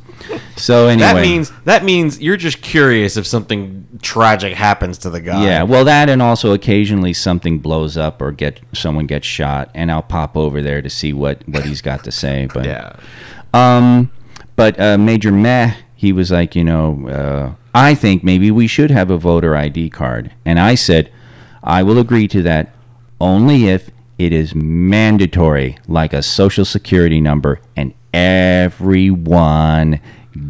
Speaker 6: So anyway,
Speaker 3: That means that means you're just curious if something tragic happens to the guy.
Speaker 6: Yeah, well, that and also occasionally something blows up or get someone gets shot, and I'll pop over there to see what what he's got to say. But
Speaker 3: Yeah.
Speaker 6: um, but uh, Major Meh, he was like, you know, uh, I think maybe we should have a voter ID card. And I said, I will agree to that only if it is mandatory, like a social security number, and everyone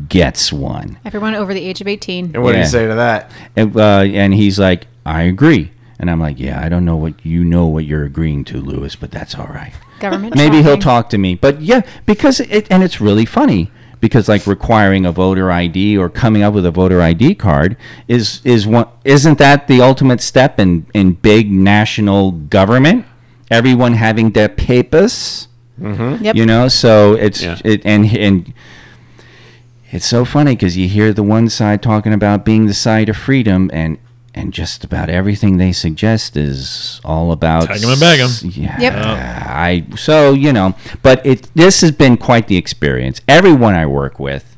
Speaker 6: gets one.
Speaker 5: Everyone over the age of 18.
Speaker 3: And what do
Speaker 6: Yeah.
Speaker 3: you say to that?
Speaker 6: And, uh, and he's like, I agree. And I'm like, yeah, I don't know what you know what you're agreeing to, Lewis, but that's all right.
Speaker 5: Government.
Speaker 6: Maybe he'll
Speaker 5: tracking.
Speaker 6: talk to me. But yeah, because it, and it's really funny because like requiring a voter ID or coming up with a voter ID card is is one isn't that the ultimate step in in big national government? Everyone having their papers
Speaker 2: Mm-hmm.
Speaker 5: Yep.
Speaker 6: you know so it's
Speaker 4: Yeah.
Speaker 6: it and and it's so funny because you hear the one side talking about being the side of freedom and and just about everything they suggest is all about
Speaker 2: Tag 'em and bag 'em.
Speaker 6: s- Yeah,
Speaker 5: Yep.
Speaker 6: I so you know, but it this has been quite the experience. Everyone I work with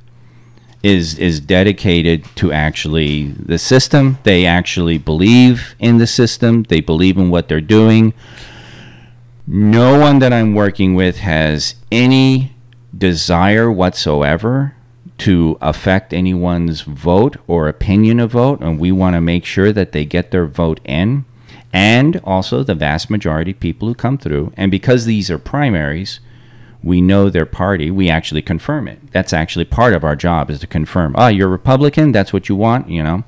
Speaker 6: is is dedicated to actually the system. They actually believe in the system. They believe in what they're doing no one that I'm working with has any desire whatsoever to affect anyone's vote or opinion of vote, and we want to make sure that they get their vote in, and also the vast majority of people who come through. And because these are primaries, we know their party. We actually confirm it. That's actually part of our job is to confirm. Oh, you're Republican. That's what you want. You know.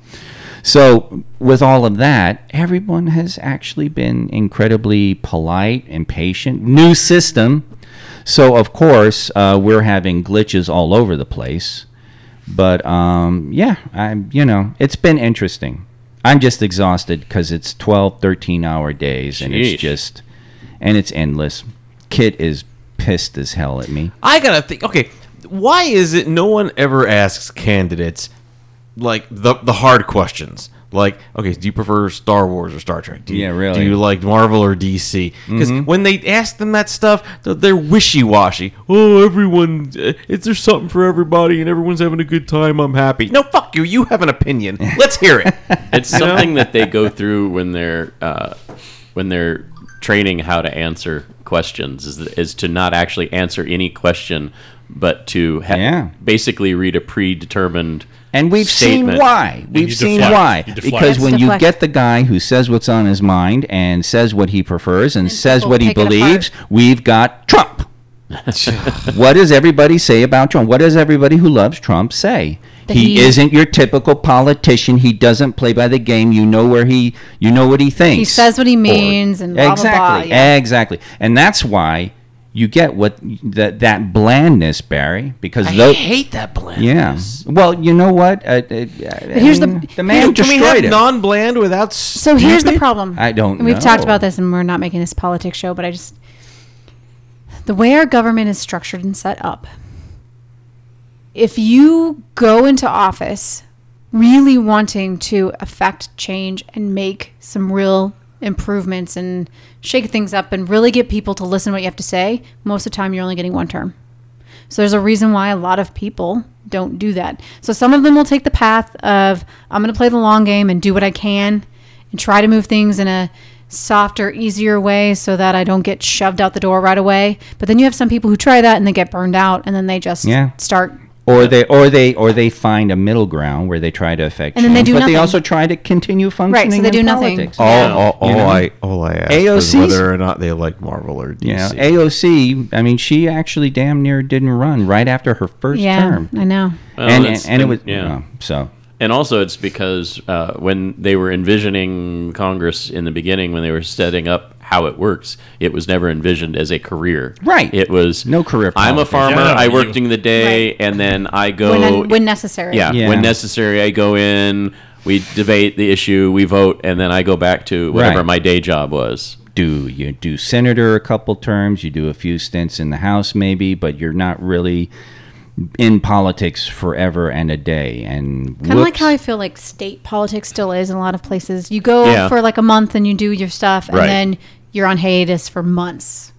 Speaker 6: So, with all of that, everyone has actually been incredibly polite and patient. New system. So, of course, uh, we're having glitches all over the place. But um, yeah, I, you know, it's been interesting. I'm just exhausted because it's 12, 13 hour days and
Speaker 4: Jeez.
Speaker 6: it's just, and it's endless. Kit is pissed as hell at me.
Speaker 3: I gotta think. Okay, why is it no one ever asks candidates like the the hard questions? Like, okay, do you prefer Star Wars or Star Trek? Do you,
Speaker 6: Yeah, really. Mm-hmm.
Speaker 3: Do you like Marvel or DC? Because when they ask them that stuff, they're, they're wishy washy. Oh, everyone, uh, is there something for everybody, and everyone's having a good time. I'm happy. No, fuck you. You have an opinion. Let's hear it.
Speaker 4: It's something that they go through when they're uh, when they're training how to answer questions is, is to not actually answer any question, but to ha-
Speaker 6: Yeah.
Speaker 4: basically read a predetermined.
Speaker 6: And we've
Speaker 4: statement.
Speaker 6: seen why. We've seen
Speaker 2: deflect.
Speaker 6: why.
Speaker 2: You deflect.
Speaker 6: Because when
Speaker 5: Deflect.
Speaker 6: you get the guy who says what's on his mind and says what he prefers and,
Speaker 5: And
Speaker 6: says
Speaker 5: people
Speaker 6: what he
Speaker 5: pick it apart.
Speaker 6: believes, we've got Trump. what does everybody say about Trump? What does everybody who loves Trump say?
Speaker 5: That
Speaker 6: He,
Speaker 5: he-
Speaker 6: isn't your typical politician. He doesn't play by the game. You know where he you know what he thinks.
Speaker 5: He says what he means and blah, blah,
Speaker 6: exactly,
Speaker 5: blah, yeah.
Speaker 6: Exactly. And that's why you get what that that blandness, Barry, because tho-
Speaker 3: hate that bland.
Speaker 6: yeah. Well, you know what? Uh, uh,
Speaker 5: here's
Speaker 6: here's
Speaker 5: the-
Speaker 6: the the
Speaker 5: here's-
Speaker 6: man
Speaker 3: Can we have
Speaker 6: destroyed it.
Speaker 3: non-bland without?
Speaker 5: So here's the problem.
Speaker 6: I don't
Speaker 5: And we've talked
Speaker 6: know.
Speaker 5: about this, and we're not making this politics show, but I just the way our government is structured and set up. If you go into office really wanting to affect change and make some real improvements and shake things up and really get people to listen to what you have to say, most of the time you're only getting one term. So there's a reason why a lot of people don't do that. So some of them will take the path of I'm going to play the long game and do what I can and try to move things in a softer, easier way so that I don't get shoved out the door right away. But then you have some people who try that and they get burned out and then they just
Speaker 6: Yeah.
Speaker 5: start
Speaker 6: Or they, or they, or they find a middle ground where they try to affect,
Speaker 5: And then they
Speaker 6: change,
Speaker 5: do
Speaker 6: but
Speaker 5: nothing.
Speaker 6: they also try to continue functioning.
Speaker 5: they
Speaker 6: in
Speaker 5: do nothing.
Speaker 6: politics.
Speaker 5: Oh,
Speaker 3: All,
Speaker 5: Yeah.
Speaker 3: all, all
Speaker 6: You know?
Speaker 3: I all I asked was
Speaker 6: AOC's
Speaker 3: whether or not they like Marvel or DC.
Speaker 6: You know, AOC. I mean, she actually damn near didn't run right after her first
Speaker 5: yeah,
Speaker 6: term,
Speaker 5: I know.
Speaker 4: Well,
Speaker 6: and and,
Speaker 4: it's
Speaker 6: and it
Speaker 4: been-
Speaker 6: was
Speaker 4: yeah.
Speaker 6: oh, so
Speaker 4: And also, it's because uh, when they were envisioning Congress in the beginning, when they were setting up how it works, it was never envisioned as a career.
Speaker 6: Right.
Speaker 4: It was
Speaker 6: No career
Speaker 4: I'm a
Speaker 6: politics.
Speaker 4: farmer.
Speaker 2: Yeah,
Speaker 4: I
Speaker 2: you-
Speaker 4: worked in the day, and then I go
Speaker 5: When, when necessary.
Speaker 4: Yeah,
Speaker 6: Yeah.
Speaker 4: when necessary, I go in. We debate the issue, we vote, and then I go back to whatever
Speaker 6: Right.
Speaker 4: my day job was.
Speaker 6: do you do senator a couple terms? You do a few stints in the House, maybe, but you're not really in politics forever and a day. And
Speaker 5: Kind of like
Speaker 6: whoops.
Speaker 5: how I feel like state politics still is in a lot of places. You go
Speaker 4: Yeah.
Speaker 5: for like a month and you do your stuff, and
Speaker 4: Right.
Speaker 5: then you're on hiatus for months.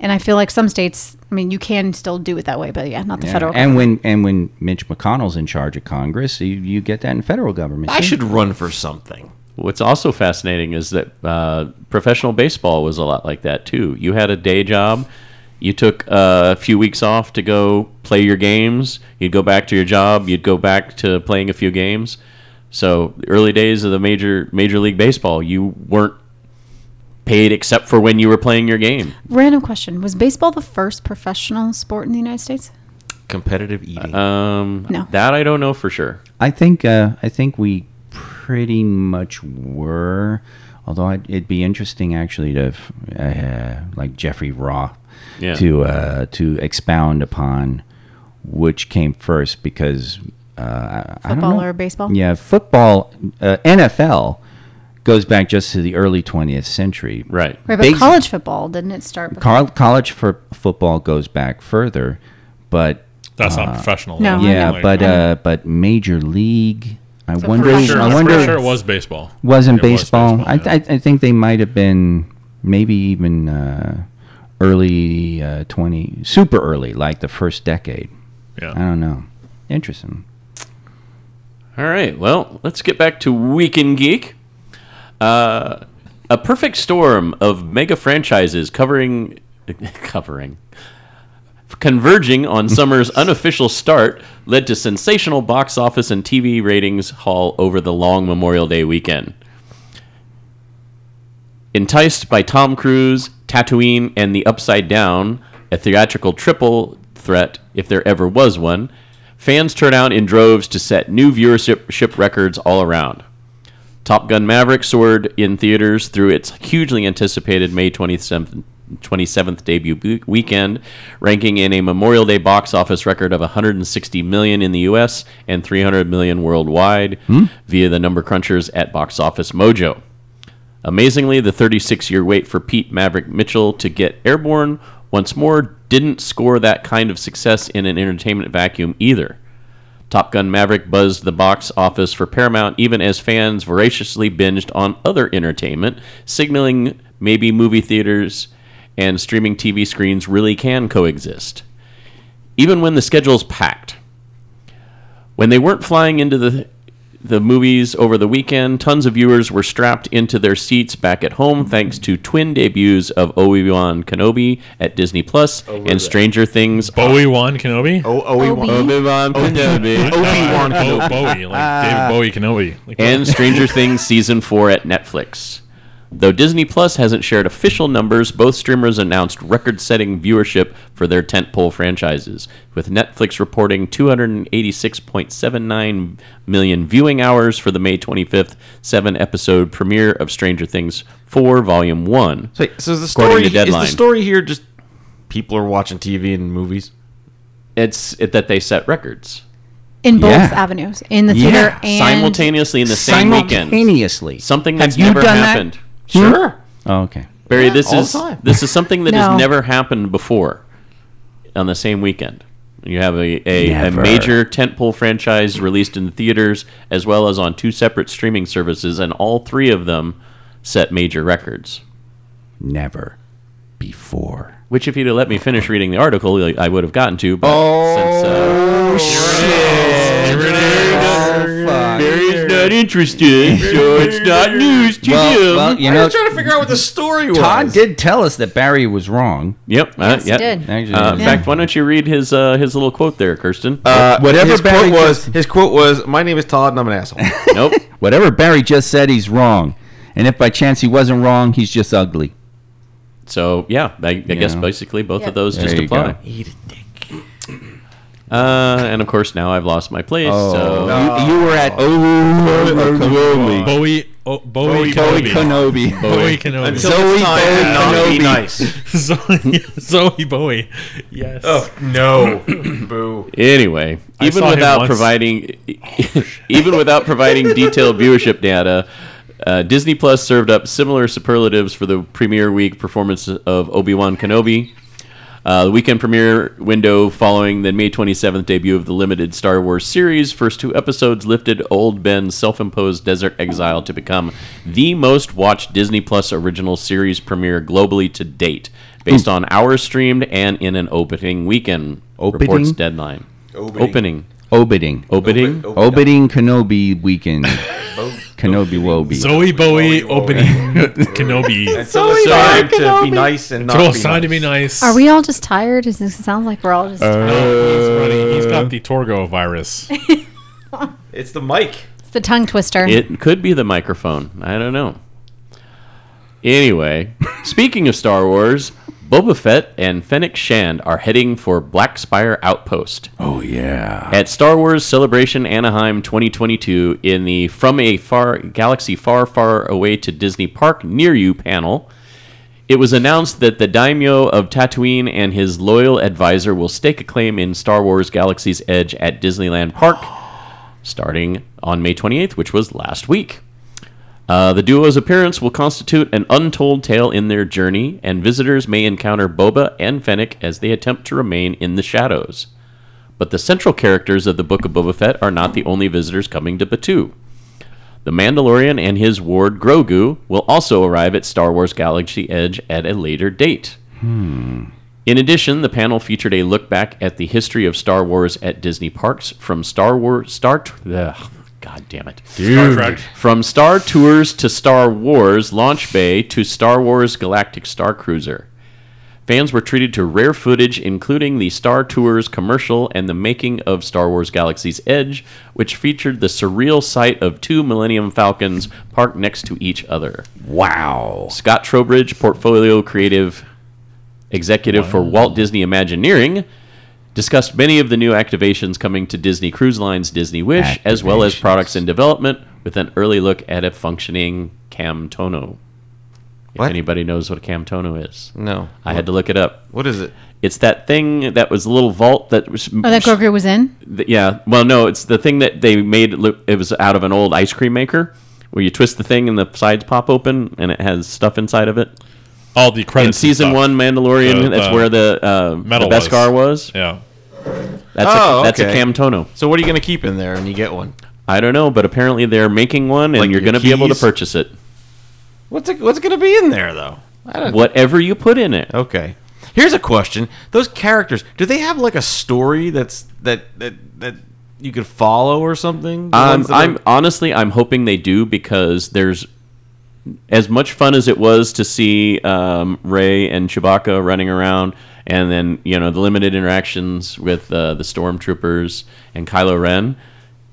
Speaker 5: And I feel like some states, I mean, you can still do it that way, but yeah, not the
Speaker 6: Yeah,
Speaker 5: federal.
Speaker 6: And when and when Mitch McConnell's in charge of Congress, you, you get that in federal government.
Speaker 3: I
Speaker 6: too.
Speaker 3: should run for something.
Speaker 4: What's also fascinating is that uh, professional baseball was a lot like that too. You had a day job, you took uh, a few weeks off to go play your games. You'd go back to your job, you'd go back to playing a few games. So the early days of the major major league baseball, you weren't paid except for when you were playing your game.
Speaker 5: Random question: Was baseball the first professional sport in the United States?
Speaker 3: Competitive eating.
Speaker 4: Um,
Speaker 5: No.
Speaker 4: that I don't know for sure.
Speaker 6: I think uh, I think we pretty much were. Although I'd, it'd be interesting actually to f- uh, like Jeffrey Roth
Speaker 4: Yeah.
Speaker 6: to uh, to expound upon which came first because uh, I- I don't
Speaker 5: Football
Speaker 6: know.
Speaker 5: or baseball?
Speaker 6: Yeah, football, uh, NFL goes back just to the early 20th century.
Speaker 4: Right.
Speaker 5: Right, but
Speaker 6: Base-
Speaker 5: college football didn't it start? With
Speaker 6: Col- college for football goes back further, but
Speaker 2: That's not professional.
Speaker 5: no.
Speaker 2: though.
Speaker 5: I
Speaker 6: yeah,
Speaker 5: know.
Speaker 6: but uh, but major league. I
Speaker 5: So
Speaker 6: wonder.
Speaker 2: Pretty
Speaker 5: Pretty
Speaker 2: sure,
Speaker 6: I
Speaker 2: I'm
Speaker 6: wonder.
Speaker 2: pretty sure it was baseball.
Speaker 6: Wasn't
Speaker 2: It was
Speaker 6: baseball.
Speaker 2: baseball,
Speaker 6: I,
Speaker 2: yeah.
Speaker 6: I, I think they might have been maybe even uh, early uh, twenty, super early, like the first decade. I
Speaker 2: Yeah.
Speaker 6: don't know. Interesting.
Speaker 4: All right. Well, let's get back to Weekend Geek. Uh, a perfect storm of mega franchises covering, covering, converging on summer's unofficial start led to sensational box office and TV ratings haul over the long Memorial Day weekend. Enticed by Tom Cruise, Tatooine, and the Upside Down, a theatrical triple threat, if there ever was one, fans turn out in droves to set new viewership ship records all around. Top Gun Maverick soared in theaters through its hugely anticipated May 27th, 27th debut bu- weekend, ranking in a Memorial Day box office record of 160 million in the US and 300 million worldwide via the number crunchers at Box Office Mojo. Amazingly, the 36 year wait for Pete Maverick Mitchell to get airborne once more didn't score that kind of success in an entertainment vacuum either. Top Gun Maverick buzzed the box office for Paramount even as fans voraciously binged on other entertainment, signaling maybe movie theaters and streaming TV screens really can coexist. Even when the schedule's packed, when they weren't flying into the the movies over the weekend, tons of viewers were strapped into their seats back at home thanks to twin debuts of Obi-Wan Kenobi at Disney Plus and Stranger Things.
Speaker 2: Bowie Wan Kenobi.
Speaker 3: Oh, oh, we
Speaker 5: Obi.
Speaker 3: want
Speaker 4: Obi-Wan Kenobi.
Speaker 2: Wan Kenobi. Bowie, like David Bowie Kenobi. Like,
Speaker 4: and Stranger Things season 4 at Netflix. Though Disney Plus hasn't shared official numbers, both streamers announced record-setting viewership for their tentpole franchises, with Netflix reporting 286.79 million viewing hours for the May 25th 7-episode premiere of Stranger Things 4 Volume 1.
Speaker 3: So, so is the
Speaker 4: According
Speaker 3: story
Speaker 4: to
Speaker 3: is the
Speaker 4: Deadline.
Speaker 3: story here just people are watching TV and movies?
Speaker 4: It's it, that they set records
Speaker 5: in both
Speaker 6: Yeah.
Speaker 5: avenues, in the
Speaker 6: Yeah.
Speaker 5: theater and
Speaker 4: simultaneously in the same weekend.
Speaker 6: Simultaneously.
Speaker 4: Something that's
Speaker 6: you
Speaker 4: never
Speaker 6: done that? Hmm?
Speaker 4: happened.
Speaker 3: Sure.
Speaker 6: Oh, okay.
Speaker 4: Barry, this
Speaker 3: all
Speaker 4: is
Speaker 3: the time.
Speaker 4: this is something that
Speaker 5: No.
Speaker 4: has never happened before on the same weekend. You have a, a, a
Speaker 6: Never.
Speaker 4: major tentpole franchise released in theaters as well as on two separate streaming services, and all three of them set major records.
Speaker 6: Never before.
Speaker 4: Which, if you'd have let me finish reading the article, I- I would have gotten to. But oh, since, uh, Barry's not interested, so it's not news to
Speaker 6: Well, well, you
Speaker 3: I'm
Speaker 6: know,
Speaker 3: just trying to figure out what the story was.
Speaker 6: Todd did tell us that Barry was wrong.
Speaker 4: Yep. Uh,
Speaker 5: Yes, it
Speaker 4: yep.
Speaker 5: did.
Speaker 6: Actually,
Speaker 4: Uh, in
Speaker 6: yeah.
Speaker 4: fact, why don't you read his uh, his little quote there, Kirsten?
Speaker 3: Uh,
Speaker 6: Whatever
Speaker 3: his
Speaker 6: Barry
Speaker 3: quote was,
Speaker 6: just-
Speaker 3: his quote was, "My name is Todd and I'm an asshole."
Speaker 4: nope.
Speaker 6: Whatever Barry just said, he's wrong. And if by chance he wasn't wrong, he's just ugly.
Speaker 4: So yeah, I, I guess
Speaker 6: Yeah.
Speaker 4: basically both
Speaker 5: Yeah.
Speaker 4: of those
Speaker 6: There
Speaker 4: just
Speaker 6: you
Speaker 4: apply.
Speaker 6: go.
Speaker 4: Uh, and of course now I've lost my place.
Speaker 6: Oh,
Speaker 2: Oh,
Speaker 4: so
Speaker 6: you, you were at Obi
Speaker 2: Bowie, oh, Bowie, Kenobi.
Speaker 6: Kenobi.
Speaker 2: Bowie Kenobi.
Speaker 6: Zoe
Speaker 3: It's time to not be
Speaker 6: Bowie Kenobi.
Speaker 3: nice.
Speaker 2: Zoe, Zoe Bowie. Yes.
Speaker 3: no, boo.
Speaker 4: anyway,
Speaker 2: I
Speaker 4: even
Speaker 2: saw him
Speaker 4: without
Speaker 2: once.
Speaker 4: providing even without providing detailed viewership data, uh, Disney Plus served up similar superlatives for the premiere week performance of Obi Wan Kenobi. Uh, the weekend premiere window following the May 27th debut of the limited Star Wars series, first two episodes lifted Old Ben's self imposed desert exile to become the most watched Disney Plus original series premiere globally to date, based on hours streamed and in an opening weekend, reports
Speaker 6: Opening?
Speaker 4: deadline.
Speaker 3: Opening.
Speaker 4: Opening.
Speaker 6: Obiding.
Speaker 4: Opening.
Speaker 6: Obiding Kenobi weekend. Kenobi Wobi.
Speaker 2: Zoe Bowie opening Kenobi.
Speaker 3: Until it's time to be nice and not
Speaker 2: So
Speaker 3: be
Speaker 2: it's time to be nice.
Speaker 3: nice.
Speaker 5: Are we all just tired? It sounds like we're all just tired.
Speaker 2: He's running. He's got the Torgo virus.
Speaker 3: It's the mic.
Speaker 5: It's the tongue twister.
Speaker 4: It could be the microphone. I don't know. Anyway, speaking of Star Wars, Boba Fett and Fennec Shand are heading for Black Spire Outpost
Speaker 6: Oh, yeah.
Speaker 4: at Star Wars Celebration Anaheim 2022 in the From a Far Galaxy Far Far Away to Disney Park Near You panel. It was announced that the daimyo of Tatooine and his loyal advisor will stake a claim in Star Wars Galaxy's Edge at Disneyland Park
Speaker 6: Oh,
Speaker 4: starting on May 28th, which was last week. Uh, the duo's appearance will constitute an untold tale in their journey, and visitors may encounter Boba and Fennec as they attempt to remain in the shadows. But the central characters of the Book of Boba Fett are not the only visitors coming to Batuu. The Mandalorian and his ward Grogu will also arrive at Star Wars Galaxy Edge at a later date. In addition, the panel featured a look back at the history of Star Wars at Disney parks from Star Wars Star Ugh, God damn it. From Star Tours to Star Wars Launch Bay to Star Wars Galactic Star Cruiser. Fans were treated to rare footage, including the Star Tours commercial and the making of Star Wars Galaxy's Edge, which featured the surreal sight of two Millennium Falcons parked next to each other.
Speaker 6: Wow.
Speaker 4: Scott Trowbridge, portfolio creative executive for Walt Disney Imagineering, discussed many of the new activations coming to Disney Cruise Line's Disney Wish, as well as products in development, with an early look at a functioning Camtono.
Speaker 3: What?
Speaker 4: If anybody knows what a Camtono is,
Speaker 3: No.
Speaker 4: I had to look it up.
Speaker 3: What is it?
Speaker 4: It's that thing that was a little vault that was.
Speaker 5: oh, that Grogu was in.
Speaker 4: th- yeah. Well, no, it's the thing that they made. It, look, it was out of an old ice cream maker, where you twist the thing and the sides pop open, and it has stuff inside of it.
Speaker 2: all the credits
Speaker 4: in
Speaker 2: and
Speaker 4: season
Speaker 2: stuff.
Speaker 4: one, Mandalorian.
Speaker 2: The-
Speaker 4: that's
Speaker 2: the
Speaker 4: where the uh,
Speaker 2: metal
Speaker 4: the Beskar was.
Speaker 2: Yeah,
Speaker 4: That's
Speaker 3: Oh,
Speaker 4: a, that's a
Speaker 3: okay.
Speaker 4: Camtono.
Speaker 3: So what are you going to keep in there? And you get one.
Speaker 4: I don't know, but apparently they're making one, and
Speaker 3: Like
Speaker 4: you're
Speaker 3: your
Speaker 4: going to be able to
Speaker 3: keys?
Speaker 4: purchase it.
Speaker 3: What's it, what's going to be in there though? I don't.
Speaker 4: Whatever you put in it.
Speaker 3: Okay. Here's a question: Those characters, do they have like a story that's that that that you could follow or something? The
Speaker 4: Um,
Speaker 3: ones that
Speaker 4: I'm
Speaker 3: are-
Speaker 4: honestly, I'm hoping they do because there's as much fun as it was to see um, Ray and Chewbacca running around, and then you know the limited interactions with uh, the stormtroopers and Kylo Ren.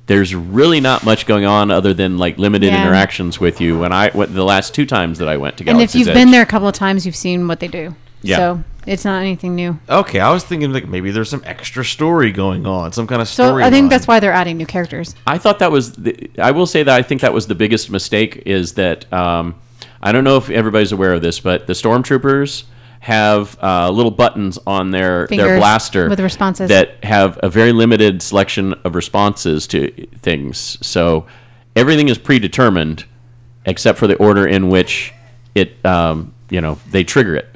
Speaker 4: There's really not much going on other than like limited
Speaker 5: Yeah.
Speaker 4: interactions with you. When I went the last two times that I went to
Speaker 5: and if
Speaker 4: Galaxy's
Speaker 5: you've
Speaker 4: Edge.
Speaker 5: been there a couple of times, you've seen what they do.
Speaker 4: Yeah.
Speaker 5: So it's not anything new.
Speaker 3: okay. I was thinking like maybe there's some extra story going on, some kind of
Speaker 5: So
Speaker 3: story.
Speaker 5: I think that's why they're adding new characters.
Speaker 4: I thought that was. The, I will say that I think that was the biggest mistake is that um, I don't know if everybody's aware of this, but the stormtroopers have uh, little buttons on their their
Speaker 5: Fingers
Speaker 4: blaster
Speaker 5: with responses.
Speaker 4: that have a very limited selection of responses to things. So everything is predetermined except for the order in which it um, you know they trigger it.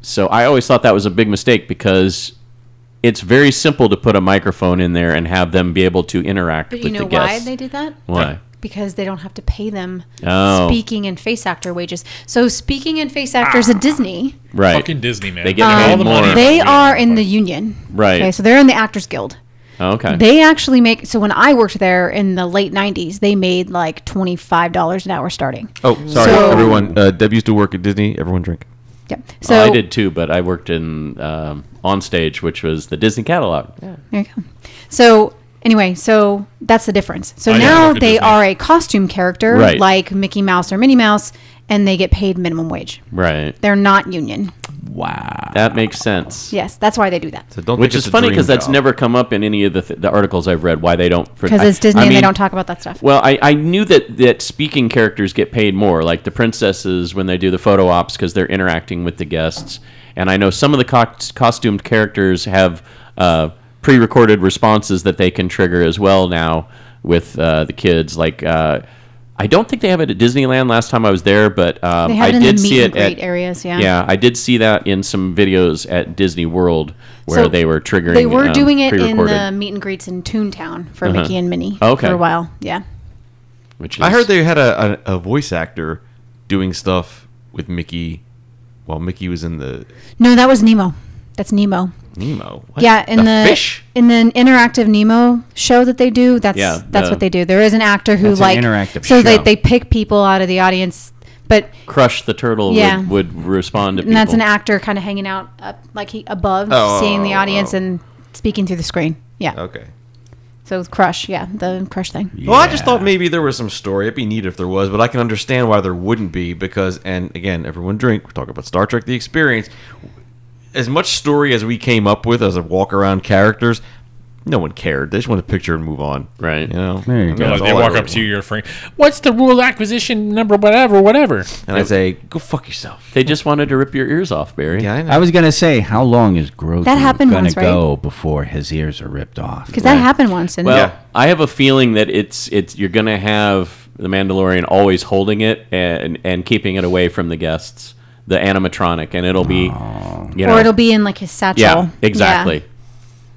Speaker 4: So I always thought that was a big mistake because. It's very simple to put a microphone in there and have them be able to interact
Speaker 5: But you
Speaker 4: with
Speaker 5: know
Speaker 4: the
Speaker 5: why
Speaker 4: guests.
Speaker 5: they did that?
Speaker 4: Why?
Speaker 5: Because they don't have to pay them
Speaker 4: Oh.
Speaker 5: speaking and face actor wages. So speaking and face actors at Disney,
Speaker 4: Right.
Speaker 2: fucking Disney man.
Speaker 4: They get
Speaker 5: Um,
Speaker 4: paid more.
Speaker 2: money.
Speaker 5: they
Speaker 2: Yeah.
Speaker 5: are in the union.
Speaker 4: Right.
Speaker 5: Okay, so they're in the Actors Guild.
Speaker 4: okay.
Speaker 5: They actually make so when I worked there in the late '90s, they made like twenty five dollars an hour starting.
Speaker 3: Oh, sorry,
Speaker 5: So-
Speaker 3: everyone. Uh, Deb used to work at Disney. Everyone drink.
Speaker 5: Yep. So
Speaker 4: Well, Oh, I did too, but I worked in um, on stage, which was the Disney catalog.
Speaker 5: There you go. So anyway, so that's the difference. So
Speaker 2: yeah,
Speaker 5: now
Speaker 2: Walt
Speaker 5: they
Speaker 2: Disney.
Speaker 5: are a costume character
Speaker 4: Right.
Speaker 5: like Mickey Mouse or Minnie Mouse, and they get paid minimum wage.
Speaker 4: Right.
Speaker 5: They're not union.
Speaker 6: Wow.
Speaker 4: That makes sense.
Speaker 5: Yes, that's why they do that.
Speaker 3: So don't.
Speaker 4: Which
Speaker 3: think
Speaker 4: is
Speaker 3: it's a
Speaker 4: funny
Speaker 3: dream
Speaker 4: because that's
Speaker 3: job.
Speaker 4: never come up in any of the, th- the articles I've read. Why they don't?
Speaker 5: Because it's Disney and they don't talk about that stuff.
Speaker 4: Well, I, I knew that that speaking characters get paid more, like the princesses when they do the photo ops because they're interacting with the guests. And I know some of the co- costumed characters have uh, pre-recorded responses that they can trigger as well now with uh, the kids. Like uh, I don't think they have it at Disneyland last time I was there, but um,
Speaker 5: They have
Speaker 4: I
Speaker 5: it in the
Speaker 4: did
Speaker 5: meet
Speaker 4: see
Speaker 5: and
Speaker 4: it at
Speaker 5: greet areas, yeah.
Speaker 4: yeah, I did see that in some videos at Disney World where
Speaker 5: So
Speaker 4: they were triggering.
Speaker 5: They were
Speaker 4: um,
Speaker 5: doing it in
Speaker 4: pre-recorded, Uh-huh.
Speaker 5: the meet and greets in Toontown for Mickey and Minnie
Speaker 4: Okay.
Speaker 5: for a while. Yeah.
Speaker 4: Which
Speaker 3: I
Speaker 4: is-
Speaker 3: heard they had a, a, a voice actor doing stuff with Mickey while Mickey was in the
Speaker 5: No, that was Nemo. That's Nemo.
Speaker 3: Nemo. What?
Speaker 5: Yeah, in the,
Speaker 3: fish.
Speaker 5: in the interactive Nemo show that they do, that's
Speaker 4: Yeah,
Speaker 5: that's
Speaker 4: the-
Speaker 5: what they do. There is an actor who
Speaker 6: That's an
Speaker 5: like
Speaker 6: interactive
Speaker 5: so they
Speaker 6: show.
Speaker 5: they pick people out of the audience, but
Speaker 4: Crush the Turtle
Speaker 5: Yeah.
Speaker 4: would, would respond to people.
Speaker 5: and that's an actor kind of hanging out up like he above,
Speaker 3: Oh,
Speaker 5: seeing the
Speaker 3: oh,
Speaker 5: audience
Speaker 3: oh.
Speaker 5: and speaking through the screen. Yeah,
Speaker 3: Okay.
Speaker 5: so it's Crush, yeah, the Crush thing.
Speaker 3: Well, I just thought maybe there was some story. It'd be neat if there was, but I can understand why there wouldn't be because, and again, everyone drink. We're talking about Star Trek: The Experience. As much story as we came up with as a walk around characters, no one cared. They just wanted a picture and move on.
Speaker 4: Right.
Speaker 3: You know.
Speaker 6: There you
Speaker 3: And
Speaker 6: go.
Speaker 2: No,
Speaker 3: that's
Speaker 2: they
Speaker 3: all I
Speaker 2: walk
Speaker 3: really
Speaker 2: up to you, you're free. What's the rule acquisition number? Whatever, whatever.
Speaker 3: want. and I say, "Go fuck yourself."
Speaker 4: They just wanted to rip your ears off, Barry.
Speaker 3: Yeah, I know.
Speaker 6: I was gonna say, how long is Grogu
Speaker 5: That happened
Speaker 6: gonna
Speaker 5: once, right?
Speaker 6: go before his ears are ripped off?
Speaker 5: Because that happened once, and
Speaker 4: Well,
Speaker 3: Yeah.
Speaker 4: I have a feeling that it's it's you're gonna have the Mandalorian always holding it and and keeping it away from the guests, the animatronic, and it'll be, you know,
Speaker 5: or it'll be in like his satchel.
Speaker 4: yeah, exactly.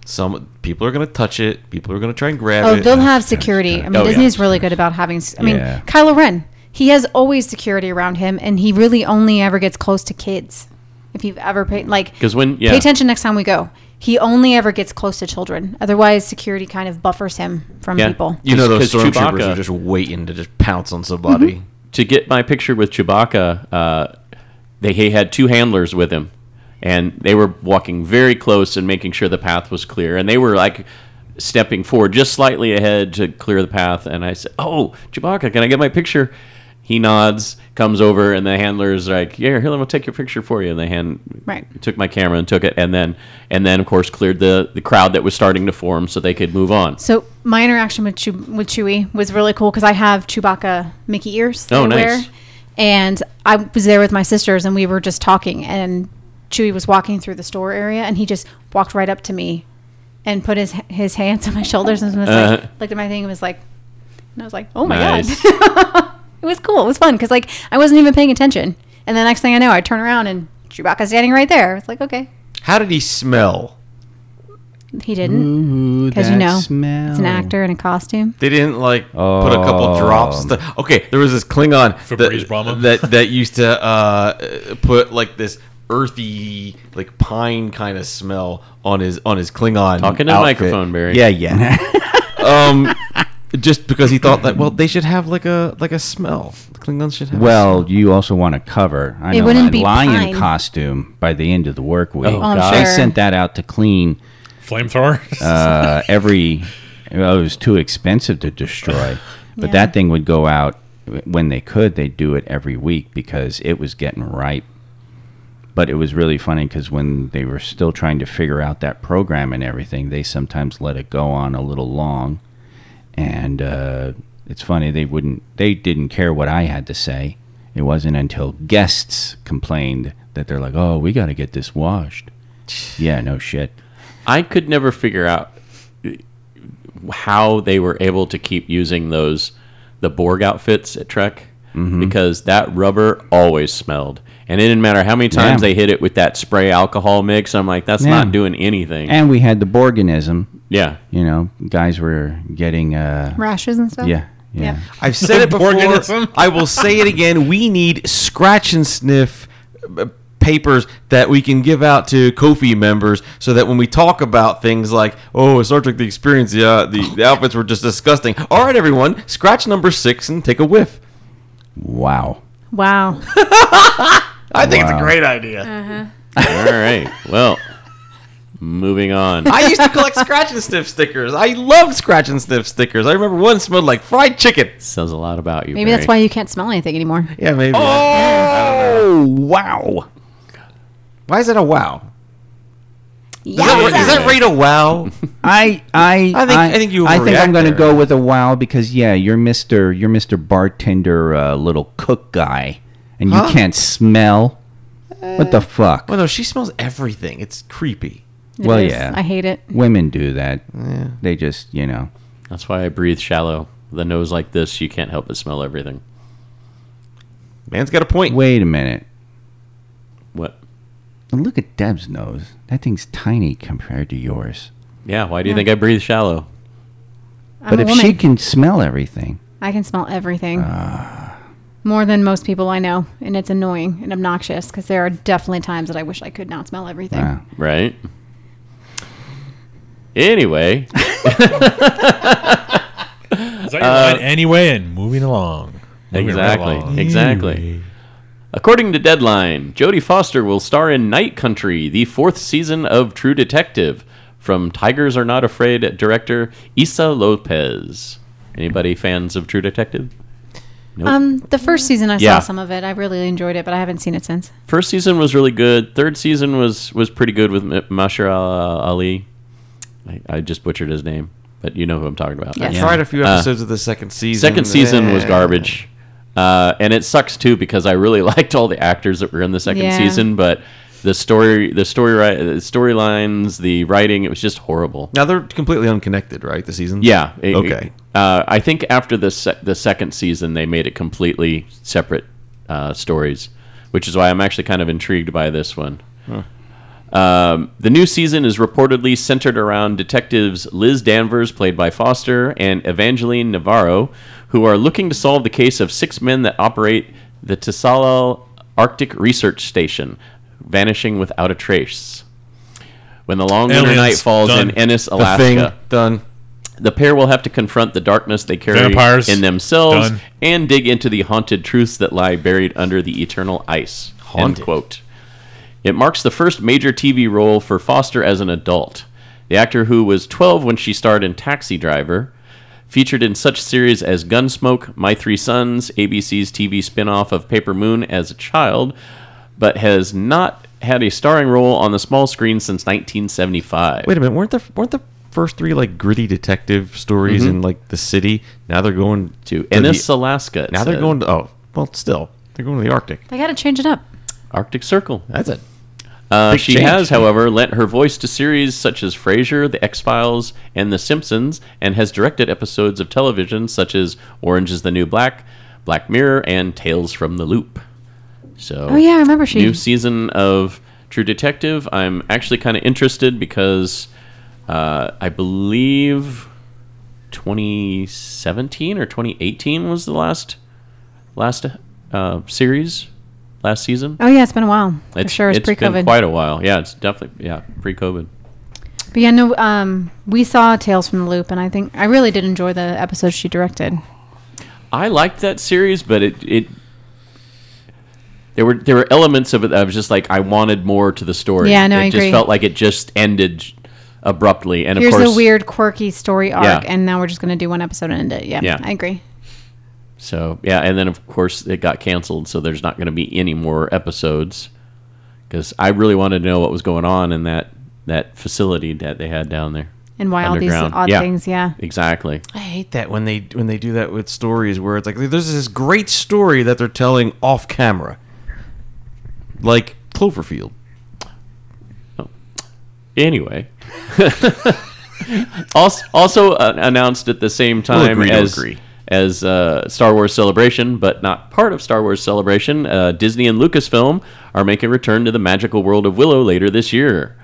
Speaker 3: Some people are gonna touch it. People are gonna try and grab
Speaker 5: Oh,
Speaker 3: it.
Speaker 5: they'll have security. I mean,
Speaker 4: Oh, yeah.
Speaker 5: Disney's really good about having. s- I mean,
Speaker 6: Yeah.
Speaker 5: Kylo Ren, he has always security around him, and he really only ever gets close to kids. If you've ever paid, like,
Speaker 4: 'Cause when- yeah.
Speaker 5: pay attention next time we go. He only ever gets close to children. Otherwise, security kind of buffers him from
Speaker 4: Yeah.
Speaker 5: people.
Speaker 3: you know those
Speaker 4: 'Cause
Speaker 3: stormtroopers
Speaker 4: Chewbacca- Mm-hmm.
Speaker 3: are just waiting to just pounce on somebody.
Speaker 4: To get my picture with Chewbacca, uh, they he had two handlers with him, and they were walking very close and making sure the path was clear, and they were like stepping forward just slightly ahead to clear the path, and I said, "Oh, Chewbacca, can I get my picture?" He nods, comes over, and the handler's like, "Yeah, here, let me take your picture for you." And they hand
Speaker 5: Right.
Speaker 4: took my camera and took it, and then and then of course cleared the the crowd that was starting to form so they could move on.
Speaker 5: So my interaction with Chew- with Chewie was really cool because I have Chewbacca Mickey ears. that
Speaker 4: Oh,
Speaker 5: I
Speaker 4: nice.
Speaker 5: And I was there with my sisters, and we were just talking, and Chewie was walking through the store area, and he just walked right up to me, and put his his hands on my shoulders, and was like, looked at my thing, and was like, and I was like, oh my god,
Speaker 4: Uh-huh. Nice.
Speaker 5: it was cool, it was fun, because like I wasn't even paying attention. And the next thing I know, I turn around and Chewbacca's standing right there. It's like, okay,
Speaker 3: How did he smell?
Speaker 5: he
Speaker 6: Mm,
Speaker 5: didn't.
Speaker 6: Ooh,
Speaker 5: Because,
Speaker 6: that
Speaker 5: you know,
Speaker 6: smell.
Speaker 5: it's an actor in a costume.
Speaker 3: They didn't like put a couple
Speaker 4: Um,
Speaker 6: Oh.
Speaker 3: drops. th- okay, there was this Klingon
Speaker 2: Febreze Brahma?
Speaker 3: that, that that used to uh, put like this earthy, like pine kind of smell on his on his Klingon.
Speaker 4: Talking to the
Speaker 3: outfit.
Speaker 4: microphone, Barry.
Speaker 3: Yeah, yeah. um, just because he thought that well, they should have like a like a smell. The Klingons should have. a
Speaker 6: Well, you also want to cover. I
Speaker 5: It
Speaker 6: know
Speaker 5: wouldn't
Speaker 6: my
Speaker 5: be
Speaker 6: lion
Speaker 5: pine.
Speaker 6: costume by the end of the work week.
Speaker 4: Oh, Oh, I'm
Speaker 6: They
Speaker 5: sure.
Speaker 6: sent that out to clean
Speaker 2: Flamethrower.
Speaker 6: uh, every. Well, it was too expensive to destroy, but
Speaker 5: Yeah.
Speaker 6: that thing would go out w- when they could. They'd do it every week because it was getting ripe. But it was really funny because when they were still trying to figure out that program and everything, they sometimes let it go on a little long, and uh, it's funny they wouldn't. They didn't care what I had to say. It wasn't until guests complained that they're like, "Oh, we got to get this washed." yeah, no shit.
Speaker 4: I could never figure out uh, how they were able to keep using those the Borg outfits at Trek because that rubber always smelled, and it didn't matter how many times
Speaker 6: Yeah.
Speaker 4: they hit it with that spray alcohol mix. I'm like, that's
Speaker 6: Yeah.
Speaker 4: not doing anything.
Speaker 6: And we had the Borganism.
Speaker 4: yeah,
Speaker 6: You know, guys were getting. Uh,
Speaker 5: Rashes and stuff?
Speaker 6: yeah, yeah.
Speaker 5: Yeah.
Speaker 3: I've said it before.
Speaker 2: Organism?
Speaker 3: I will say it again. We need scratch and sniff uh, papers that we can give out to Kofi members so that when we talk about things like, oh, Star Trek The Experience, yeah, the, the outfits were just disgusting. All right, everyone, scratch number six and take a whiff.
Speaker 6: Wow.
Speaker 5: Wow.
Speaker 3: I think it's a
Speaker 6: Wow.
Speaker 3: great idea.
Speaker 4: all right. Well, moving on.
Speaker 3: I used to collect scratch and sniff stickers. I loved scratch and sniff stickers. I remember one smelled like fried chicken.
Speaker 4: Says a lot about you.
Speaker 5: Maybe that's why you can't smell anything anymore.
Speaker 3: Yeah, maybe.
Speaker 6: Oh wow.
Speaker 3: Why is that a wow? Is,
Speaker 5: Yeah.
Speaker 3: that, is that rate a wow?
Speaker 6: I I
Speaker 3: I think- I think you
Speaker 6: I think I'm going to
Speaker 3: overreacted.
Speaker 6: go with a wow because yeah, you're Mister you're Mister bartender uh, little cook guy, and you
Speaker 3: Huh?
Speaker 6: can't smell. What the fuck?
Speaker 3: well, no, she smells everything. It's creepy.
Speaker 5: It
Speaker 6: Well,
Speaker 5: is.
Speaker 6: yeah.
Speaker 5: I hate it.
Speaker 6: Women do that. They just you know.
Speaker 4: That's why I breathe shallow. The nose like this, you can't help but smell everything.
Speaker 3: Man's got a point.
Speaker 6: Wait a minute.
Speaker 4: What?
Speaker 6: Look at Deb's nose. That thing's tiny compared to yours.
Speaker 4: Yeah. Why do you think I breathe shallow?
Speaker 5: I'm
Speaker 6: But
Speaker 5: a
Speaker 6: if
Speaker 5: woman.
Speaker 6: she can smell everything,
Speaker 5: I can smell everything. More than most people I know, and it's annoying and obnoxious because there are definitely times that I wish I could not smell everything.
Speaker 6: wow.
Speaker 4: Right. Anyway,
Speaker 2: Is that your line? Anyway, and moving along. Moving right along.
Speaker 4: exactly, exactly. According to Deadline, Jodie Foster will star in Night Country, the fourth season of True Detective, from Tigers Are Not Afraid director Issa Lopez. Anybody fans of True Detective?
Speaker 5: Um, the first season I
Speaker 4: Yeah.
Speaker 5: saw some of it. I really enjoyed it, but I haven't seen it since.
Speaker 4: First season was really good. Third season was was pretty good with M- Masher Al- Ali. I, I just butchered his name, but you know who I'm talking about.
Speaker 5: Yes.
Speaker 3: Tried a few episodes of the Uh, second season.
Speaker 4: Second season was
Speaker 3: Eh.
Speaker 4: garbage, uh, and it sucks too because I really liked all the actors that were in the second
Speaker 5: Yeah.
Speaker 4: season, but the story, the story, ri- the storylines, the writing, it was just horrible.
Speaker 3: Now they're completely unconnected, right? The season.
Speaker 4: Yeah. it-
Speaker 3: Okay.
Speaker 4: uh, I think after the se- the second season, they made it completely separate uh, stories, which is why I'm actually kind of intrigued by this one. Um, the new season is reportedly centered around detectives Liz Danvers, played by Foster, and Evangeline Navarro, who are looking to solve the case of six men that operate the Tasala Arctic Research Station, vanishing without a trace. When the long winter
Speaker 2: Aliens.
Speaker 4: night falls
Speaker 2: Done.
Speaker 4: in Ennis,
Speaker 3: The
Speaker 4: Alaska,
Speaker 3: thing done.
Speaker 4: the pair will have to confront the darkness they carry
Speaker 2: Vampires.
Speaker 4: in themselves
Speaker 2: Done.
Speaker 4: and dig into the haunted truths that lie buried under the eternal ice. End
Speaker 3: Haunted.
Speaker 4: quote. It marks the first major TV role for Foster as an adult. The actor who was 12 when she starred in Taxi Driver, featured in such series as Gunsmoke, My Three Sons, ABC's TV spin-off of Paper Moon as a child, but has not had a starring role on the small screen since 1975.
Speaker 3: Wait a minute. weren't the weren't the first three like gritty detective stories in like the city? Now they're going
Speaker 4: to
Speaker 3: the-
Speaker 4: Ennis, Alaska. it
Speaker 3: now they're
Speaker 4: said.
Speaker 3: going to oh well, still they're going to the Arctic.
Speaker 5: They got to change it up.
Speaker 4: Arctic Circle.
Speaker 3: That's it.
Speaker 4: Uh,
Speaker 3: Big
Speaker 4: she
Speaker 3: change.
Speaker 4: has, however, lent her voice to series such as Frasier, The X Files, and The Simpsons, and has directed episodes of television such as Orange is the New Black, Black Mirror, and Tales from the Loop. So
Speaker 5: Oh yeah, I remember she.
Speaker 4: new season of True Detective. I'm actually kind of interested because uh, I believe 2017 or 2018 was the last last uh, series last season.
Speaker 5: Oh yeah, it's been a while. for sure, it's,
Speaker 4: it's been
Speaker 5: pre-COVID.
Speaker 4: quite a while. Yeah, it's definitely yeah pre-COVID.
Speaker 5: but yeah, no, um, we saw Tales from the Loop, and I think I really did enjoy the episode she directed.
Speaker 4: I liked that series, but it it there were there were elements of it that I was just like I wanted more to the story.
Speaker 5: Yeah, no,
Speaker 4: it
Speaker 5: I
Speaker 4: just
Speaker 5: agree.
Speaker 4: felt like it just ended abruptly, and
Speaker 5: Here's
Speaker 4: of course,
Speaker 5: a weird, quirky story arc,
Speaker 4: Yeah.
Speaker 5: and now we're just gonna do one episode and end it. Yeah,
Speaker 4: Yeah.
Speaker 5: I agree.
Speaker 4: So yeah, and then of course it got canceled, so there's not going to be any more episodes because I really wanted to know what was going on in that that facility that they had down there.
Speaker 5: And why all these
Speaker 4: Underground.
Speaker 5: odd
Speaker 4: Yeah.
Speaker 5: things? Yeah,
Speaker 4: Exactly.
Speaker 3: I hate that when they when they do that with stories where it's like there's this great story that they're telling off camera, like Cloverfield.
Speaker 4: Anyway. also, also uh, announced at the same time
Speaker 3: agree to
Speaker 4: as
Speaker 3: agree.
Speaker 4: as uh, Star Wars Celebration, but not part of Star Wars Celebration, uh, Disney and Lucasfilm are making a return to the magical world of Willow later this year.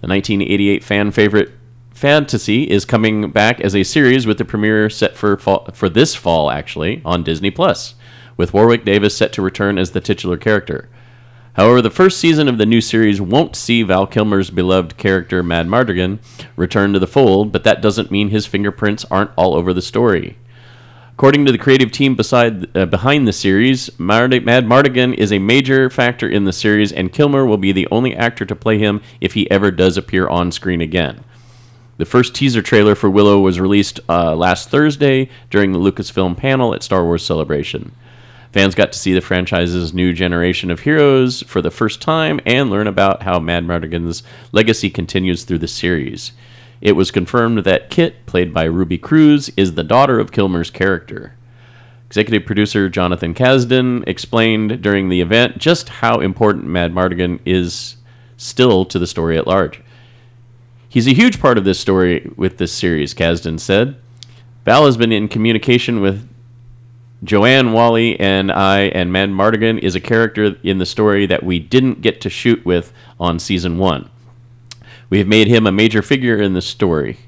Speaker 4: The 1988 fan favorite fantasy is coming back as a series with the premiere set for fall, for this fall actually on Disney Plus, with Warwick Davis set to return as the titular character. However, the first season of the new series won't see Val Kilmer's beloved character Mad Mardigan return to the fold, but that doesn't mean his fingerprints aren't all over the story. According to the creative team beside, uh, behind the series, Mard- Mad Mardigan is a major factor in the series, and Kilmer will be the only actor to play him if he ever does appear on screen again. The first teaser trailer for Willow was released uh, last Thursday during the Lucasfilm panel at Star Wars Celebration. Fans got to see the franchise's new generation of heroes for the first time and learn about how Mad Mardigan's legacy continues through the series. It was confirmed that Kit, played by Ruby Cruz, is the daughter of Kilmer's character. Executive producer Jonathan Kasdan explained during the event just how important Mad Mardigan is still to the story at large. He's a huge part of this story with this series, Kasdan said. Val has been in communication with Joanne Wally and I and Mad Mardigan is a character in the story that we didn't get to shoot with on season one. We have made him a major figure in the story.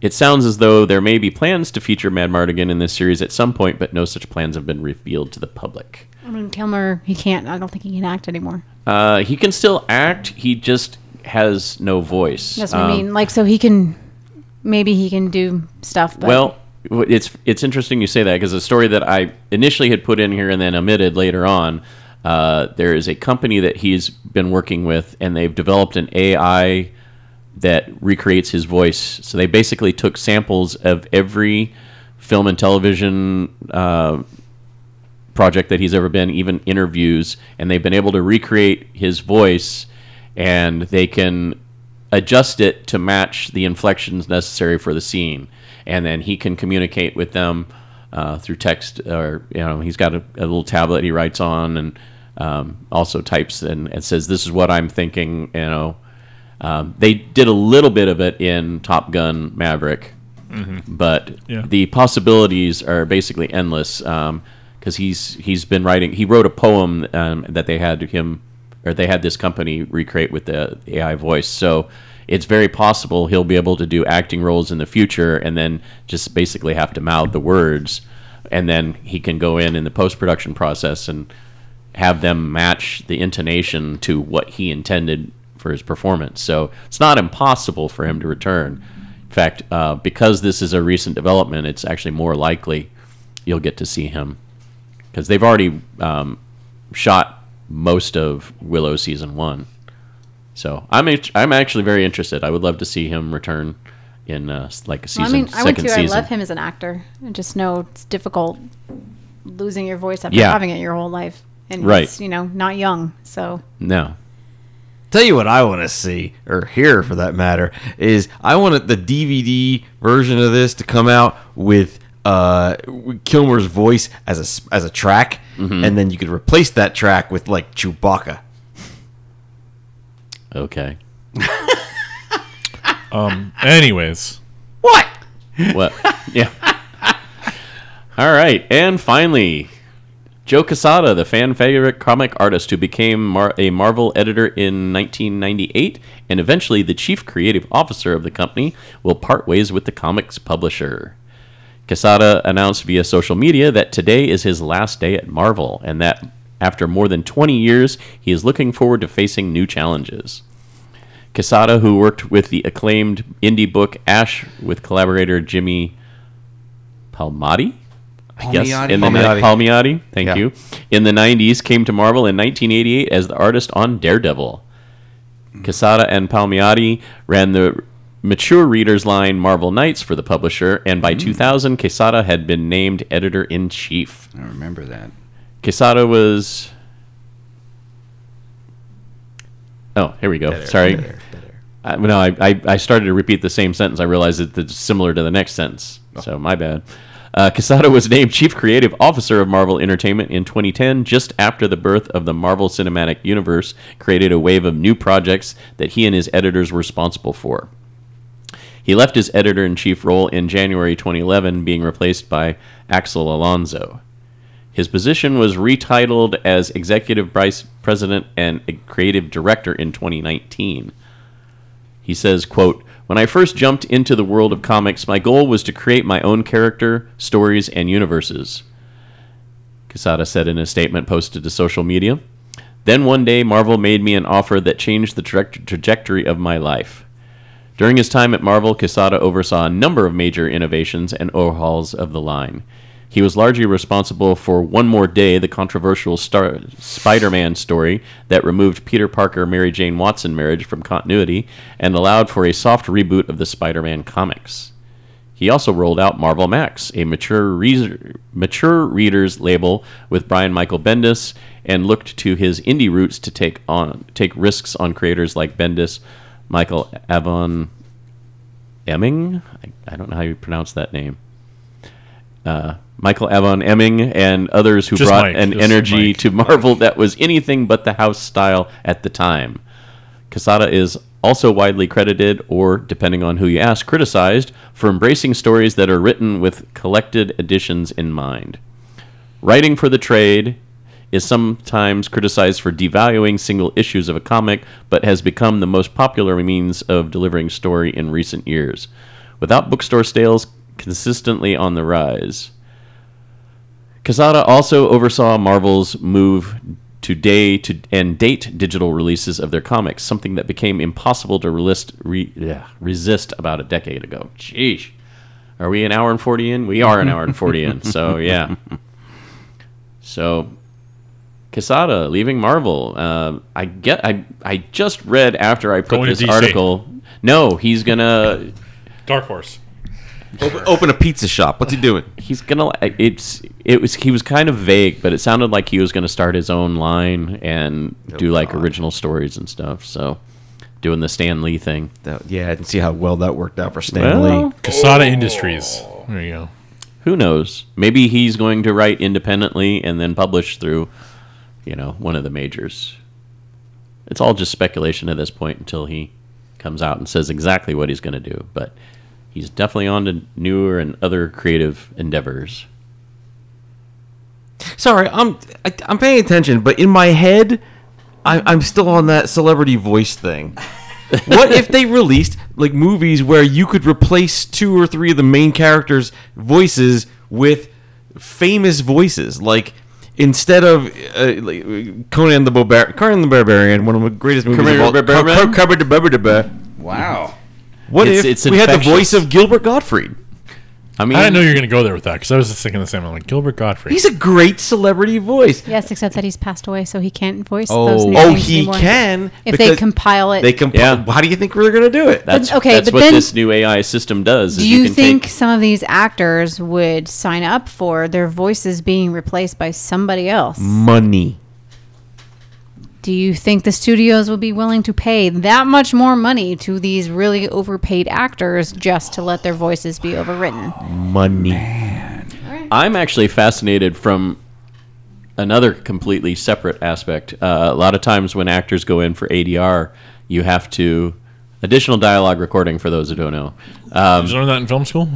Speaker 4: It sounds as though there may be plans to feature Mad Mardigan in this series at some point, but no such plans have been revealed to the public.
Speaker 5: I mean Kilmer, he can't. I don't think he can act anymore.
Speaker 4: Uh, he can still act, he just has no voice.
Speaker 5: That's what
Speaker 4: Um,
Speaker 5: I mean. Like, so he can, maybe he can do stuff. But
Speaker 4: Well, w- it's it's interesting you say that because a story that I initially had put in here and then omitted later on. Uh, there is a company that he's been working with, and they've developed an AI that recreates his voice. So they basically took samples of every film and television uh, project that he's ever been, even interviews, and they've been able to recreate his voice, and they can adjust it to match the inflections necessary for the scene, and then he can communicate with them uh, through text, or you know, he's got a, a little tablet he writes on, and um, also types and, and says, "This is what I'm thinking," you know. Um, they did a little bit of it in Top Gun Maverick, but
Speaker 2: Yeah.
Speaker 4: the possibilities are basically endless because he's he's been writing. He wrote a poem um, that they had him or they had this company recreate with the AI voice. So it's very possible he'll be able to do acting roles in the future and then just basically have to mouth the words, and then he can go in in the post production process and have them match the intonation to what he intended for his performance. So it's not impossible for him to return. In fact, uh, because this is a recent development, it's actually more likely you'll get to see him because they've already um, shot most of Willow season one. So I'm act- I'm actually very interested. I would love to see him return in uh, s- like a season
Speaker 5: I mean, I would
Speaker 4: second
Speaker 5: too. I
Speaker 4: season.
Speaker 5: love him as an actor. I just know it's difficult losing your voice after
Speaker 4: Yeah.
Speaker 5: having it your whole life, and
Speaker 4: Right.
Speaker 5: he's, you know, not young. So
Speaker 4: No,
Speaker 3: Tell you what I want to see or hear for that matter is I wanted the DVD version of this to come out with uh with Kilmer's voice as a s- as a track, and then you could replace that track with like Chewbacca.
Speaker 4: okay.
Speaker 2: Anyways,
Speaker 3: What?
Speaker 4: What? yeah. All right, and finally, Joe Quesada, the fan favorite comic artist who became mar- a Marvel editor in 1998 and eventually the chief creative officer of the company, will part ways with the comics publisher. Quesada announced via social media that today is his last day at Marvel and that after more than 20 years, he is looking forward to facing new challenges. Quesada, who worked with the acclaimed indie book Ash with collaborator Jimmy Palmati, I guess,
Speaker 6: Palmiotti?
Speaker 4: in the ni-
Speaker 3: Palmiotti.
Speaker 4: Palmiotti, thank
Speaker 3: Yeah.
Speaker 4: you, in the 90s, came to Marvel in 1988 as the artist on Daredevil. Quesada and Palmiotti ran the mature readers line Marvel Knights for the publisher, and by 2000, Quesada had been named editor in chief.
Speaker 6: I remember that.
Speaker 4: Quesada was. Oh, here we go. Sorry. I, no, I, I, I started to repeat the same sentence. I realized that it's similar to the next sentence. So, my bad. Uh, Quesada was named Chief Creative Officer of Marvel Entertainment in 2010, just after the birth of the Marvel Cinematic Universe, created a wave of new projects that he and his editors were responsible for. He left his editor in chief role in January 2011, being replaced by Axel Alonso. His position was retitled as Executive Vice President and Creative Director in 2019. He says, quote, When I first jumped into the world of comics, my goal was to create my own character, stories, and universes. Quesada said in a statement posted to social media. Then one day, Marvel made me an offer that changed the traje- trajectory of my life. During his time at Marvel, Quesada oversaw a number of major innovations and overhauls of the line. He was largely responsible for One More Day, the controversial star- Spider Man story that removed Peter Parker Mary Jane Watson marriage from continuity and allowed for a soft reboot of the Spider Man comics. He also rolled out Marvel Max, a mature, re- mature readers label with Brian Michael Bendis, and looked to his indie roots to take on take risks on creators like Bendis, Michael Avon Emming. I, I don't know how you pronounce that name. Uh, Michael Avon Emming and others who
Speaker 2: Just
Speaker 4: brought
Speaker 2: Mike,
Speaker 4: an
Speaker 2: just
Speaker 4: energy
Speaker 2: Mike.
Speaker 4: to Marvel that was anything but the house style at the time. Casada is also widely credited, or depending on who you ask, criticized for embracing stories that are written with collected editions in mind. Writing for the trade is sometimes criticized for devaluing single issues of a comic, but has become the most popular means of delivering story in recent years, without bookstore sales consistently on the rise. Casada also oversaw Marvel's move to day to and date digital releases of their comics, something that became impossible to relist, re, yeah, resist about a decade ago. Jeez. Are we an hour and 40 in? We are an hour and 40 in. So, yeah. So, Quesada leaving Marvel. Uh, I get. I I just read after I put
Speaker 2: Going to
Speaker 4: this
Speaker 2: DC.
Speaker 4: article. No, he's gonna
Speaker 2: Dark Horse.
Speaker 3: Open, open a pizza shop. What's he doing?
Speaker 4: he's gonna it's it was he was kind of vague but it sounded like he was gonna start his own line and do like
Speaker 3: God.
Speaker 4: original stories and stuff so doing the stan lee thing
Speaker 3: That- Oh, yeah, I didn't see how well that worked out for Stan
Speaker 4: Well,
Speaker 3: Lee.
Speaker 2: Casada Industries. There you go.
Speaker 4: who knows maybe he's going to write independently and then publish through you know one of the majors it's all just speculation at this point until he comes out and says exactly what he's going to do but he's definitely on to newer and other creative endeavors
Speaker 3: Sorry, I'm I, I'm paying attention, but in my head, I, I'm still on that celebrity voice thing. what if they released like movies where you could replace two or three of the main characters' voices with famous voices? Like instead of uh, like, Conan the Barbar- Conan the Barbarian, one of the greatest movies
Speaker 4: Conan
Speaker 3: of all.
Speaker 4: the Barbarian?
Speaker 3: Co- Co- Conan the Barbarian.
Speaker 6: Wow.
Speaker 3: What
Speaker 4: It's-
Speaker 3: if
Speaker 4: it's
Speaker 3: we had the
Speaker 4: infectious.
Speaker 3: voice of Gilbert Gottfried?
Speaker 4: i mean
Speaker 2: I didn't know you were gonna go there with that because I was just thinking the same. I'm like Gilbert Godfrey.
Speaker 3: He's a great celebrity voice.
Speaker 5: Yes, except that he's passed away, so he can't voice those.
Speaker 3: Oh,
Speaker 5: New
Speaker 3: oh,
Speaker 5: things
Speaker 3: he
Speaker 5: anymore.
Speaker 3: can
Speaker 5: If they
Speaker 3: because
Speaker 5: compile it,
Speaker 3: They can.
Speaker 4: Yeah.
Speaker 3: How do you think we're gonna do it?
Speaker 4: That's,
Speaker 5: But- okay,
Speaker 4: that's
Speaker 5: but
Speaker 4: what
Speaker 5: then-
Speaker 4: this new AI system does.
Speaker 5: Do
Speaker 4: Is
Speaker 5: you,
Speaker 4: you, can
Speaker 5: think
Speaker 4: Take,
Speaker 5: some of these actors would sign up for their voices being replaced by somebody else?
Speaker 3: money.
Speaker 5: Do you think the studios will be willing to pay that much more money to these really overpaid actors just to let their voices be overwritten?
Speaker 3: Money.
Speaker 4: I'm actually fascinated from another completely separate aspect. Uh, a lot of times when actors go in for ADR, you have to additional dialogue recording. For those who don't know,
Speaker 2: Did you learn that in film school?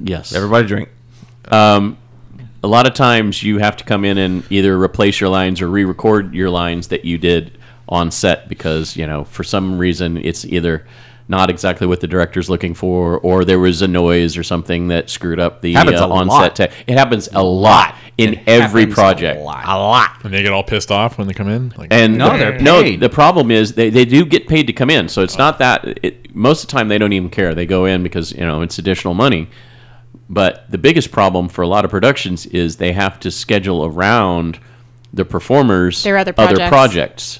Speaker 4: yes,
Speaker 3: Everybody drink.
Speaker 4: a lot of times you have to come in and either replace your lines or re-record your lines that you did on set because you know for some reason it's either not exactly what the director's looking for or there was a noise or something that screwed up the
Speaker 3: Happens
Speaker 4: uh,
Speaker 3: a
Speaker 4: on
Speaker 3: lot.
Speaker 4: set tech. It happens a lot in every
Speaker 3: Happens
Speaker 4: project.
Speaker 3: A lot. A lot.
Speaker 2: and they get all pissed off when they come in. Like,
Speaker 4: And
Speaker 3: No, they're
Speaker 4: no.
Speaker 3: paid.
Speaker 4: The problem is they, they do get paid to come in, so it's not that. It, most of the time, they don't even care. They go in because you know it's additional money. But the biggest problem for a lot of productions is they have to schedule around the performers'
Speaker 5: Their other projects.
Speaker 4: projects.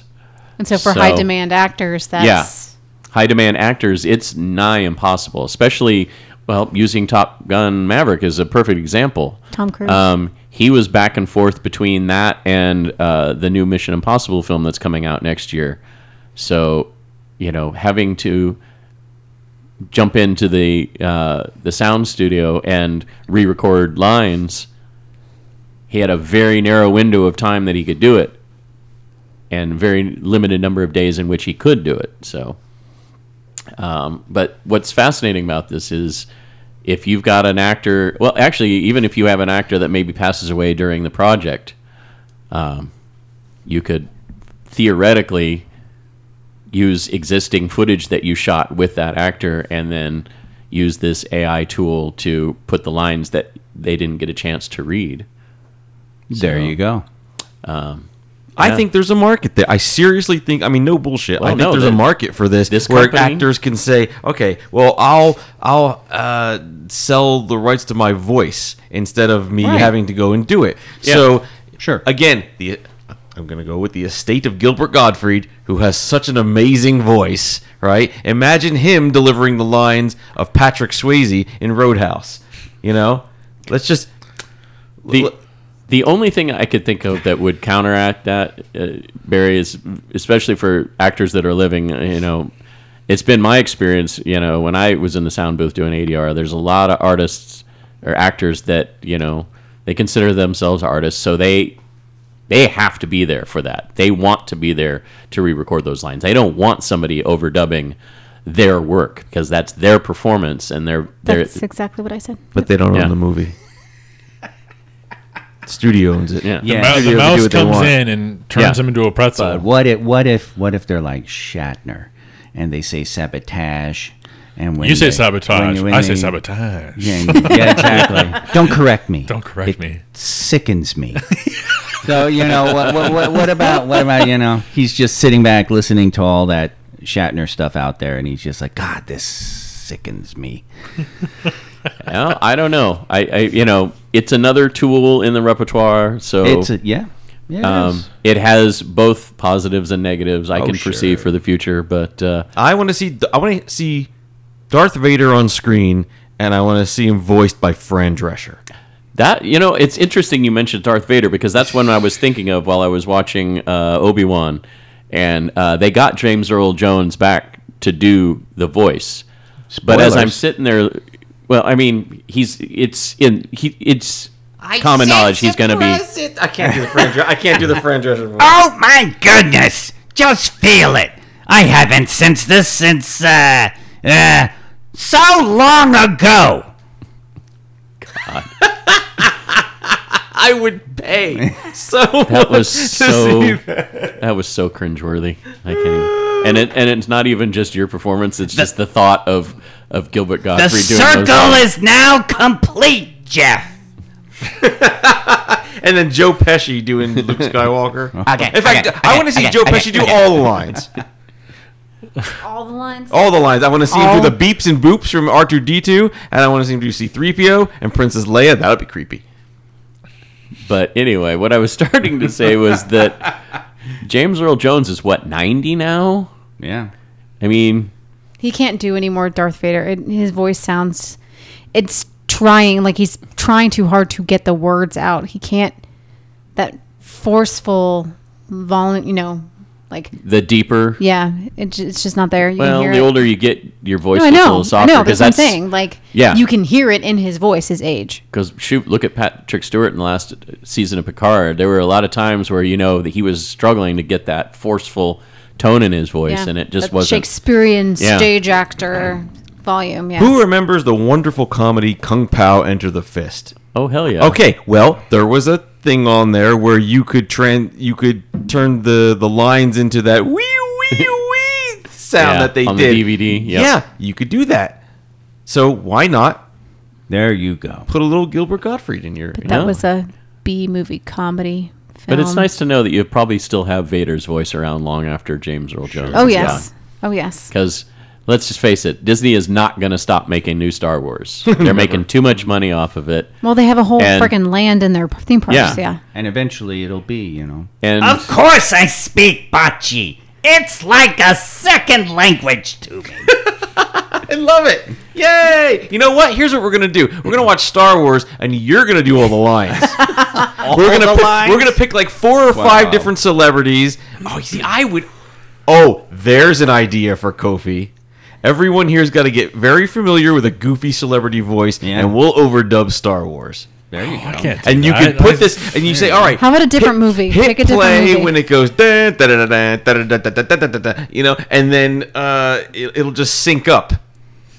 Speaker 5: And so for
Speaker 4: So-
Speaker 5: high demand actors, that's
Speaker 4: High demand actors, it's nigh impossible. Especially, well, using Top Gun Maverick is a perfect example.
Speaker 5: Tom Cruise.
Speaker 4: Um, he was back and forth between that and uh, the new Mission Impossible film that's coming out next year. So, you know, having to jump into the uh, the sound studio and re-record lines, he had a very narrow window of time that he could do it, and very limited number of days in which he could do it. So, um, but what's fascinating about this is if you've got an actor, well, actually, even if you have an actor that maybe passes away during the project, um, you could theoretically use existing footage that you shot with that actor and then use this AI tool to put the lines that they didn't get a chance to read.
Speaker 6: There you go.
Speaker 3: I think there's a market there. I seriously think. I mean, no bullshit. I
Speaker 4: Well,
Speaker 3: think
Speaker 4: no,
Speaker 3: there's a
Speaker 4: the-
Speaker 3: market for this,
Speaker 4: this
Speaker 3: where
Speaker 4: company-
Speaker 3: actors can say, "Okay, well, I'll I'll uh, sell the rights to my voice instead of me
Speaker 6: Right.
Speaker 3: having to go and do it." So,
Speaker 6: Sure.
Speaker 3: Again, the I'm gonna go with the estate of Gilbert Gottfried, who has such an amazing voice. Right? Imagine him delivering the lines of Patrick Swayze in Roadhouse. You know, let's just
Speaker 4: the
Speaker 3: L-
Speaker 4: the only thing I could think of that would counteract that, uh, Barry, is especially for actors that are living. You know, it's been my experience. You know, when I was in the sound booth doing ADR, there's a lot of artists or actors that you know they consider themselves artists, so they they have to be there for that. They want to be there to re-record those lines. They don't want somebody overdubbing their work because that's their performance and their their
Speaker 5: that's exactly what I said.
Speaker 3: but they don't
Speaker 4: Yeah.
Speaker 3: own the movie. Studio owns it.
Speaker 4: Yeah.
Speaker 6: Yeah.
Speaker 2: Mou- the
Speaker 3: studio can do
Speaker 2: mouse
Speaker 3: what they
Speaker 2: comes
Speaker 3: want.
Speaker 2: in and turns
Speaker 4: Yeah.
Speaker 2: him into a pretzel.
Speaker 6: But what if what if what if they're like Shatner and they say sabotage and when
Speaker 2: you say
Speaker 6: they- when
Speaker 2: sabotage.
Speaker 6: you- when
Speaker 2: I say
Speaker 6: they-
Speaker 2: sabotage.
Speaker 6: Yeah, yeah, exactly. Don't correct me.
Speaker 2: Don't correct
Speaker 6: It
Speaker 2: me.
Speaker 6: Sickens me. so you know what, what, what, what about what about you know he's just sitting back listening to all that Shatner stuff out there and he's just like God this sickens me.
Speaker 4: Well, I don't know. I, I you know, it's another tool in the repertoire, so
Speaker 6: It's a, yeah yeah. it
Speaker 4: um,
Speaker 6: is.
Speaker 4: it has both positives and negatives
Speaker 6: Oh,
Speaker 4: I can
Speaker 3: sure.
Speaker 4: foresee for the future. But uh,
Speaker 3: I want to see. I want to see Darth Vader on screen, and I want to see him voiced by Fran Drescher.
Speaker 4: that you know, it's interesting you mentioned Darth Vader because that's one I was thinking of while I was watching uh, Obi Wan, and uh, they got James Earl Jones back to do the voice. But as I'm
Speaker 6: Spoilers.
Speaker 4: sitting there, well, I mean, he's it's in he it's common knowledge he's going to be.
Speaker 3: I can't do the Fran. Dre- I can't do the Fran Drescher voice.
Speaker 7: Oh my goodness! Just feel it. I haven't sensed this since uh, uh, so long ago.
Speaker 3: I would pay so.
Speaker 4: That was so. That was so cringeworthy. I can't. Even, and it and it's not even just your performance. It's just the thought of of Gilbert
Speaker 7: The
Speaker 4: Gottfried doing those
Speaker 7: circle
Speaker 4: lines.
Speaker 7: is now complete, Jeff.
Speaker 3: and then Joe Pesci doing Luke Skywalker.
Speaker 7: Okay.
Speaker 3: In fact,
Speaker 7: Oh. okay,
Speaker 3: I
Speaker 7: okay,
Speaker 3: want to see
Speaker 7: okay,
Speaker 3: Joe
Speaker 7: okay,
Speaker 3: Pesci do
Speaker 7: okay.
Speaker 3: all the lines.
Speaker 5: All the lines.
Speaker 3: All the lines. I want to see him do the beeps and boops from R2D2, and I want to see him do C3PO and Princess Leia. That would be creepy.
Speaker 4: But anyway, what I was starting to say was that James Earl Jones is what ninety now.
Speaker 6: yeah.
Speaker 4: I mean,
Speaker 5: He can't do any more Darth Vader. It, his voice sounds it's trying like he's trying too hard to get the words out. He can't that forceful volu you know, like
Speaker 4: the deeper.
Speaker 5: yeah, it, ju- it's just not there. You
Speaker 4: Well,
Speaker 5: can hear
Speaker 4: the
Speaker 5: it.
Speaker 4: older you get, your voice
Speaker 5: No, I
Speaker 4: gets a
Speaker 5: know.
Speaker 4: little
Speaker 5: I
Speaker 4: softer
Speaker 5: know. That's what I'm saying. Like,
Speaker 4: Yeah.
Speaker 5: you can hear it in his voice, his age.
Speaker 4: because shoot, look at Patrick Stewart in the last uh, season of Picard. There were a lot of times where you know that he was struggling to get that forceful tone in his voice,
Speaker 5: Yeah.
Speaker 4: and it just
Speaker 5: That
Speaker 4: wasn't.
Speaker 5: Shakespearean
Speaker 4: Yeah.
Speaker 5: stage actor volume. Yes.
Speaker 3: Who remembers the wonderful comedy Kung Pao Enter the Fist?
Speaker 4: Oh hell yeah.
Speaker 3: Okay, well, there was a thing on there where you could tran you could turn the the lines into that wee wee wee sound
Speaker 4: Yeah,
Speaker 3: that they
Speaker 4: on the
Speaker 3: did.
Speaker 4: DVD, yep.
Speaker 3: Yeah, you could do that. So why not
Speaker 6: There you go.
Speaker 3: put a little Gilbert Gottfried in your?
Speaker 5: But that
Speaker 4: No.
Speaker 5: was a B movie comedy. Film.
Speaker 4: But it's nice to know that you probably still have Vader's voice around long after James Earl Jones.
Speaker 5: Oh yes. Oh yes.
Speaker 4: Because let's just face it, Disney is not going to stop making new Star Wars. They're making too much money off of it.
Speaker 5: Well, they have a whole
Speaker 4: And-
Speaker 5: freaking land in their theme parks.
Speaker 4: Yeah.
Speaker 5: Yeah.
Speaker 6: And eventually it'll be, you know.
Speaker 4: And
Speaker 7: Of course I speak bocce. It's like a second language to me.
Speaker 3: I love it! Yay! You know what? Here's what we're gonna do. We're gonna watch Star Wars, and you're gonna do all the lines. we're gonna
Speaker 6: the
Speaker 3: pick,
Speaker 6: lines?
Speaker 3: we're gonna pick like four or
Speaker 6: Wow.
Speaker 3: five different celebrities. Oh, you see, I would. Oh, there's an idea for Kofi. Everyone here's got to get very familiar with a goofy celebrity voice,
Speaker 6: Yeah.
Speaker 3: and we'll overdub Star Wars.
Speaker 6: There you go.
Speaker 2: I can't do
Speaker 3: And you
Speaker 2: that.
Speaker 3: can put
Speaker 2: I-
Speaker 3: this, and you say, "All right,
Speaker 5: How about a different
Speaker 3: hit-
Speaker 5: movie?
Speaker 3: Hit
Speaker 5: Pick a different
Speaker 3: play
Speaker 5: movie.
Speaker 3: when it goes da da da da da da da da da da da da. You know, and then uh, it, it'll just sync up.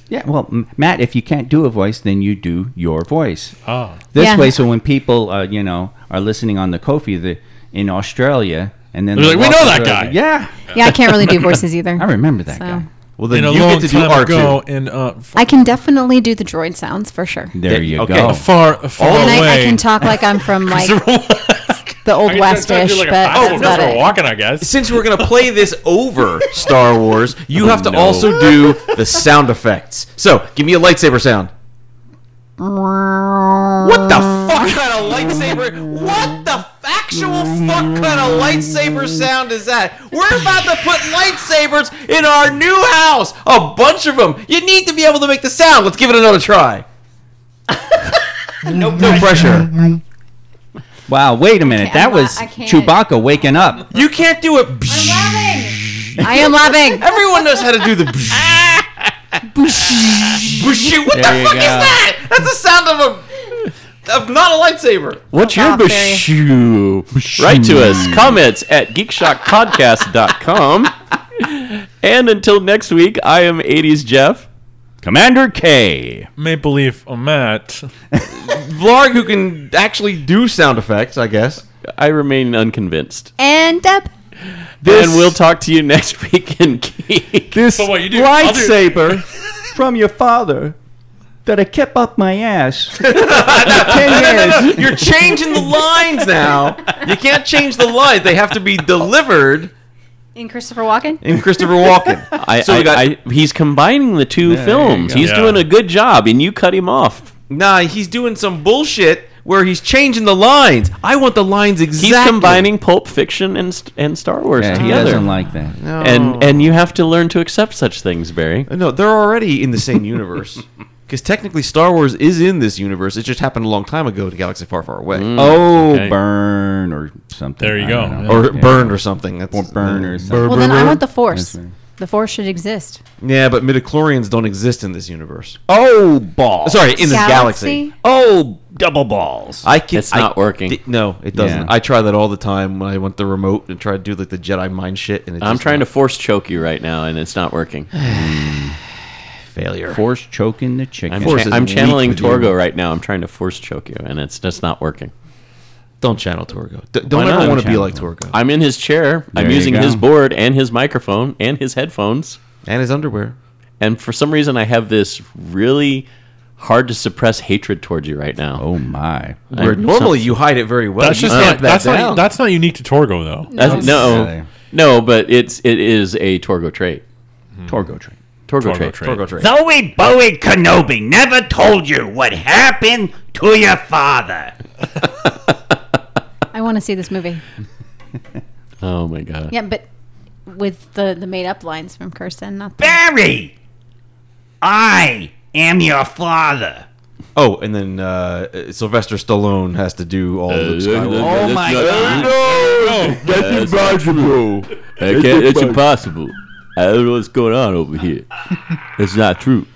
Speaker 6: Yeah, well, M- Matt, if you can't do a voice, then you do your voice.
Speaker 2: Oh.
Speaker 6: This
Speaker 5: Yeah.
Speaker 6: way, so when people, uh, you know, are listening on the Kofi the, in Australia, and then
Speaker 2: They're like, "We
Speaker 6: walk
Speaker 2: know that
Speaker 6: through,
Speaker 2: guy."
Speaker 6: Yeah,
Speaker 5: Yeah, I can't really do voices either.
Speaker 6: I remember that
Speaker 5: So.
Speaker 6: guy.
Speaker 3: Well,
Speaker 2: In
Speaker 3: then
Speaker 2: a
Speaker 3: you
Speaker 2: long
Speaker 3: get to do
Speaker 2: time
Speaker 3: R
Speaker 2: ago,
Speaker 3: two.
Speaker 2: in uh, f-
Speaker 5: I can definitely do the droid sounds for sure.
Speaker 6: There
Speaker 3: That-
Speaker 6: you
Speaker 3: okay.
Speaker 6: go.
Speaker 2: a far, a far
Speaker 5: and I,
Speaker 2: away.
Speaker 5: I can talk like I'm from like the old westish, but
Speaker 2: oh,
Speaker 5: that's about
Speaker 2: we're
Speaker 5: it.
Speaker 2: walking, I guess.
Speaker 3: Since we're gonna play this over Star Wars, you have to
Speaker 4: no.
Speaker 3: also do the sound effects. So, give me a lightsaber sound. What the fuck kind of lightsaber? What the f- actual fuck kind of lightsaber sound is that? We're about to put lightsabers in our new house. A bunch of them. You need to be able to make the sound. Let's give it another try. no, no pressure.
Speaker 6: Wow, wait a minute.
Speaker 5: Okay,
Speaker 6: that
Speaker 5: I'm not-
Speaker 6: was
Speaker 5: I can't.
Speaker 6: Chewbacca waking up.
Speaker 3: You can't do it.
Speaker 5: I am laughing.
Speaker 3: Everyone knows how to do the. Bushy. What
Speaker 6: There
Speaker 3: the
Speaker 6: you
Speaker 3: fuck
Speaker 6: go.
Speaker 3: is that? That's the sound of a of not a lightsaber.
Speaker 4: what's your
Speaker 5: Off there.
Speaker 4: bashu? Write to us. Comments at geekshockpodcast.com. and until next week, I am 80s Jeff.
Speaker 6: Commander K.
Speaker 2: Maple Leaf, oh, Matt.
Speaker 3: Vlarg, who can actually do sound effects, I guess.
Speaker 4: I remain unconvinced.
Speaker 5: and uh, up.
Speaker 3: This-
Speaker 4: and we'll talk to you next week in Geek.
Speaker 6: This
Speaker 2: But what you do- I'll do-
Speaker 6: lightsaber from your father that I kept up my ass for 10 years.
Speaker 3: You're changing the lines now. You can't change the lines; they have to be delivered
Speaker 5: And Christopher Walken.
Speaker 3: in Christopher Walken.
Speaker 4: I,
Speaker 3: So we
Speaker 4: I-
Speaker 3: got-
Speaker 4: I- he's combining the two films.
Speaker 6: go.
Speaker 4: He's
Speaker 2: Yeah.
Speaker 4: doing a good job, and you cut him off.
Speaker 3: nah, he's doing some bullshit where he's changing the lines. I want the lines exactly.
Speaker 4: He's combining Pulp Fiction and st- and Star Wars
Speaker 6: Yeah, he
Speaker 4: together,
Speaker 6: doesn't like that.
Speaker 4: and
Speaker 3: Oh.
Speaker 4: and you have to learn to accept such things, Barry.
Speaker 3: No, they're already in the same universe. Because technically, Star Wars is in this universe. It just happened a long time ago to Galaxy Far, Far Away.
Speaker 4: Mm.
Speaker 6: Oh,
Speaker 4: Okay.
Speaker 6: burn or something.
Speaker 2: There you
Speaker 6: I
Speaker 2: go.
Speaker 6: don't know.
Speaker 3: Oh, Or burned or something. That's,
Speaker 6: Or burn or something.
Speaker 5: Well, then I want the Force.
Speaker 6: That's right.
Speaker 5: The Force should exist.
Speaker 3: Yeah, but midichlorians don't exist in this universe.
Speaker 6: Oh, ball.
Speaker 3: Sorry, in this galaxy.
Speaker 6: Oh, double balls.
Speaker 3: I can,
Speaker 4: It's
Speaker 3: I-
Speaker 4: not working.
Speaker 3: di- no, it doesn't.
Speaker 6: Yeah.
Speaker 3: I try that all the time when I want the remote and try to do like the Jedi mind shit. And it
Speaker 4: I'm
Speaker 3: just
Speaker 4: trying to
Speaker 3: not-
Speaker 4: force choke you right now, and it's not working.
Speaker 3: failure.
Speaker 6: Force choking the chicken.
Speaker 4: I'm,
Speaker 3: Force
Speaker 4: cha-
Speaker 3: is
Speaker 4: I'm
Speaker 3: weak
Speaker 4: channeling
Speaker 3: with you.
Speaker 4: Torgo right now. I'm trying to force choke you, and it's just not working.
Speaker 3: Don't channel Torgo. D- don't
Speaker 4: Why
Speaker 3: ever
Speaker 4: not?
Speaker 3: want to be
Speaker 6: Channel
Speaker 3: like Torgo.
Speaker 4: I'm in his chair. I'm
Speaker 6: There you
Speaker 4: using
Speaker 6: go.
Speaker 4: his board and his microphone and his headphones.
Speaker 3: and his underwear.
Speaker 4: And for some reason, I have this really hard to suppress hatred towards you right now.
Speaker 6: oh, my.
Speaker 4: I-
Speaker 3: Where normally you hide it very well.
Speaker 2: That's
Speaker 3: You
Speaker 2: just
Speaker 3: tamp
Speaker 2: not,
Speaker 3: that
Speaker 2: that's
Speaker 3: down.
Speaker 2: not that's not unique to Torgo though.
Speaker 4: That's- no,
Speaker 6: Really?
Speaker 4: no, but it's it is a Torgo trait.
Speaker 2: Mm.
Speaker 6: Torgo train.
Speaker 4: Torgo,
Speaker 2: Torgo
Speaker 4: trait.
Speaker 2: trait.
Speaker 3: Torgo trait.
Speaker 7: Zoe Bowie Kenobi never told you what happened to your father.
Speaker 5: I want to see this movie.
Speaker 4: Oh my god.
Speaker 5: Yeah, but with the the made up lines from Kirsten, not the
Speaker 7: Barry, I am your father.
Speaker 3: Oh, and then uh, Sylvester Stallone has to do all Luke Skywalker.
Speaker 7: Oh my God.
Speaker 4: No, that's impossible. I can't, it's impossible. I don't know what's going on over here. It's not true.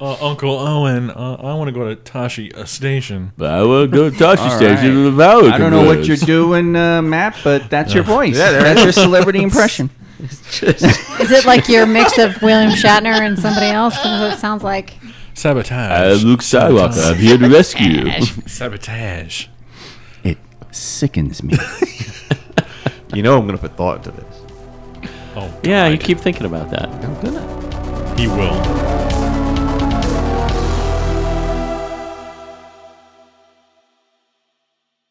Speaker 2: Uh, Uncle Owen, uh, I want to go to Tashi uh, Station.
Speaker 4: But I will go to Tashi
Speaker 6: All
Speaker 4: Station
Speaker 6: right.
Speaker 4: in the valley.
Speaker 6: I don't know what
Speaker 4: converse.
Speaker 6: you're doing, uh, Matt, but that's your voice. that's your celebrity impression.
Speaker 5: Is it like your mix of William Shatner and somebody else? 'Cause that's what it sounds like.
Speaker 2: Sabotage.
Speaker 4: Luke Skywalker. I'm here to rescue you.
Speaker 2: Sabotage.
Speaker 6: It sickens me.
Speaker 3: You know I'm going to put thought into this.
Speaker 2: Oh,
Speaker 4: Yeah, you
Speaker 2: God.
Speaker 4: keep thinking about that.
Speaker 2: He will.